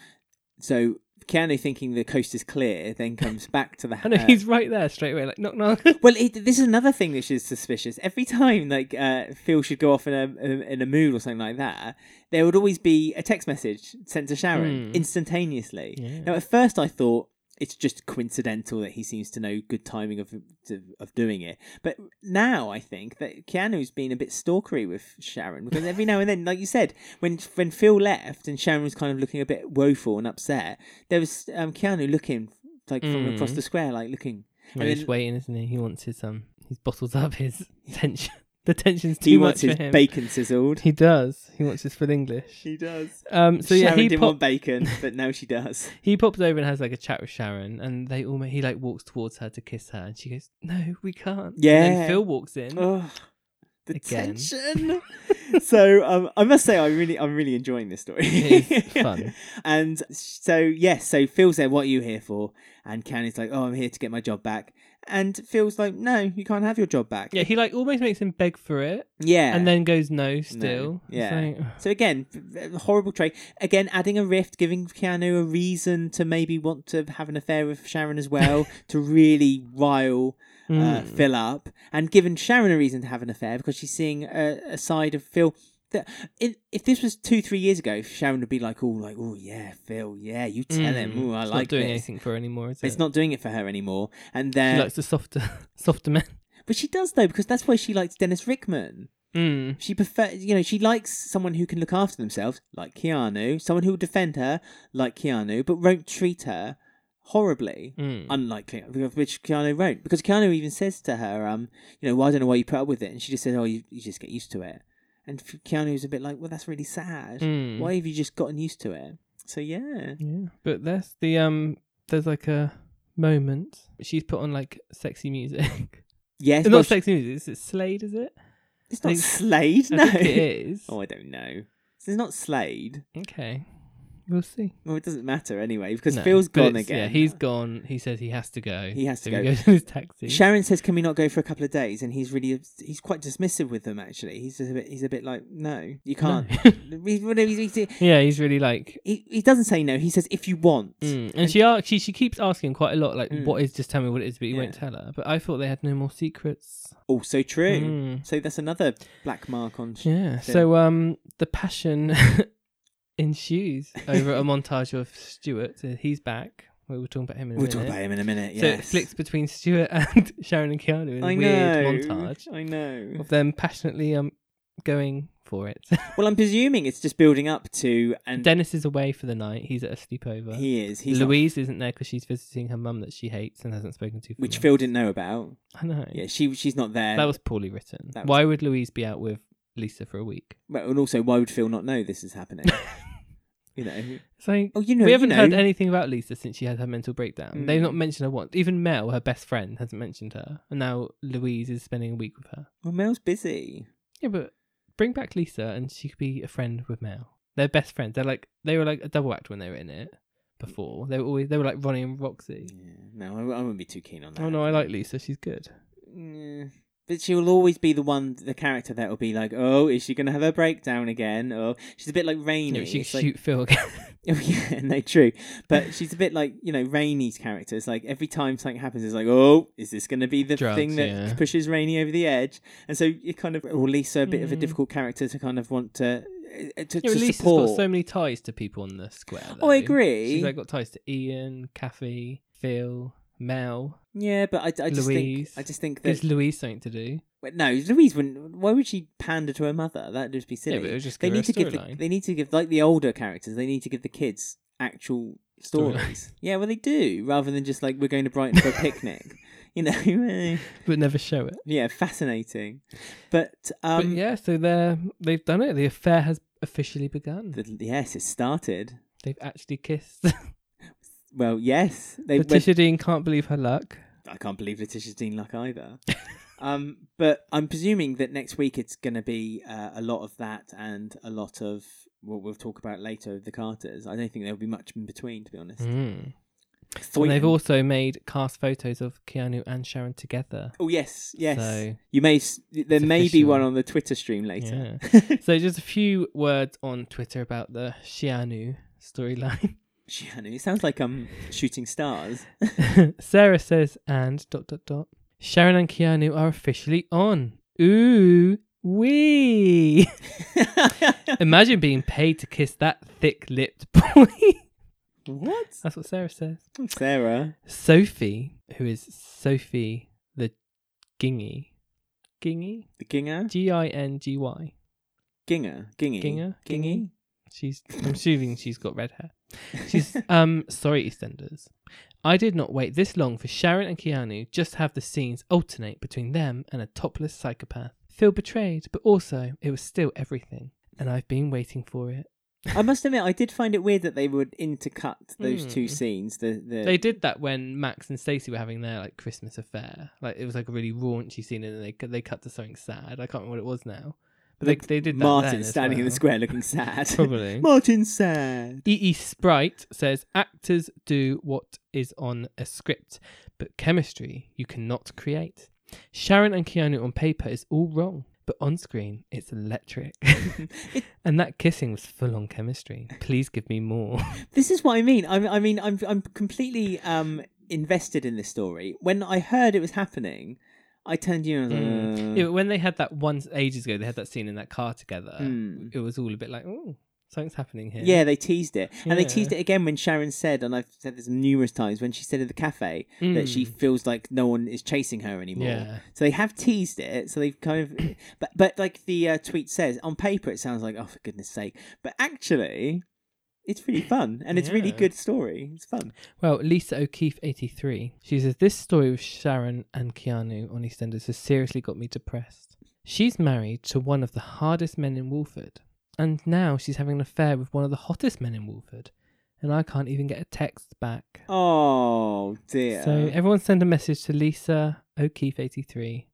[SPEAKER 2] So Keanu, thinking the coast is clear, then comes back to the.
[SPEAKER 1] [LAUGHS] I know
[SPEAKER 2] uh,
[SPEAKER 1] he's right there straight away, like knock knock.
[SPEAKER 2] [LAUGHS] Well, it, this is another thing which is suspicious. Every time, like uh, Phil should go off in a um, in a mood or something like that, there would always be a text message sent to Sharon
[SPEAKER 1] Hmm.
[SPEAKER 2] instantaneously.
[SPEAKER 1] Yeah.
[SPEAKER 2] Now, at first, I thought it's just coincidental that he seems to know good timing of to, of doing it. But now I think that Keanu's been a bit stalkery with Sharon because every now and then, like you said, when when Phil left and Sharon was kind of looking a bit woeful and upset, there was um, Keanu looking like from
[SPEAKER 1] Mm.
[SPEAKER 2] across the square, like looking.
[SPEAKER 1] Well,
[SPEAKER 2] And
[SPEAKER 1] he's
[SPEAKER 2] then-
[SPEAKER 1] waiting, isn't he? He wants his um, he bottles up
[SPEAKER 2] [LAUGHS]
[SPEAKER 1] his tension. The tension's too
[SPEAKER 2] He
[SPEAKER 1] much
[SPEAKER 2] wants
[SPEAKER 1] for
[SPEAKER 2] his
[SPEAKER 1] him.
[SPEAKER 2] bacon sizzled.
[SPEAKER 1] He does. [LAUGHS] He wants his full English.
[SPEAKER 2] She does.
[SPEAKER 1] Um, so yeah,
[SPEAKER 2] Sharon
[SPEAKER 1] he
[SPEAKER 2] didn't
[SPEAKER 1] pop-
[SPEAKER 2] want [LAUGHS] bacon, but now she [LAUGHS] does.
[SPEAKER 1] he pops over and has like a chat with Sharon, and they almost he like walks towards her to kiss her, and she goes, "No, we can't." And
[SPEAKER 2] Yeah.
[SPEAKER 1] then Phil walks in. [LAUGHS]
[SPEAKER 2] Oh, the
[SPEAKER 1] Again. [LAUGHS]
[SPEAKER 2] tension. [LAUGHS] so um, I must say, I really, I'm really enjoying this story. [LAUGHS]
[SPEAKER 1] It is fun.
[SPEAKER 2] And so yes, so Phil said, "What are you here for?" And Canny's like, "Oh, I'm here to get my job back." And Phil's like, "No, you can't have your job back."
[SPEAKER 1] Yeah, he like almost makes him beg for it,
[SPEAKER 2] yeah.
[SPEAKER 1] and then goes no still. It's
[SPEAKER 2] Yeah.
[SPEAKER 1] like,
[SPEAKER 2] so again, a horrible trait. Again, adding a rift, giving Keanu a reason to maybe want to have an affair with Sharon
[SPEAKER 1] [LAUGHS]
[SPEAKER 2] as well, to really rile uh,
[SPEAKER 1] mm.
[SPEAKER 2] Phil up and given Sharon a reason to have an affair because she's seeing a, a side of Phil that in, if this was two three years ago, Sharon would be like, "Oh, like oh yeah, Phil, yeah, you tell him.
[SPEAKER 1] Mm.
[SPEAKER 2] Oh, I
[SPEAKER 1] It's
[SPEAKER 2] like
[SPEAKER 1] not doing
[SPEAKER 2] this."
[SPEAKER 1] anything for her anymore, is it?
[SPEAKER 2] It's not doing it for her anymore, and
[SPEAKER 1] She
[SPEAKER 2] then
[SPEAKER 1] likes the softer, [LAUGHS] softer men.
[SPEAKER 2] but she does though because that's why she likes Dennis Rickman.
[SPEAKER 1] Mm.
[SPEAKER 2] She prefers, you know, she likes someone who can look after themselves, like Keanu, someone who will defend her, like Keanu, but won't treat her horribly
[SPEAKER 1] Mm.
[SPEAKER 2] unlikely, uh, which Keanu won't, because Keanu even says to her, um, you know, well, I don't know why you put up with it, and she just says, oh, you, you just get used to it, and F- Keanu's a bit like, well, that's really sad.
[SPEAKER 1] Mm.
[SPEAKER 2] Why have you just gotten used to it? So yeah,
[SPEAKER 1] Yeah, but there's the um, there's like a moment she's put on like sexy music. [LAUGHS]
[SPEAKER 2] yes,
[SPEAKER 1] it's
[SPEAKER 2] well,
[SPEAKER 1] not
[SPEAKER 2] she-
[SPEAKER 1] sexy music. Is it Slade? Is it?
[SPEAKER 2] it's
[SPEAKER 1] [LAUGHS]
[SPEAKER 2] not
[SPEAKER 1] think-
[SPEAKER 2] Slade,
[SPEAKER 1] I
[SPEAKER 2] no.
[SPEAKER 1] think it
[SPEAKER 2] [LAUGHS]
[SPEAKER 1] is.
[SPEAKER 2] Oh, I don't know. It's not Slade.
[SPEAKER 1] Okay, we'll see.
[SPEAKER 2] Well, it doesn't matter anyway because
[SPEAKER 1] No,
[SPEAKER 2] Phil's
[SPEAKER 1] but
[SPEAKER 2] gone
[SPEAKER 1] it's-
[SPEAKER 2] again.
[SPEAKER 1] Yeah, he's gone. He says he has to go.
[SPEAKER 2] He has to
[SPEAKER 1] so
[SPEAKER 2] go.
[SPEAKER 1] He goes in his taxi.
[SPEAKER 2] Sharon says, "Can we not go for a couple of days?" And he's really he's quite dismissive with them. Actually, he's just a bit he's a bit like, "No, you
[SPEAKER 1] No.
[SPEAKER 2] can't."
[SPEAKER 1] [LAUGHS]
[SPEAKER 2] He's- he's- he's-
[SPEAKER 1] yeah, he's really like.
[SPEAKER 2] he, he doesn't say no. He says, "If you want."
[SPEAKER 1] Mm. And, she ar- she she keeps asking quite a lot, like,
[SPEAKER 2] Mm.
[SPEAKER 1] "What is? Just tell me what it is." But he won't
[SPEAKER 2] Yeah.
[SPEAKER 1] tell her. But I thought they had no more secrets.
[SPEAKER 2] Also true.
[SPEAKER 1] Mm.
[SPEAKER 2] So that's another black mark on. Sh-
[SPEAKER 1] Yeah.
[SPEAKER 2] So-
[SPEAKER 1] So um, the passion [LAUGHS] ensues over a montage of Stuart. So he's back. We were talking about him in a
[SPEAKER 2] We'll
[SPEAKER 1] minute.
[SPEAKER 2] talk about him in a minute.
[SPEAKER 1] So it
[SPEAKER 2] yes.
[SPEAKER 1] flicks between Stuart [LAUGHS] and Sharon and Keanu in a
[SPEAKER 2] I
[SPEAKER 1] weird
[SPEAKER 2] know.
[SPEAKER 1] montage
[SPEAKER 2] I know.
[SPEAKER 1] of them passionately um going for it. [LAUGHS]
[SPEAKER 2] Well, I'm presuming it's just building up to and
[SPEAKER 1] Dennis is away for the night. He's at a sleepover.
[SPEAKER 2] he is. He's not-
[SPEAKER 1] Louise isn't there because she's visiting her mum that she hates and hasn't spoken to. For
[SPEAKER 2] which
[SPEAKER 1] months.
[SPEAKER 2] Phil didn't know about.
[SPEAKER 1] I know.
[SPEAKER 2] Yeah, she she's not there.
[SPEAKER 1] that was poorly written.
[SPEAKER 2] that was-
[SPEAKER 1] Why would Louise be out with Lisa for a week?
[SPEAKER 2] Well, and also, why would Phil not know this
[SPEAKER 1] [LAUGHS]
[SPEAKER 2] is happening? you know.
[SPEAKER 1] It's like
[SPEAKER 2] Oh, you know.
[SPEAKER 1] we
[SPEAKER 2] you
[SPEAKER 1] haven't
[SPEAKER 2] know.
[SPEAKER 1] heard anything about Lisa since she had her mental breakdown. They've
[SPEAKER 2] Mm.
[SPEAKER 1] not mentioned her once. Even Mel, her best friend, hasn't mentioned her, and now Louise is spending a week with her.
[SPEAKER 2] Well, Mel's busy.
[SPEAKER 1] Yeah, but bring back Lisa and she could be a friend with Mel. They're best friends. They're like they were like a double act when they were in it before. They were always they were like Ronnie and Roxy.
[SPEAKER 2] Yeah, no, I, I wouldn't be too keen on that.
[SPEAKER 1] Oh no, I like Lisa. She's good.
[SPEAKER 2] Yeah. But she will always be the one, the character that will be like, oh, is she going to have her breakdown again? Or she's a bit like
[SPEAKER 1] You
[SPEAKER 2] Rainy.
[SPEAKER 1] know, she could
[SPEAKER 2] It's like-
[SPEAKER 1] shoot Phil [LAUGHS] again.
[SPEAKER 2] [LAUGHS] Oh, yeah, no, true. But she's a bit like, you know, Rainy's character. It's like every time something happens, it's like, oh, is this going to be the
[SPEAKER 1] Drugs,
[SPEAKER 2] thing that
[SPEAKER 1] yeah.
[SPEAKER 2] pushes Rainy over the edge? And so it kind of, or Lisa, a bit of a
[SPEAKER 1] Mhm.
[SPEAKER 2] difficult character to kind of want to, uh, to,
[SPEAKER 1] yeah, but
[SPEAKER 2] to
[SPEAKER 1] Lisa's
[SPEAKER 2] support.
[SPEAKER 1] got so many ties to people on the square.
[SPEAKER 2] Oh, I
[SPEAKER 1] though.
[SPEAKER 2] agree.
[SPEAKER 1] She's like got ties to Ian, Kathy, Phil, Mel.
[SPEAKER 2] yeah, but I, I just
[SPEAKER 1] Louise.
[SPEAKER 2] think, I just think that
[SPEAKER 1] Gives Louise something to do.
[SPEAKER 2] Wait, no, Louise wouldn't. Why would she pander to her mother? That'd just be silly.
[SPEAKER 1] Yeah, but it would just
[SPEAKER 2] they
[SPEAKER 1] give her
[SPEAKER 2] need
[SPEAKER 1] a
[SPEAKER 2] to give. The,
[SPEAKER 1] storyline.
[SPEAKER 2] they need to give like the older characters. They need to give the kids actual
[SPEAKER 1] Storylines.
[SPEAKER 2] stories. yeah, well, they do rather than just like we're going to Brighton for
[SPEAKER 1] [LAUGHS]
[SPEAKER 2] a picnic. You know, [LAUGHS] eh,
[SPEAKER 1] But never show it.
[SPEAKER 2] yeah, fascinating. But um,
[SPEAKER 1] but yeah, so they're they've done it. The affair has officially begun.
[SPEAKER 2] the- yes, it started.
[SPEAKER 1] They've actually kissed. [LAUGHS]
[SPEAKER 2] Well, yes, they. went-
[SPEAKER 1] Patricia Dean can't believe her luck.
[SPEAKER 2] I can't believe Letitia's Dean
[SPEAKER 1] [LAUGHS]
[SPEAKER 2] Luck either. um, but I'm presuming that next week it's going to be uh, a lot of that and a lot of what we'll talk about later the Carters. I don't think there'll be much in between, to be honest.
[SPEAKER 1] Mm.
[SPEAKER 2] Thornton-
[SPEAKER 1] And they've also made cast photos of Keanu and Sharon together.
[SPEAKER 2] oh yes, yes.
[SPEAKER 1] So,
[SPEAKER 2] you may s- there
[SPEAKER 1] it's
[SPEAKER 2] may be
[SPEAKER 1] official.
[SPEAKER 2] one on the Twitter stream later. [LAUGHS]
[SPEAKER 1] so just a few words on Twitter about the Shianu storyline.
[SPEAKER 2] Shianu, it sounds like I'm shooting stars.
[SPEAKER 1] Sarah says, and dot dot dot. Sharon and Keanu are officially on. Ooh, wee! Imagine being paid to kiss that thick-lipped [LAUGHS] boy.
[SPEAKER 2] What?
[SPEAKER 1] That's what Sarah says.
[SPEAKER 2] Sarah.
[SPEAKER 1] Sophie, who is Sophie the Gingy, Gingy,
[SPEAKER 2] The Ginger?
[SPEAKER 1] G I N G Y.
[SPEAKER 2] Ginger? Gingy?
[SPEAKER 1] Ginger?
[SPEAKER 2] Gingy?
[SPEAKER 1] She's. I'm assuming she's got red hair.
[SPEAKER 2] [LAUGHS]
[SPEAKER 1] She's. um. Sorry, EastEnders. I did not wait this long for Sharon and Keanu just have the scenes alternate between them and a topless psychopath. Feel betrayed, but also it was still everything, and I've been waiting for it.
[SPEAKER 2] I must admit, I did find it weird that they would intercut those two
[SPEAKER 1] Mm.
[SPEAKER 2] scenes. The, the
[SPEAKER 1] They did that when Max and Stacey were having their like Christmas affair. Like it was like a really raunchy scene, and then they they cut to something sad. I can't remember what it was now, but they
[SPEAKER 2] the
[SPEAKER 1] they did that
[SPEAKER 2] Martin
[SPEAKER 1] then as
[SPEAKER 2] standing in the
[SPEAKER 1] well.
[SPEAKER 2] square looking sad.
[SPEAKER 1] [LAUGHS] Probably.
[SPEAKER 2] [LAUGHS] Martin sad.
[SPEAKER 1] E. E. Sprite says actors do what is on a script, but chemistry you cannot create. Sharon and Keanu on paper is all wrong, but on screen it's electric. [LAUGHS] and that kissing was full on chemistry. Please give me more.
[SPEAKER 2] This is what I mean. I, I mean, I'm I'm completely um invested in this story. When I heard it was happening, I "Uh, turned you.
[SPEAKER 1] Mm. Yeah, but when they had that once ages ago, they had that scene in that car together.
[SPEAKER 2] Hmm.
[SPEAKER 1] It was all a bit like, oh, something's happening here.
[SPEAKER 2] Yeah, they teased it, and they
[SPEAKER 1] Yeah.
[SPEAKER 2] teased it again when Sharon said, and I've said this numerous times, when she said in the cafe that she feels like no one is chasing her anymore.
[SPEAKER 1] Mm. Yeah.
[SPEAKER 2] So they have teased it. So they've kind of, [COUGHS] but but like the uh, tweet says, on paper it sounds like oh for goodness sake, but actually, it's really fun and it's really
[SPEAKER 1] Yeah.
[SPEAKER 2] good story. It's fun.
[SPEAKER 1] Well, Lisa O'Keefe, 83, she says, This story with Sharon and Keanu on EastEnders has seriously got me depressed. She's married to one of the hardest men in Wolford, and now she's having an affair with one of the hottest men in Wolford, and I can't even get a text back.
[SPEAKER 2] Oh dear.
[SPEAKER 1] So, eh, everyone send a message to Lisa O'Keefe, 83,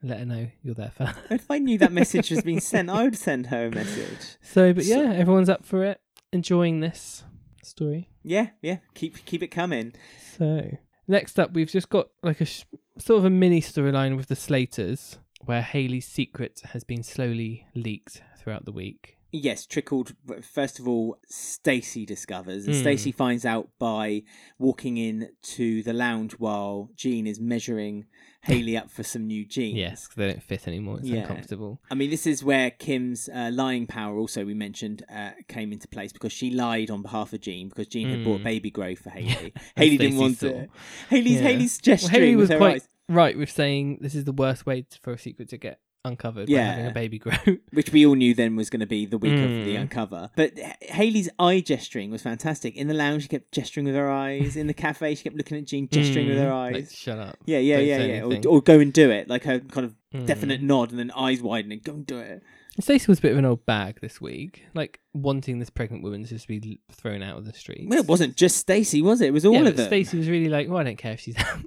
[SPEAKER 1] and let her know you're there for her. [LAUGHS]
[SPEAKER 2] if I knew that message was being sent, I would send her a message.
[SPEAKER 1] So, but
[SPEAKER 2] So-
[SPEAKER 1] yeah, everyone's up for it, enjoying this story.
[SPEAKER 2] Yeah, yeah. Keep keep it coming.
[SPEAKER 1] So next up, we've just got like a sh- sort of a mini storyline with the Slaters, where Haley's secret has been slowly leaked throughout the week.
[SPEAKER 2] Yes, trickled. but First of all, Stacy discovers, and
[SPEAKER 1] Hmm.
[SPEAKER 2] Stacy finds out by walking in to the lounge while Jean is measuring Haley up for some new jeans.
[SPEAKER 1] Yes, 'cause they don't fit anymore. It's
[SPEAKER 2] Yeah.
[SPEAKER 1] uncomfortable.
[SPEAKER 2] I mean, this is where Kim's uh, lying power, also we mentioned, uh, came into place because she lied on behalf of Jean because Jean had bought baby
[SPEAKER 1] [LAUGHS]
[SPEAKER 2] grow for Haley. Haley didn't
[SPEAKER 1] Hmm. Stacey
[SPEAKER 2] want
[SPEAKER 1] saw.
[SPEAKER 2] it. Haley's
[SPEAKER 1] Yeah.
[SPEAKER 2] Haley's gesturing
[SPEAKER 1] Haley was
[SPEAKER 2] with her
[SPEAKER 1] quite
[SPEAKER 2] eyes,
[SPEAKER 1] right with saying this is the worst way to, for a secret to get uncovered. Yeah,
[SPEAKER 2] Yeah.
[SPEAKER 1] having a baby grow. [LAUGHS]
[SPEAKER 2] which we all knew then was going to be the week of the
[SPEAKER 1] Mm.
[SPEAKER 2] uncover. But H- Haley's eye gesturing was fantastic. In the lounge, she kept gesturing with her eyes. In the cafe, she kept looking at Jean, gesturing with her
[SPEAKER 1] Mm,
[SPEAKER 2] eyes.
[SPEAKER 1] like, shut up.
[SPEAKER 2] yeah, yeah,
[SPEAKER 1] don't
[SPEAKER 2] yeah,
[SPEAKER 1] say
[SPEAKER 2] yeah. Or,
[SPEAKER 1] anything.
[SPEAKER 2] or go and do it, like her kind of definite
[SPEAKER 1] Mm.
[SPEAKER 2] nod, and then eyes widening. Go and do it.
[SPEAKER 1] Stacey was a bit of an old bag this week, like wanting this pregnant woman to just be l- thrown out of the street.
[SPEAKER 2] Well, it wasn't just Stacy, was it? It was all
[SPEAKER 1] yeah,
[SPEAKER 2] of
[SPEAKER 1] but
[SPEAKER 2] them.
[SPEAKER 1] Stacey was really like, well, I don't care if she's [LAUGHS] out.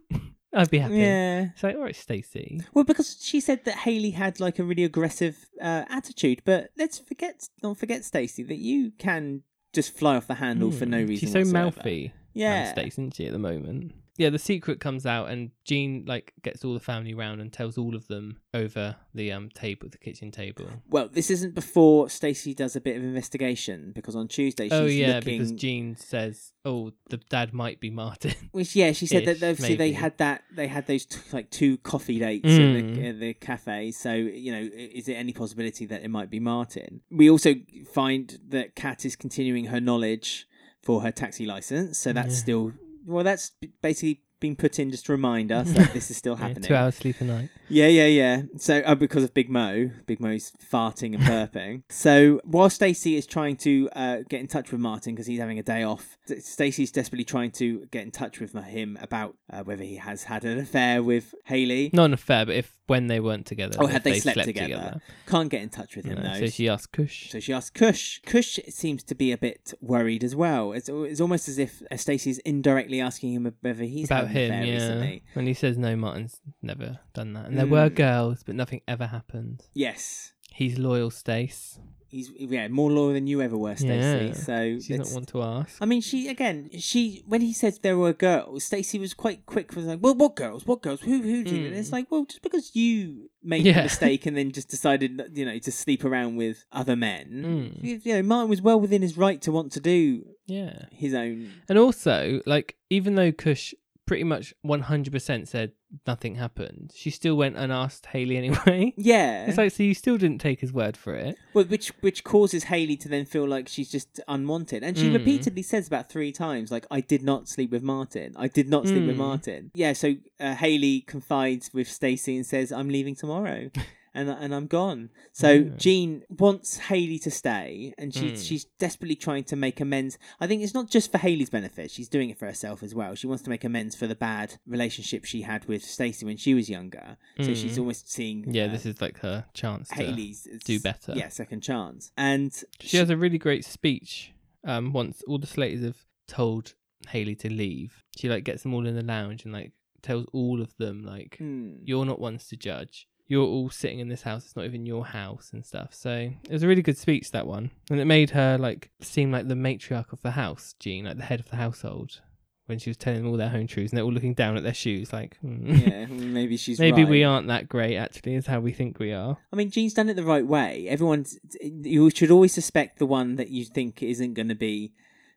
[SPEAKER 1] I'd be happy.
[SPEAKER 2] Yeah.
[SPEAKER 1] It's like, all right, Stacey.
[SPEAKER 2] Well, because she said that Haley had like a really aggressive uh, attitude, but let's forget, don't forget, Stacey, that you can just fly off the handle for no
[SPEAKER 1] Mm,
[SPEAKER 2] reason.
[SPEAKER 1] She's so
[SPEAKER 2] whatsoever.
[SPEAKER 1] mouthy. Yeah.
[SPEAKER 2] Yeah.
[SPEAKER 1] States, isn't she, at the moment? Yeah, the secret comes out and Jean like gets all the family round and tells all of them over the um table, the kitchen table.
[SPEAKER 2] Well, this isn't before Stacey does a bit of investigation because on Tuesday she's
[SPEAKER 1] oh yeah,
[SPEAKER 2] looking.
[SPEAKER 1] because Jean says, "Oh, the dad might be Martin." [LAUGHS]
[SPEAKER 2] Which yeah, she said
[SPEAKER 1] Ish,
[SPEAKER 2] that obviously they
[SPEAKER 1] maybe.
[SPEAKER 2] had that they had those t- like two coffee dates in,
[SPEAKER 1] Mm.
[SPEAKER 2] the, in the cafe. So you know, i- is there any possibility that it might be Martin? We also find that Kat is continuing her knowledge for her taxi license. So that's
[SPEAKER 1] Yeah.
[SPEAKER 2] still well, that's b- basically been put in just to remind us
[SPEAKER 1] [LAUGHS]
[SPEAKER 2] that this is still
[SPEAKER 1] Yeah,
[SPEAKER 2] happening.
[SPEAKER 1] two hours sleep a night.
[SPEAKER 2] Yeah, yeah, yeah. So uh, because of Big Mo, Big Mo's farting and burping.
[SPEAKER 1] [LAUGHS]
[SPEAKER 2] so while Stacey is trying to uh, get in touch with Martin because he's having a day off, St- Stacey's desperately trying to get in touch with him about uh, whether he has had an affair with Haley.
[SPEAKER 1] Not an affair, but if when they weren't together,
[SPEAKER 2] Oh,
[SPEAKER 1] if
[SPEAKER 2] had they, slept, together? Can't get in touch with him
[SPEAKER 1] No,
[SPEAKER 2] though.
[SPEAKER 1] so she asks Kush.
[SPEAKER 2] So she asks Kush. Kush seems to be a bit worried as well. It's, it's almost as if uh, Stacey's indirectly asking him whether he's
[SPEAKER 1] about
[SPEAKER 2] had an
[SPEAKER 1] him,
[SPEAKER 2] affair
[SPEAKER 1] yeah.
[SPEAKER 2] recently.
[SPEAKER 1] When he says no, Martin's never done that, and there were
[SPEAKER 2] Mm.
[SPEAKER 1] girls, but nothing ever happened.
[SPEAKER 2] Yes.
[SPEAKER 1] He's loyal, Stace.
[SPEAKER 2] He's yeah more loyal than you ever were, Stacey.
[SPEAKER 1] Yeah.
[SPEAKER 2] So
[SPEAKER 1] She's not
[SPEAKER 2] it's-
[SPEAKER 1] one to ask.
[SPEAKER 2] I mean, she again. She when he said there were girls, Stacey was quite quick. Was like, well, what girls? What girls? Who who did it? And it's like, well, just because you made the
[SPEAKER 1] Mm. Yeah.
[SPEAKER 2] mistake and then just decided, you know, to sleep around with other men.
[SPEAKER 1] Mm.
[SPEAKER 2] You, you know, Martin was well within his right to want to do
[SPEAKER 1] Yeah.
[SPEAKER 2] his own.
[SPEAKER 1] And also, like, even though Kush pretty much 100% said nothing happened, she still went and asked Haley anyway. [LAUGHS]
[SPEAKER 2] Yeah.
[SPEAKER 1] It's like, so you still didn't take his word for it.
[SPEAKER 2] Well, which which causes Haley to then feel like she's just unwanted, and she
[SPEAKER 1] Mm.
[SPEAKER 2] repeatedly says about three times, like, "I did not sleep with Martin. I did not sleep with
[SPEAKER 1] Mm.
[SPEAKER 2] Martin." Yeah, so uh, Haley confides with Stacy and says, "I'm
[SPEAKER 1] [LAUGHS]
[SPEAKER 2] leaving tomorrow." And, and I'm gone. So
[SPEAKER 1] Yeah.
[SPEAKER 2] Jean wants Haley to stay, and she
[SPEAKER 1] Mm.
[SPEAKER 2] she's desperately trying to make amends. I think it's not just for Haley's benefit; she's doing it for herself as well. She wants to make amends for the bad relationship she had with Stacy when she was younger. So
[SPEAKER 1] Mm.
[SPEAKER 2] she's almost seeing
[SPEAKER 1] Yeah,
[SPEAKER 2] uh,
[SPEAKER 1] this is like her chance to.
[SPEAKER 2] Haley's
[SPEAKER 1] do better.
[SPEAKER 2] Yeah, second chance.
[SPEAKER 1] [LAUGHS]
[SPEAKER 2] And
[SPEAKER 1] She has a really great speech. Um, once all the Slaters have told Haley to leave, she like gets them all in the lounge and like tells all of them like,
[SPEAKER 2] Hmm.
[SPEAKER 1] "You're not ones to judge. You're all sitting in this house. It's not even your house and stuff." So it was a really good speech that one, and it made her like seem like the matriarch of the house, Jean, like the head of the household, when she was telling them all their home truths, and they're all looking down at their shoes like, "Hmm,
[SPEAKER 2] yeah, maybe she's
[SPEAKER 1] [LAUGHS] "Maybe we
[SPEAKER 2] right.
[SPEAKER 1] aren't that great. Actually, is how we think we are."
[SPEAKER 2] I mean, Jean's done it the right way. Everyone's you should always suspect the one that you think isn't going to be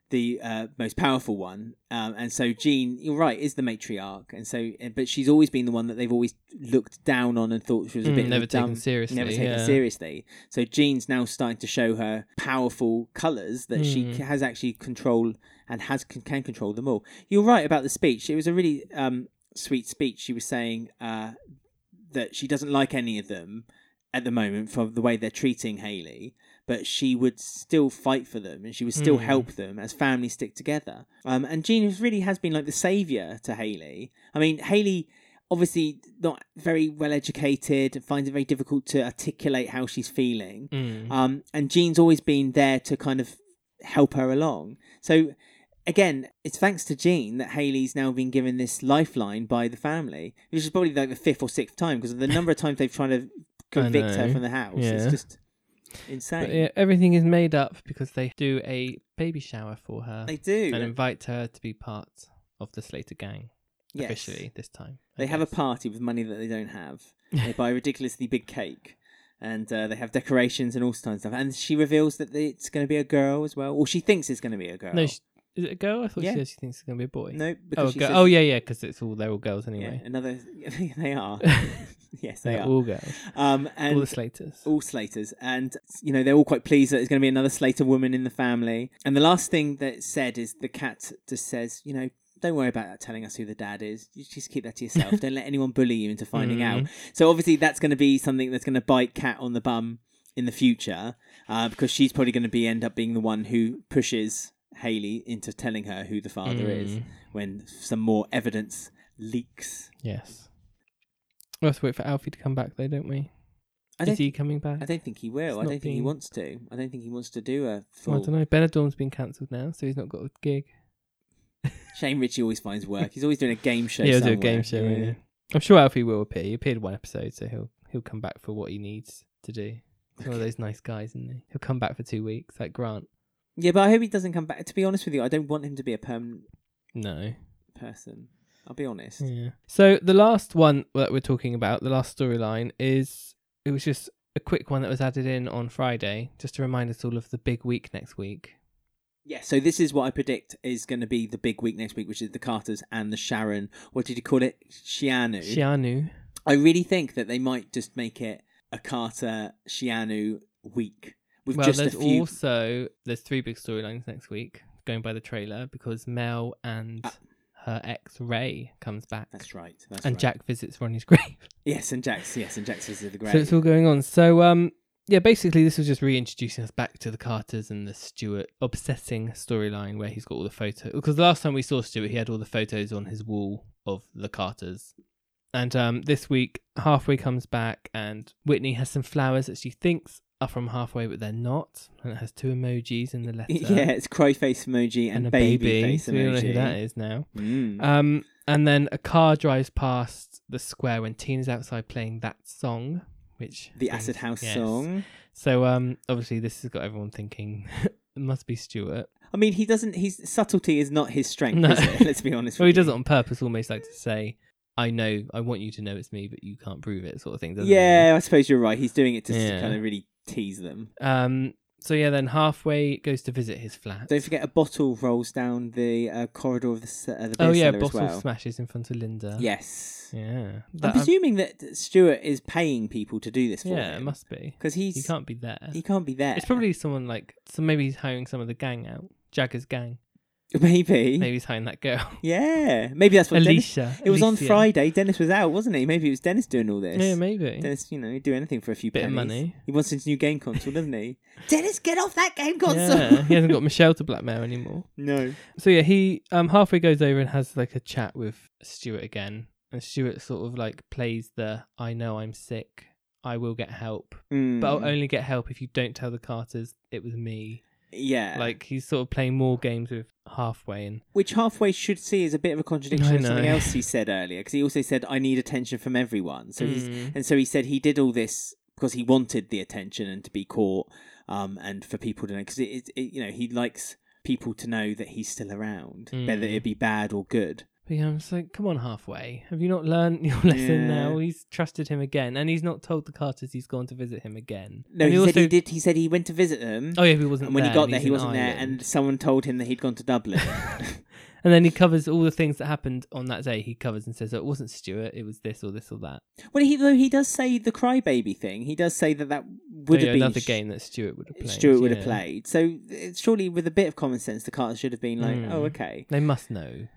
[SPEAKER 2] the uh, most powerful one. Um, and so Jean, you're right, is the matriarch. And so, eh, but she's always been the one that they've always looked down on and thought she was a
[SPEAKER 1] Mm,
[SPEAKER 2] bit of a
[SPEAKER 1] never taken
[SPEAKER 2] dumb-
[SPEAKER 1] seriously,
[SPEAKER 2] never taken
[SPEAKER 1] yeah.
[SPEAKER 2] seriously. So Jean's now starting to show her powerful colours that she
[SPEAKER 1] Mm.
[SPEAKER 2] c- has actually control and has can, can control them all. You're right about the speech. It was a really um, sweet speech. She was saying uh, that she doesn't like any of them at the moment for the way they're treating Haley, but she would still fight for them and she would still
[SPEAKER 1] Mm.
[SPEAKER 2] help them as families stick together. Um, and Jean has- really has been like the savior to Haley. I mean, Haley obviously not very well educated and finds it very difficult to articulate how she's feeling.
[SPEAKER 1] Mm.
[SPEAKER 2] Um, and Jean's always been there to kind of help her along. So again, it's thanks to Jean that Haley's now been given this lifeline by the family, which is probably like the fifth or sixth time because of the number of times they've tried to convict her
[SPEAKER 1] know.
[SPEAKER 2] from the house.
[SPEAKER 1] Yeah.
[SPEAKER 2] It's just
[SPEAKER 1] But
[SPEAKER 2] insane.
[SPEAKER 1] yeah, everything is made up because they do a baby shower for her
[SPEAKER 2] They do.
[SPEAKER 1] and invite her to be part of the Slater gang
[SPEAKER 2] Yes.
[SPEAKER 1] officially this time. I
[SPEAKER 2] They have a
[SPEAKER 1] guess.
[SPEAKER 2] party with money that they don't have.
[SPEAKER 1] [LAUGHS]
[SPEAKER 2] They buy a ridiculously big cake. And uh, they have decorations and all kinds of stuff. And she reveals that it's going to be a girl as well. Or she thinks it's going to be a girl.
[SPEAKER 1] No, she, is it a girl? I thought
[SPEAKER 2] Yeah.
[SPEAKER 1] she said she thinks it's gonna be a boy.
[SPEAKER 2] no because
[SPEAKER 1] oh, a
[SPEAKER 2] she
[SPEAKER 1] girl.
[SPEAKER 2] says-
[SPEAKER 1] oh yeah, yeah, because it's all they're all girls
[SPEAKER 2] Yeah,
[SPEAKER 1] anyway.
[SPEAKER 2] another. [LAUGHS]
[SPEAKER 1] [LAUGHS]
[SPEAKER 2] they are. yes, they
[SPEAKER 1] They're
[SPEAKER 2] are.
[SPEAKER 1] all girls,
[SPEAKER 2] Um, and
[SPEAKER 1] all the Slaters.
[SPEAKER 2] all Slaters, and you know they're all quite pleased that there's going to be another Slater woman in the family. And the last thing that's said is the cat just says, you know, don't worry about telling us who the dad is. You just keep that to
[SPEAKER 1] [LAUGHS]
[SPEAKER 2] yourself. don't let anyone bully you into finding out.
[SPEAKER 1] Mm-hmm.
[SPEAKER 2] So obviously that's going to be something that's going to bite Cat on the bum in the future, uh, because she's probably going to be end up being the one who pushes Haley into telling her who the father is
[SPEAKER 1] Mm.
[SPEAKER 2] when some more evidence leaks.
[SPEAKER 1] Yes. We have to wait for Alfie to come back, though, don't we?
[SPEAKER 2] I
[SPEAKER 1] is
[SPEAKER 2] don't,
[SPEAKER 1] he coming back?
[SPEAKER 2] I don't think he
[SPEAKER 1] It's
[SPEAKER 2] will.
[SPEAKER 1] not
[SPEAKER 2] I don't think he
[SPEAKER 1] being-
[SPEAKER 2] wants to. I don't think he wants to do a
[SPEAKER 1] Well,
[SPEAKER 2] full.
[SPEAKER 1] I don't know. Benidorm's been cancelled now, so he's not got a gig.
[SPEAKER 2] Shane Ritchie always finds work. He's always doing
[SPEAKER 1] [LAUGHS]
[SPEAKER 2] a game show.
[SPEAKER 1] yeah, he'll do
[SPEAKER 2] somewhere.
[SPEAKER 1] a game show. yeah. I'm sure Alfie will appear. He appeared one episode, so he'll he'll come back for what he needs to do. He's one of those nice guys, isn't he? He'll come back for two weeks, like Grant.
[SPEAKER 2] Yeah, but I hope he doesn't come back. To be honest with you, I don't want him to be a permanent
[SPEAKER 1] No.
[SPEAKER 2] person. I'll be honest.
[SPEAKER 1] Yeah. So the last one that we're talking about, the last storyline, is it was just a quick one that was added in on Friday, just to remind us all of the big week next week.
[SPEAKER 2] Yeah. So this is what I predict is going to be the big week next week, which is the Carters and the Sharon. What did you call it? Shianu.
[SPEAKER 1] Shianu.
[SPEAKER 2] I really think that they might just make it a Carter Shianu week with
[SPEAKER 1] Well,
[SPEAKER 2] just a
[SPEAKER 1] there's
[SPEAKER 2] few.
[SPEAKER 1] also there's three big storylines next week, going by the trailer, because Mel and
[SPEAKER 2] Ah.
[SPEAKER 1] her ex Ray comes back.
[SPEAKER 2] That's right. That's
[SPEAKER 1] and
[SPEAKER 2] right.
[SPEAKER 1] Jack visits Ronnie's [LAUGHS] grave.
[SPEAKER 2] Yes, and Jack's. Yes, and Jack's is the great.
[SPEAKER 1] So it's all going on. So um yeah, basically this was just reintroducing us back to the Carters and the Stuart obsessing storyline where he's got all the photos. Because the last time we saw Stuart, he had all the photos on his wall of the Carters. And um this week Halfway comes back and Whitney has some flowers that she thinks are from Halfway but they're not and it has two emojis in the letter.
[SPEAKER 2] [LAUGHS] yeah, it's cry face emoji and, baby, face
[SPEAKER 1] so
[SPEAKER 2] emoji.
[SPEAKER 1] we don't know who that is now.
[SPEAKER 2] Mm.
[SPEAKER 1] Um, and then a car drives past the square when Tina's outside playing that song, which
[SPEAKER 2] the
[SPEAKER 1] brings-
[SPEAKER 2] Acid House
[SPEAKER 1] yes.
[SPEAKER 2] song.
[SPEAKER 1] So um, obviously this has got everyone thinking [LAUGHS] it must be Stuart.
[SPEAKER 2] I mean, he doesn't. His subtlety is not his strength.
[SPEAKER 1] No.
[SPEAKER 2] Is it? [LAUGHS] Let's be honest.
[SPEAKER 1] Well, he
[SPEAKER 2] with you.
[SPEAKER 1] does it on purpose, almost like to say, "I know, I want you to know it's me, but you can't prove it," sort of thing. Doesn't he?
[SPEAKER 2] Yeah, I suppose you're right. He's doing it to
[SPEAKER 1] Yeah.
[SPEAKER 2] kind of really tease them.
[SPEAKER 1] Um. So yeah, then halfway it goes to visit his flat.
[SPEAKER 2] Don't forget, a bottle rolls down the uh, corridor of the, ce- uh, the beer
[SPEAKER 1] oh yeah,
[SPEAKER 2] cellar as
[SPEAKER 1] bottle
[SPEAKER 2] well.
[SPEAKER 1] smashes in front of Linda.
[SPEAKER 2] Yes.
[SPEAKER 1] Yeah.
[SPEAKER 2] I'm
[SPEAKER 1] That- um,
[SPEAKER 2] presuming that Stuart is paying people to do this for
[SPEAKER 1] yeah, it
[SPEAKER 2] him.
[SPEAKER 1] must be.
[SPEAKER 2] Because he's
[SPEAKER 1] He can't be there.
[SPEAKER 2] he can't be there.
[SPEAKER 1] It's probably someone like so maybe he's hiring some of the gang out. Jagger's gang.
[SPEAKER 2] [LAUGHS] maybe.
[SPEAKER 1] Maybe he's hiring that
[SPEAKER 2] [LAUGHS]
[SPEAKER 1] girl.
[SPEAKER 2] Yeah, maybe that's what Dennis.
[SPEAKER 1] Alicia.
[SPEAKER 2] It was on
[SPEAKER 1] Alicia.
[SPEAKER 2] Friday. Dennis was out, wasn't he? Maybe it was Dennis doing all this.
[SPEAKER 1] Yeah, maybe.
[SPEAKER 2] Dennis, you know, he'd do anything for a few
[SPEAKER 1] Bit of
[SPEAKER 2] pennies.
[SPEAKER 1] money.
[SPEAKER 2] He wants his new game console,
[SPEAKER 1] [LAUGHS]
[SPEAKER 2] doesn't he?
[SPEAKER 3] Dennis, get off that game console.
[SPEAKER 1] Yeah, he hasn't got Michelle to blackmail anymore.
[SPEAKER 2] [LAUGHS] No.
[SPEAKER 1] So yeah, he um halfway goes over and has like a chat with Stuart again, and Stuart sort of like plays the "I know I'm sick, I will get help,
[SPEAKER 2] Mm.
[SPEAKER 1] but uh, I'll only get help if you don't tell the Carters it was me."
[SPEAKER 2] yeah,
[SPEAKER 1] Like he's sort of playing more games with halfway, and
[SPEAKER 2] which halfway should see is a bit of a contradiction
[SPEAKER 1] I
[SPEAKER 2] of something
[SPEAKER 1] know.
[SPEAKER 2] else he said earlier, because he also said, "I need attention from everyone." So he's
[SPEAKER 1] Hmm.
[SPEAKER 2] and so he said he did all this because he wanted the attention and to be caught, um, and for people to know because it, it, it, you know, he likes people to know that he's still around, whether
[SPEAKER 1] Mm.
[SPEAKER 2] it be bad or good.
[SPEAKER 1] But yeah, I'm just like, come on, halfway. Have you not learned [LAUGHS] your lesson
[SPEAKER 2] Yeah.
[SPEAKER 1] now? He's trusted him again, and he's not told the Carters he's gone to visit him again.
[SPEAKER 2] No,
[SPEAKER 1] and
[SPEAKER 2] he, said he did. He said he went to visit them.
[SPEAKER 1] Oh yeah, he wasn't.
[SPEAKER 2] And when
[SPEAKER 1] there,
[SPEAKER 2] he got there,
[SPEAKER 1] he's
[SPEAKER 2] he
[SPEAKER 1] in
[SPEAKER 2] wasn't there,
[SPEAKER 1] Ireland.
[SPEAKER 2] and someone told him that he'd gone
[SPEAKER 1] [LAUGHS]
[SPEAKER 2] to Dublin.
[SPEAKER 1] And then he covers all the things that happened on that day. He covers and says, oh, it wasn't Stuart, it was this or this or that.
[SPEAKER 2] well, he though he does say the crybaby thing. He does say that that would
[SPEAKER 1] So, yeah,
[SPEAKER 2] have been
[SPEAKER 1] another
[SPEAKER 2] sh-
[SPEAKER 1] game that Stuart would have played.
[SPEAKER 2] Stuart would have
[SPEAKER 1] yeah.
[SPEAKER 2] played. So uh, surely, with a bit of common sense, the Carters should have been like,
[SPEAKER 1] Mm.
[SPEAKER 2] "Oh, okay,
[SPEAKER 1] They must know.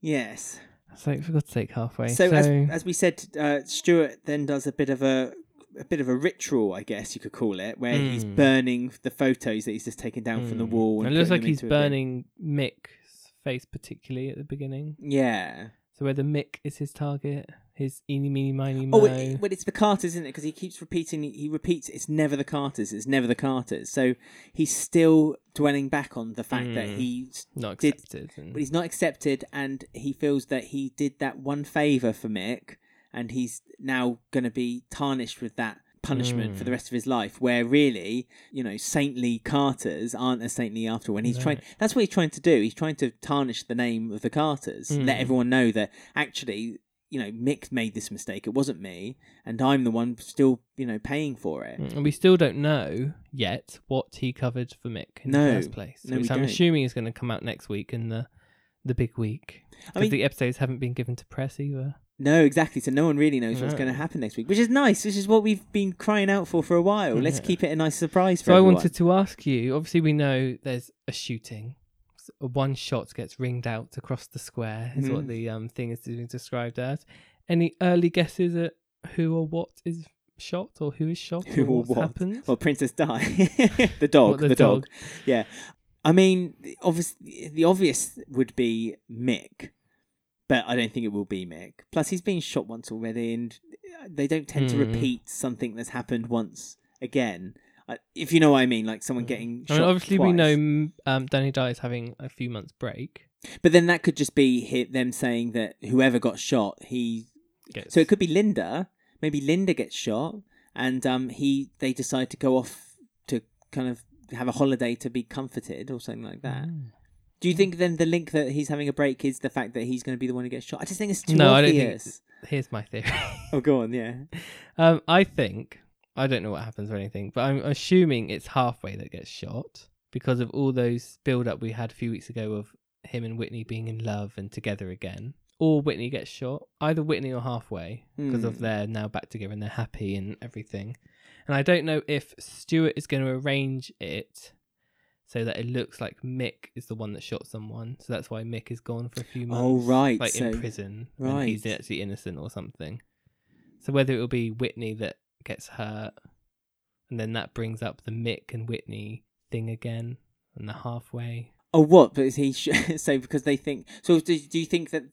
[SPEAKER 2] yes."
[SPEAKER 1] It's like, for God's sake, halfway.
[SPEAKER 2] So, as, as we said, uh, Stuart then does a bit of a a bit of a ritual, I guess you could call it, where he's
[SPEAKER 1] Mm.
[SPEAKER 2] burning the photos that he's just taken down from the
[SPEAKER 1] Mm.
[SPEAKER 2] wall.
[SPEAKER 1] And
[SPEAKER 2] And
[SPEAKER 1] it looks
[SPEAKER 2] putting
[SPEAKER 1] like
[SPEAKER 2] them
[SPEAKER 1] he's
[SPEAKER 2] into a bin.
[SPEAKER 1] burning Mick's face, particularly at the beginning.
[SPEAKER 2] Yeah.
[SPEAKER 1] So whether Mick is his target, his eeny, meeny, miny, mo.
[SPEAKER 2] Oh, it, well, it's the Carters, isn't it? Because he keeps repeating, he repeats, it's never the Carters, it's never the Carters. So he's still dwelling back on the fact that
[SPEAKER 1] Mm.
[SPEAKER 2] he,
[SPEAKER 1] not
[SPEAKER 2] did-
[SPEAKER 1] accepted. and-
[SPEAKER 2] but he's not accepted, and he feels that he did that one favour for Mick, and he's now going to be tarnished with that punishment for
[SPEAKER 1] Mm.
[SPEAKER 2] the rest of his life. Where really, you know, saintly Carters aren't as saintly after. When he's
[SPEAKER 1] No.
[SPEAKER 2] trying, that's what he's trying to do. He's trying to tarnish the name of the Carters, let
[SPEAKER 1] Mm.
[SPEAKER 2] everyone know that actually. You know, Mick made this mistake. It wasn't me, and I'm the one still, you know, paying for it.
[SPEAKER 1] And we still don't know yet what he covered for Mick in
[SPEAKER 2] No.
[SPEAKER 1] the first place,
[SPEAKER 2] No,
[SPEAKER 1] which
[SPEAKER 2] we
[SPEAKER 1] I'm
[SPEAKER 2] don't.
[SPEAKER 1] assuming is going to come out next week in the the big week.
[SPEAKER 2] I
[SPEAKER 1] I
[SPEAKER 2] mean-
[SPEAKER 1] the episodes haven't been given to press either.
[SPEAKER 2] No, exactly. So no one really knows what's
[SPEAKER 1] No.
[SPEAKER 2] going to happen next week, which is nice. This is what we've been crying out for for a while. Let's
[SPEAKER 1] Yeah.
[SPEAKER 2] keep it a nice surprise for
[SPEAKER 1] So I
[SPEAKER 2] everyone.
[SPEAKER 1] wanted to ask you. Obviously, we know there's a shooting. S- a One shot gets ringed out across the square. Is what
[SPEAKER 2] Mhm.
[SPEAKER 1] the um, thing is being described as. Any early guesses at who or what is shot or who is
[SPEAKER 2] [LAUGHS]
[SPEAKER 1] shot
[SPEAKER 2] Who
[SPEAKER 1] or
[SPEAKER 2] or
[SPEAKER 1] what's
[SPEAKER 2] what?
[SPEAKER 1] happened?
[SPEAKER 2] Well, Princess Di, [LAUGHS] the dog,
[SPEAKER 1] What,
[SPEAKER 2] the, dog. Yeah, I mean, the obvious. The obvious would be Mick, but I don't think it will be Mick. Plus, he's been shot once already, and they don't tend to
[SPEAKER 1] Mm.
[SPEAKER 2] repeat something that's happened once again. I- If you know what I mean, like someone
[SPEAKER 1] Hmm.
[SPEAKER 2] getting.
[SPEAKER 1] I
[SPEAKER 2] Shot
[SPEAKER 1] mean, obviously, we
[SPEAKER 2] twice.
[SPEAKER 1] know mm, um, Danny Dye is having a few months break.
[SPEAKER 2] But then that could just be hi- them saying that whoever got shot, he. So it could be Linda. Maybe Linda gets shot, and um, he they decide to go off to kind of have a holiday to be comforted or something like that.
[SPEAKER 1] Mm.
[SPEAKER 2] Do you think then the link that he's having a break is the fact that he's going to be the one who gets shot? I just think it's too
[SPEAKER 1] No, I don't think
[SPEAKER 2] obvious.
[SPEAKER 1] Here's my theory. [LAUGHS]
[SPEAKER 2] Oh, go on, yeah.
[SPEAKER 1] Um, I think I don't know what happens or anything, but I'm assuming it's halfway that gets shot because of all those build up we had a few weeks ago of him and Whitney being in love and together again. Or Whitney gets shot, either Whitney or halfway, because
[SPEAKER 2] Hmm.
[SPEAKER 1] of their now back together and they're happy and everything. And I don't know if Stuart is going to arrange it so that it looks like Mick is the one that shot someone. So that's why Mick is gone for a few months
[SPEAKER 2] Oh, right.
[SPEAKER 1] like
[SPEAKER 2] so
[SPEAKER 1] in prison and he's
[SPEAKER 2] right.
[SPEAKER 1] actually innocent or something. So whether it'll be Whitney that gets hurt, and then that brings up the Mick and Whitney thing again, and the halfway.
[SPEAKER 2] Oh, what? But is he sh- [LAUGHS] so because they think. So do, do you think that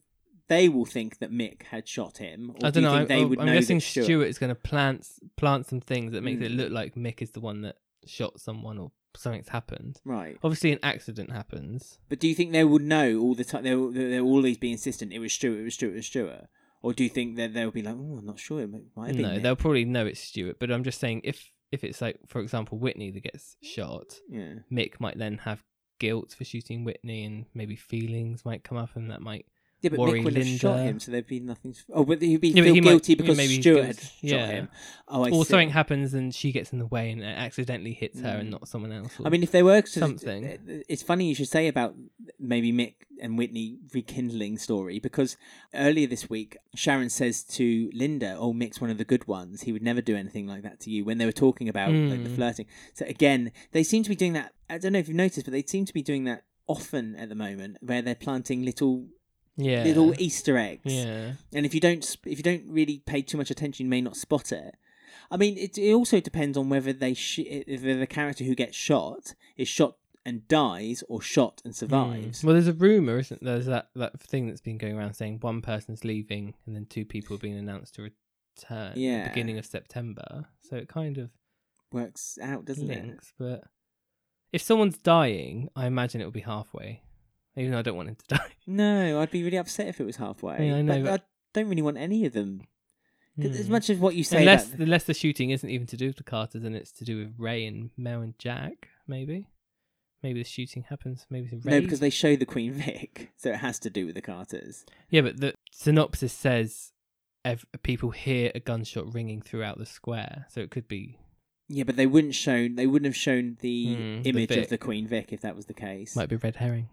[SPEAKER 2] they will think that Mick had shot him? Or
[SPEAKER 1] I
[SPEAKER 2] do
[SPEAKER 1] don't
[SPEAKER 2] you
[SPEAKER 1] know.
[SPEAKER 2] Think they
[SPEAKER 1] I'm,
[SPEAKER 2] would
[SPEAKER 1] I'm
[SPEAKER 2] know
[SPEAKER 1] guessing
[SPEAKER 2] that Stuart.
[SPEAKER 1] Stuart is going to plant plant some things that makes it
[SPEAKER 2] Hmm.
[SPEAKER 1] look like Mick is the one that shot someone or something's happened.
[SPEAKER 2] Right.
[SPEAKER 1] Obviously, an accident happens.
[SPEAKER 2] But do you think they would know all the time? They'll, they'll always be insistent. It was Stuart. It was Stuart. It was Stuart. Or do you think that they'll be like, oh, I'm not sure. It might have been.
[SPEAKER 1] No,
[SPEAKER 2] Mick."
[SPEAKER 1] they'll probably know it's Stuart. But I'm just saying, if if it's like, for example, Whitney that gets shot,
[SPEAKER 2] Yeah.
[SPEAKER 1] Mick might then have guilt for shooting Whitney and maybe feelings might come up and that might
[SPEAKER 2] Yeah, but
[SPEAKER 1] Worry
[SPEAKER 2] Mick would have shot
[SPEAKER 1] Linda.
[SPEAKER 2] him, so there'd be nothing. Oh, but he'd be
[SPEAKER 1] Yeah, but
[SPEAKER 2] feel
[SPEAKER 1] he might-
[SPEAKER 2] guilty
[SPEAKER 1] he
[SPEAKER 2] because
[SPEAKER 1] may be
[SPEAKER 2] Stuart had
[SPEAKER 1] guilty.
[SPEAKER 2] shot
[SPEAKER 1] Yeah.
[SPEAKER 2] him. Oh, I
[SPEAKER 1] or
[SPEAKER 2] see.
[SPEAKER 1] something happens and she gets in the way and it accidentally hits her and not someone else. or-
[SPEAKER 2] Mm. I mean, if they were to-
[SPEAKER 1] Something.
[SPEAKER 2] it's funny you should say about maybe Mick and Whitney rekindling story because earlier this week Sharon says to Linda, "Oh, Mick's one of the good ones. He would never do anything like that to you." When they were talking about like, the
[SPEAKER 1] Mm.
[SPEAKER 2] flirting, so again, they seem to be doing that. I don't know if you've noticed, but they seem to be doing that often at the moment, where they're planting little
[SPEAKER 1] yeah,
[SPEAKER 2] little Easter eggs
[SPEAKER 1] yeah,
[SPEAKER 2] and if you don't sp- if you don't really pay too much attention you may not spot it i mean it, it also depends on whether they sh- if the character who gets shot is shot and dies or shot and survives
[SPEAKER 1] Mm. Well, there's a rumor, isn't there? There's that that thing that's been going around saying one person's leaving and then two people are being announced to return. at the
[SPEAKER 2] Yeah.
[SPEAKER 1] beginning of September. So it kind of
[SPEAKER 2] works out doesn't
[SPEAKER 1] links, but if someone's dying, I imagine it'll be halfway. Even though I don't want him to [LAUGHS] die.
[SPEAKER 2] it no i'd be really upset if it was halfway
[SPEAKER 1] Yeah, I know,
[SPEAKER 2] but
[SPEAKER 1] but-
[SPEAKER 2] i don't really want any of them 'Cause as
[SPEAKER 1] Mm.
[SPEAKER 2] much as what you say
[SPEAKER 1] unless
[SPEAKER 2] about-
[SPEAKER 1] unless the shooting isn't even to do with the Carters and it's to do with Ray and Mel and Jack, maybe. Maybe the shooting happens. Maybe it's Ray.
[SPEAKER 2] no because they show the queen vic [LAUGHS] so it has to do with the carters
[SPEAKER 1] Yeah, but the synopsis says ev- people hear a gunshot ringing throughout the square, so it could be
[SPEAKER 2] yeah but they wouldn't show they wouldn't have shown the
[SPEAKER 1] Mm, the
[SPEAKER 2] image
[SPEAKER 1] Vic.
[SPEAKER 2] of the queen vic if that was the case
[SPEAKER 1] might be red herring.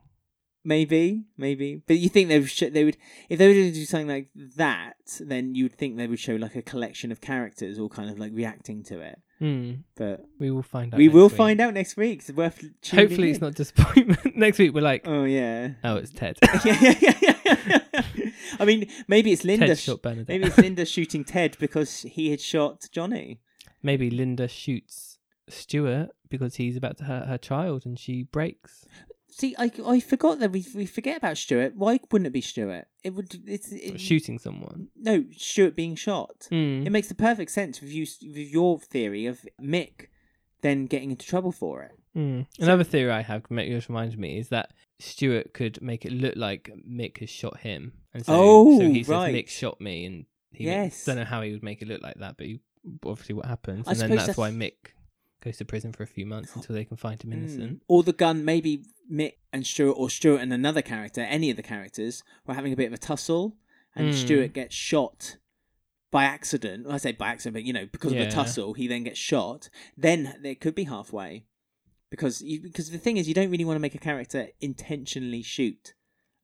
[SPEAKER 2] Maybe, maybe. But you think they would, sh- they would if they were to do something like that, then you'd think they would show like a collection of characters all kind of like reacting to it.
[SPEAKER 1] Hmm.
[SPEAKER 2] But
[SPEAKER 1] We will find out.
[SPEAKER 2] we
[SPEAKER 1] next
[SPEAKER 2] will
[SPEAKER 1] week.
[SPEAKER 2] find out next week. It's worth tuning
[SPEAKER 1] Hopefully, it's
[SPEAKER 2] in.
[SPEAKER 1] not disappointment. [LAUGHS] next week, we're like,
[SPEAKER 2] Oh yeah. [LAUGHS]
[SPEAKER 1] oh, it's Ted. [LAUGHS]
[SPEAKER 2] yeah, yeah, yeah, yeah. I mean, maybe it's Linda.
[SPEAKER 1] Ted
[SPEAKER 2] sh-
[SPEAKER 1] shot Bernadette.
[SPEAKER 2] maybe
[SPEAKER 1] [LAUGHS] Maybe,
[SPEAKER 2] it's Linda shooting Ted because he had shot Johnny.
[SPEAKER 1] Linda shoots Stuart because he's about to hurt her child, and she breaks.
[SPEAKER 2] See, I, I forgot that we we forget about Stuart. Why wouldn't it be Stuart? It would. It's it,
[SPEAKER 1] Shooting someone.
[SPEAKER 2] no Stuart being shot.
[SPEAKER 1] Hmm.
[SPEAKER 2] It makes the perfect sense with you with your theory of Mick then getting into trouble for it.
[SPEAKER 1] Mm. Another theory I have, Mick just reminded me, is that Stuart could make it look like Mick has shot him, and so, so
[SPEAKER 2] Oh,
[SPEAKER 1] he says
[SPEAKER 2] right.
[SPEAKER 1] Mick shot me, and he
[SPEAKER 2] Yes.
[SPEAKER 1] don't know how he would make it look like that, but he, obviously what happens,
[SPEAKER 2] I
[SPEAKER 1] and then
[SPEAKER 2] suppose
[SPEAKER 1] that's,
[SPEAKER 2] that's-
[SPEAKER 1] why Mick goes to prison for a few months until they can find him innocent.
[SPEAKER 2] Mm. Or the gun, maybe Mick and Stuart, or Stuart and another character, any of the characters, were having a bit of a tussle, and
[SPEAKER 1] Mm.
[SPEAKER 2] Stuart gets shot by accident. Well, I say by accident, but you know, because of
[SPEAKER 1] Yeah.
[SPEAKER 2] the tussle, he then gets shot. Then it could be halfway, because you, because the thing is, you don't really want to make a character intentionally shoot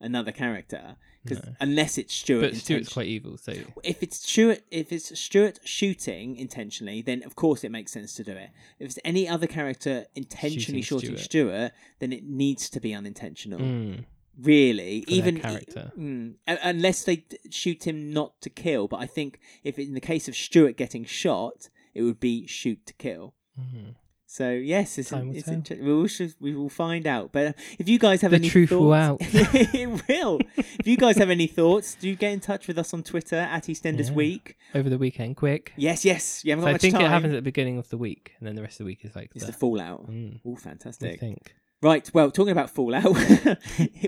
[SPEAKER 2] another character, 'cause-
[SPEAKER 1] No.
[SPEAKER 2] unless it's Stuart.
[SPEAKER 1] But Stuart's
[SPEAKER 2] intention-
[SPEAKER 1] quite evil, so
[SPEAKER 2] if it's Stuart, if it's Stuart shooting intentionally, then of course it makes sense to do it. If it's any other character intentionally
[SPEAKER 1] Shooting
[SPEAKER 2] shooting, Stuart. then it needs to be unintentional.
[SPEAKER 1] Mm.
[SPEAKER 2] Really,
[SPEAKER 1] their
[SPEAKER 2] even
[SPEAKER 1] character.
[SPEAKER 2] Mm. Un- unless they d- shoot him not to kill. But I think if in the case of Stuart getting shot, it would be shoot to kill.
[SPEAKER 1] Mhm.
[SPEAKER 2] So yes, it's,
[SPEAKER 1] Time will
[SPEAKER 2] it's
[SPEAKER 1] tell.
[SPEAKER 2] interesting. We will, sh- we will find out. But uh, if you guys have
[SPEAKER 1] The
[SPEAKER 2] any
[SPEAKER 1] truth will
[SPEAKER 2] thoughts, [LAUGHS] it will. if you guys have any thoughts, do get in touch with us on Twitter at EastEnders
[SPEAKER 1] Yeah.
[SPEAKER 2] Week.
[SPEAKER 1] over the weekend, quick.
[SPEAKER 2] Yes, yes. You haven't
[SPEAKER 1] So
[SPEAKER 2] got
[SPEAKER 1] I
[SPEAKER 2] much
[SPEAKER 1] think
[SPEAKER 2] time.
[SPEAKER 1] it happens at the beginning of the week, and then the rest of the week is like
[SPEAKER 2] It's
[SPEAKER 1] the,
[SPEAKER 2] the fallout.
[SPEAKER 1] Mm.
[SPEAKER 2] Oh,
[SPEAKER 1] I
[SPEAKER 2] fantastic.
[SPEAKER 1] think.
[SPEAKER 2] Right, well, talking about Fallout, [LAUGHS]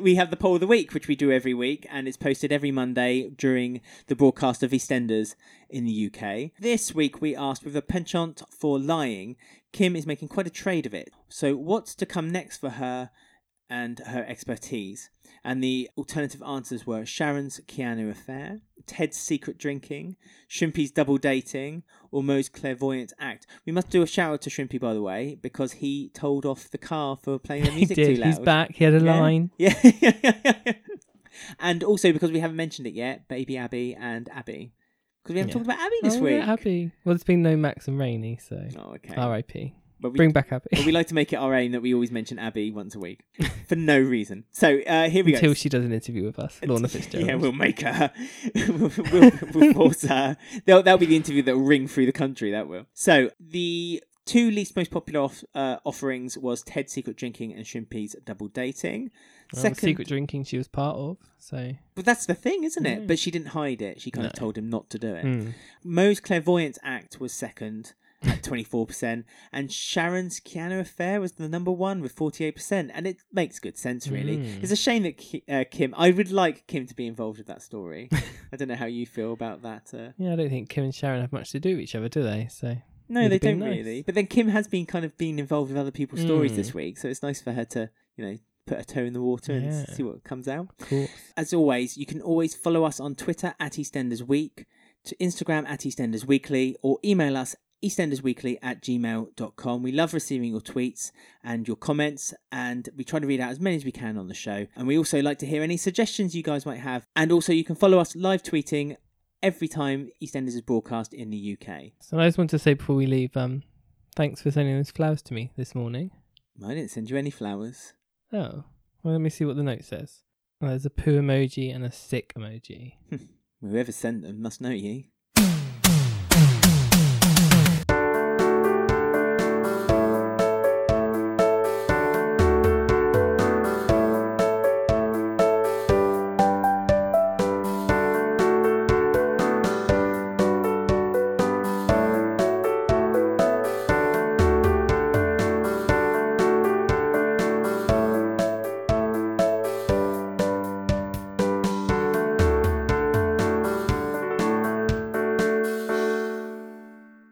[SPEAKER 2] we have the poll of the week, which we do every week, and it's posted every Monday during the broadcast of EastEnders in the UK. This week, we asked with a penchant for lying, Kim is making quite a trade of it. So, what's to come next for her and her expertise? And the alternative answers were Sharon's Keanu affair, Ted's secret drinking, Shrimpy's double dating, or Mo's clairvoyant act. We must do a shout out to Shrimpy, by the way, because he told off the car for playing the
[SPEAKER 1] [LAUGHS] He
[SPEAKER 2] music
[SPEAKER 1] did.
[SPEAKER 2] too loud.
[SPEAKER 1] He's back. He had a
[SPEAKER 2] Yeah.
[SPEAKER 1] line.
[SPEAKER 2] [LAUGHS] Yeah. and also because we haven't mentioned it yet, Baby Abby and Abby. Because we haven't
[SPEAKER 1] Yeah.
[SPEAKER 2] talked about Abby this
[SPEAKER 1] oh,
[SPEAKER 2] week.
[SPEAKER 1] yeah, Abby. Well, it's been no Max and Rainy, so
[SPEAKER 2] Oh, okay.
[SPEAKER 1] R.I.P.
[SPEAKER 2] But we
[SPEAKER 1] Bring back Abby.
[SPEAKER 2] But we like to make it our aim that we always mention Abby once
[SPEAKER 1] [LAUGHS]
[SPEAKER 2] a week for no reason. So uh, here we
[SPEAKER 1] until
[SPEAKER 2] go.
[SPEAKER 1] she does an interview with
[SPEAKER 2] [LAUGHS]
[SPEAKER 1] us, Lorna Fitzgerald.
[SPEAKER 2] Yeah, we'll make her. [LAUGHS] we'll, we'll, we'll force her. That'll, that'll be the interview that will ring through the country. That will. So the two least most popular off, uh, offerings was Ted's secret drinking and Shrimpy's double dating.
[SPEAKER 1] Well, secret drinking she was part of. So
[SPEAKER 2] but that's the thing, isn't it? But she didn't hide it. She kind of
[SPEAKER 1] No.
[SPEAKER 2] told him not to do it.
[SPEAKER 1] Mm.
[SPEAKER 2] Mo's clairvoyance act was second at 24%, and Sharon's Keanu affair was the number one with 48%. And it makes good sense, really.
[SPEAKER 1] Mm.
[SPEAKER 2] It's a shame that Ki- uh, Kim, I would like Kim to be involved with
[SPEAKER 1] [LAUGHS]
[SPEAKER 2] that story. I don't know how you feel about that. Uh,
[SPEAKER 1] yeah, I don't think Kim and Sharon have much to do with each other, do they? So
[SPEAKER 2] no,
[SPEAKER 1] Would
[SPEAKER 2] they
[SPEAKER 1] have been
[SPEAKER 2] don't
[SPEAKER 1] nice. Mm.
[SPEAKER 2] really. But then Kim has been kind of being involved with other people's stories this week, so it's nice for her to, you know, put a toe in the water and
[SPEAKER 1] Yeah.
[SPEAKER 2] s- see what comes out.
[SPEAKER 1] Of course.
[SPEAKER 2] As always, you can always follow us on Twitter at EastEnders Week, to Instagram at EastEnders Weekly, or email us eastendersweekly at gmail.com. We love receiving your tweets and your comments, and we try to read out as many as we can on the show. And we also like to hear any suggestions you guys might have. And also, you can follow us live tweeting every time EastEnders is broadcast in the UK.
[SPEAKER 1] So I just want to say before we leave, um, thanks for sending those flowers to me this morning.
[SPEAKER 2] I didn't send you any flowers.
[SPEAKER 1] Oh, well, let me see what the note says. Oh, there's a poo emoji and a sick emoji.
[SPEAKER 2] Whoever sent them must know you.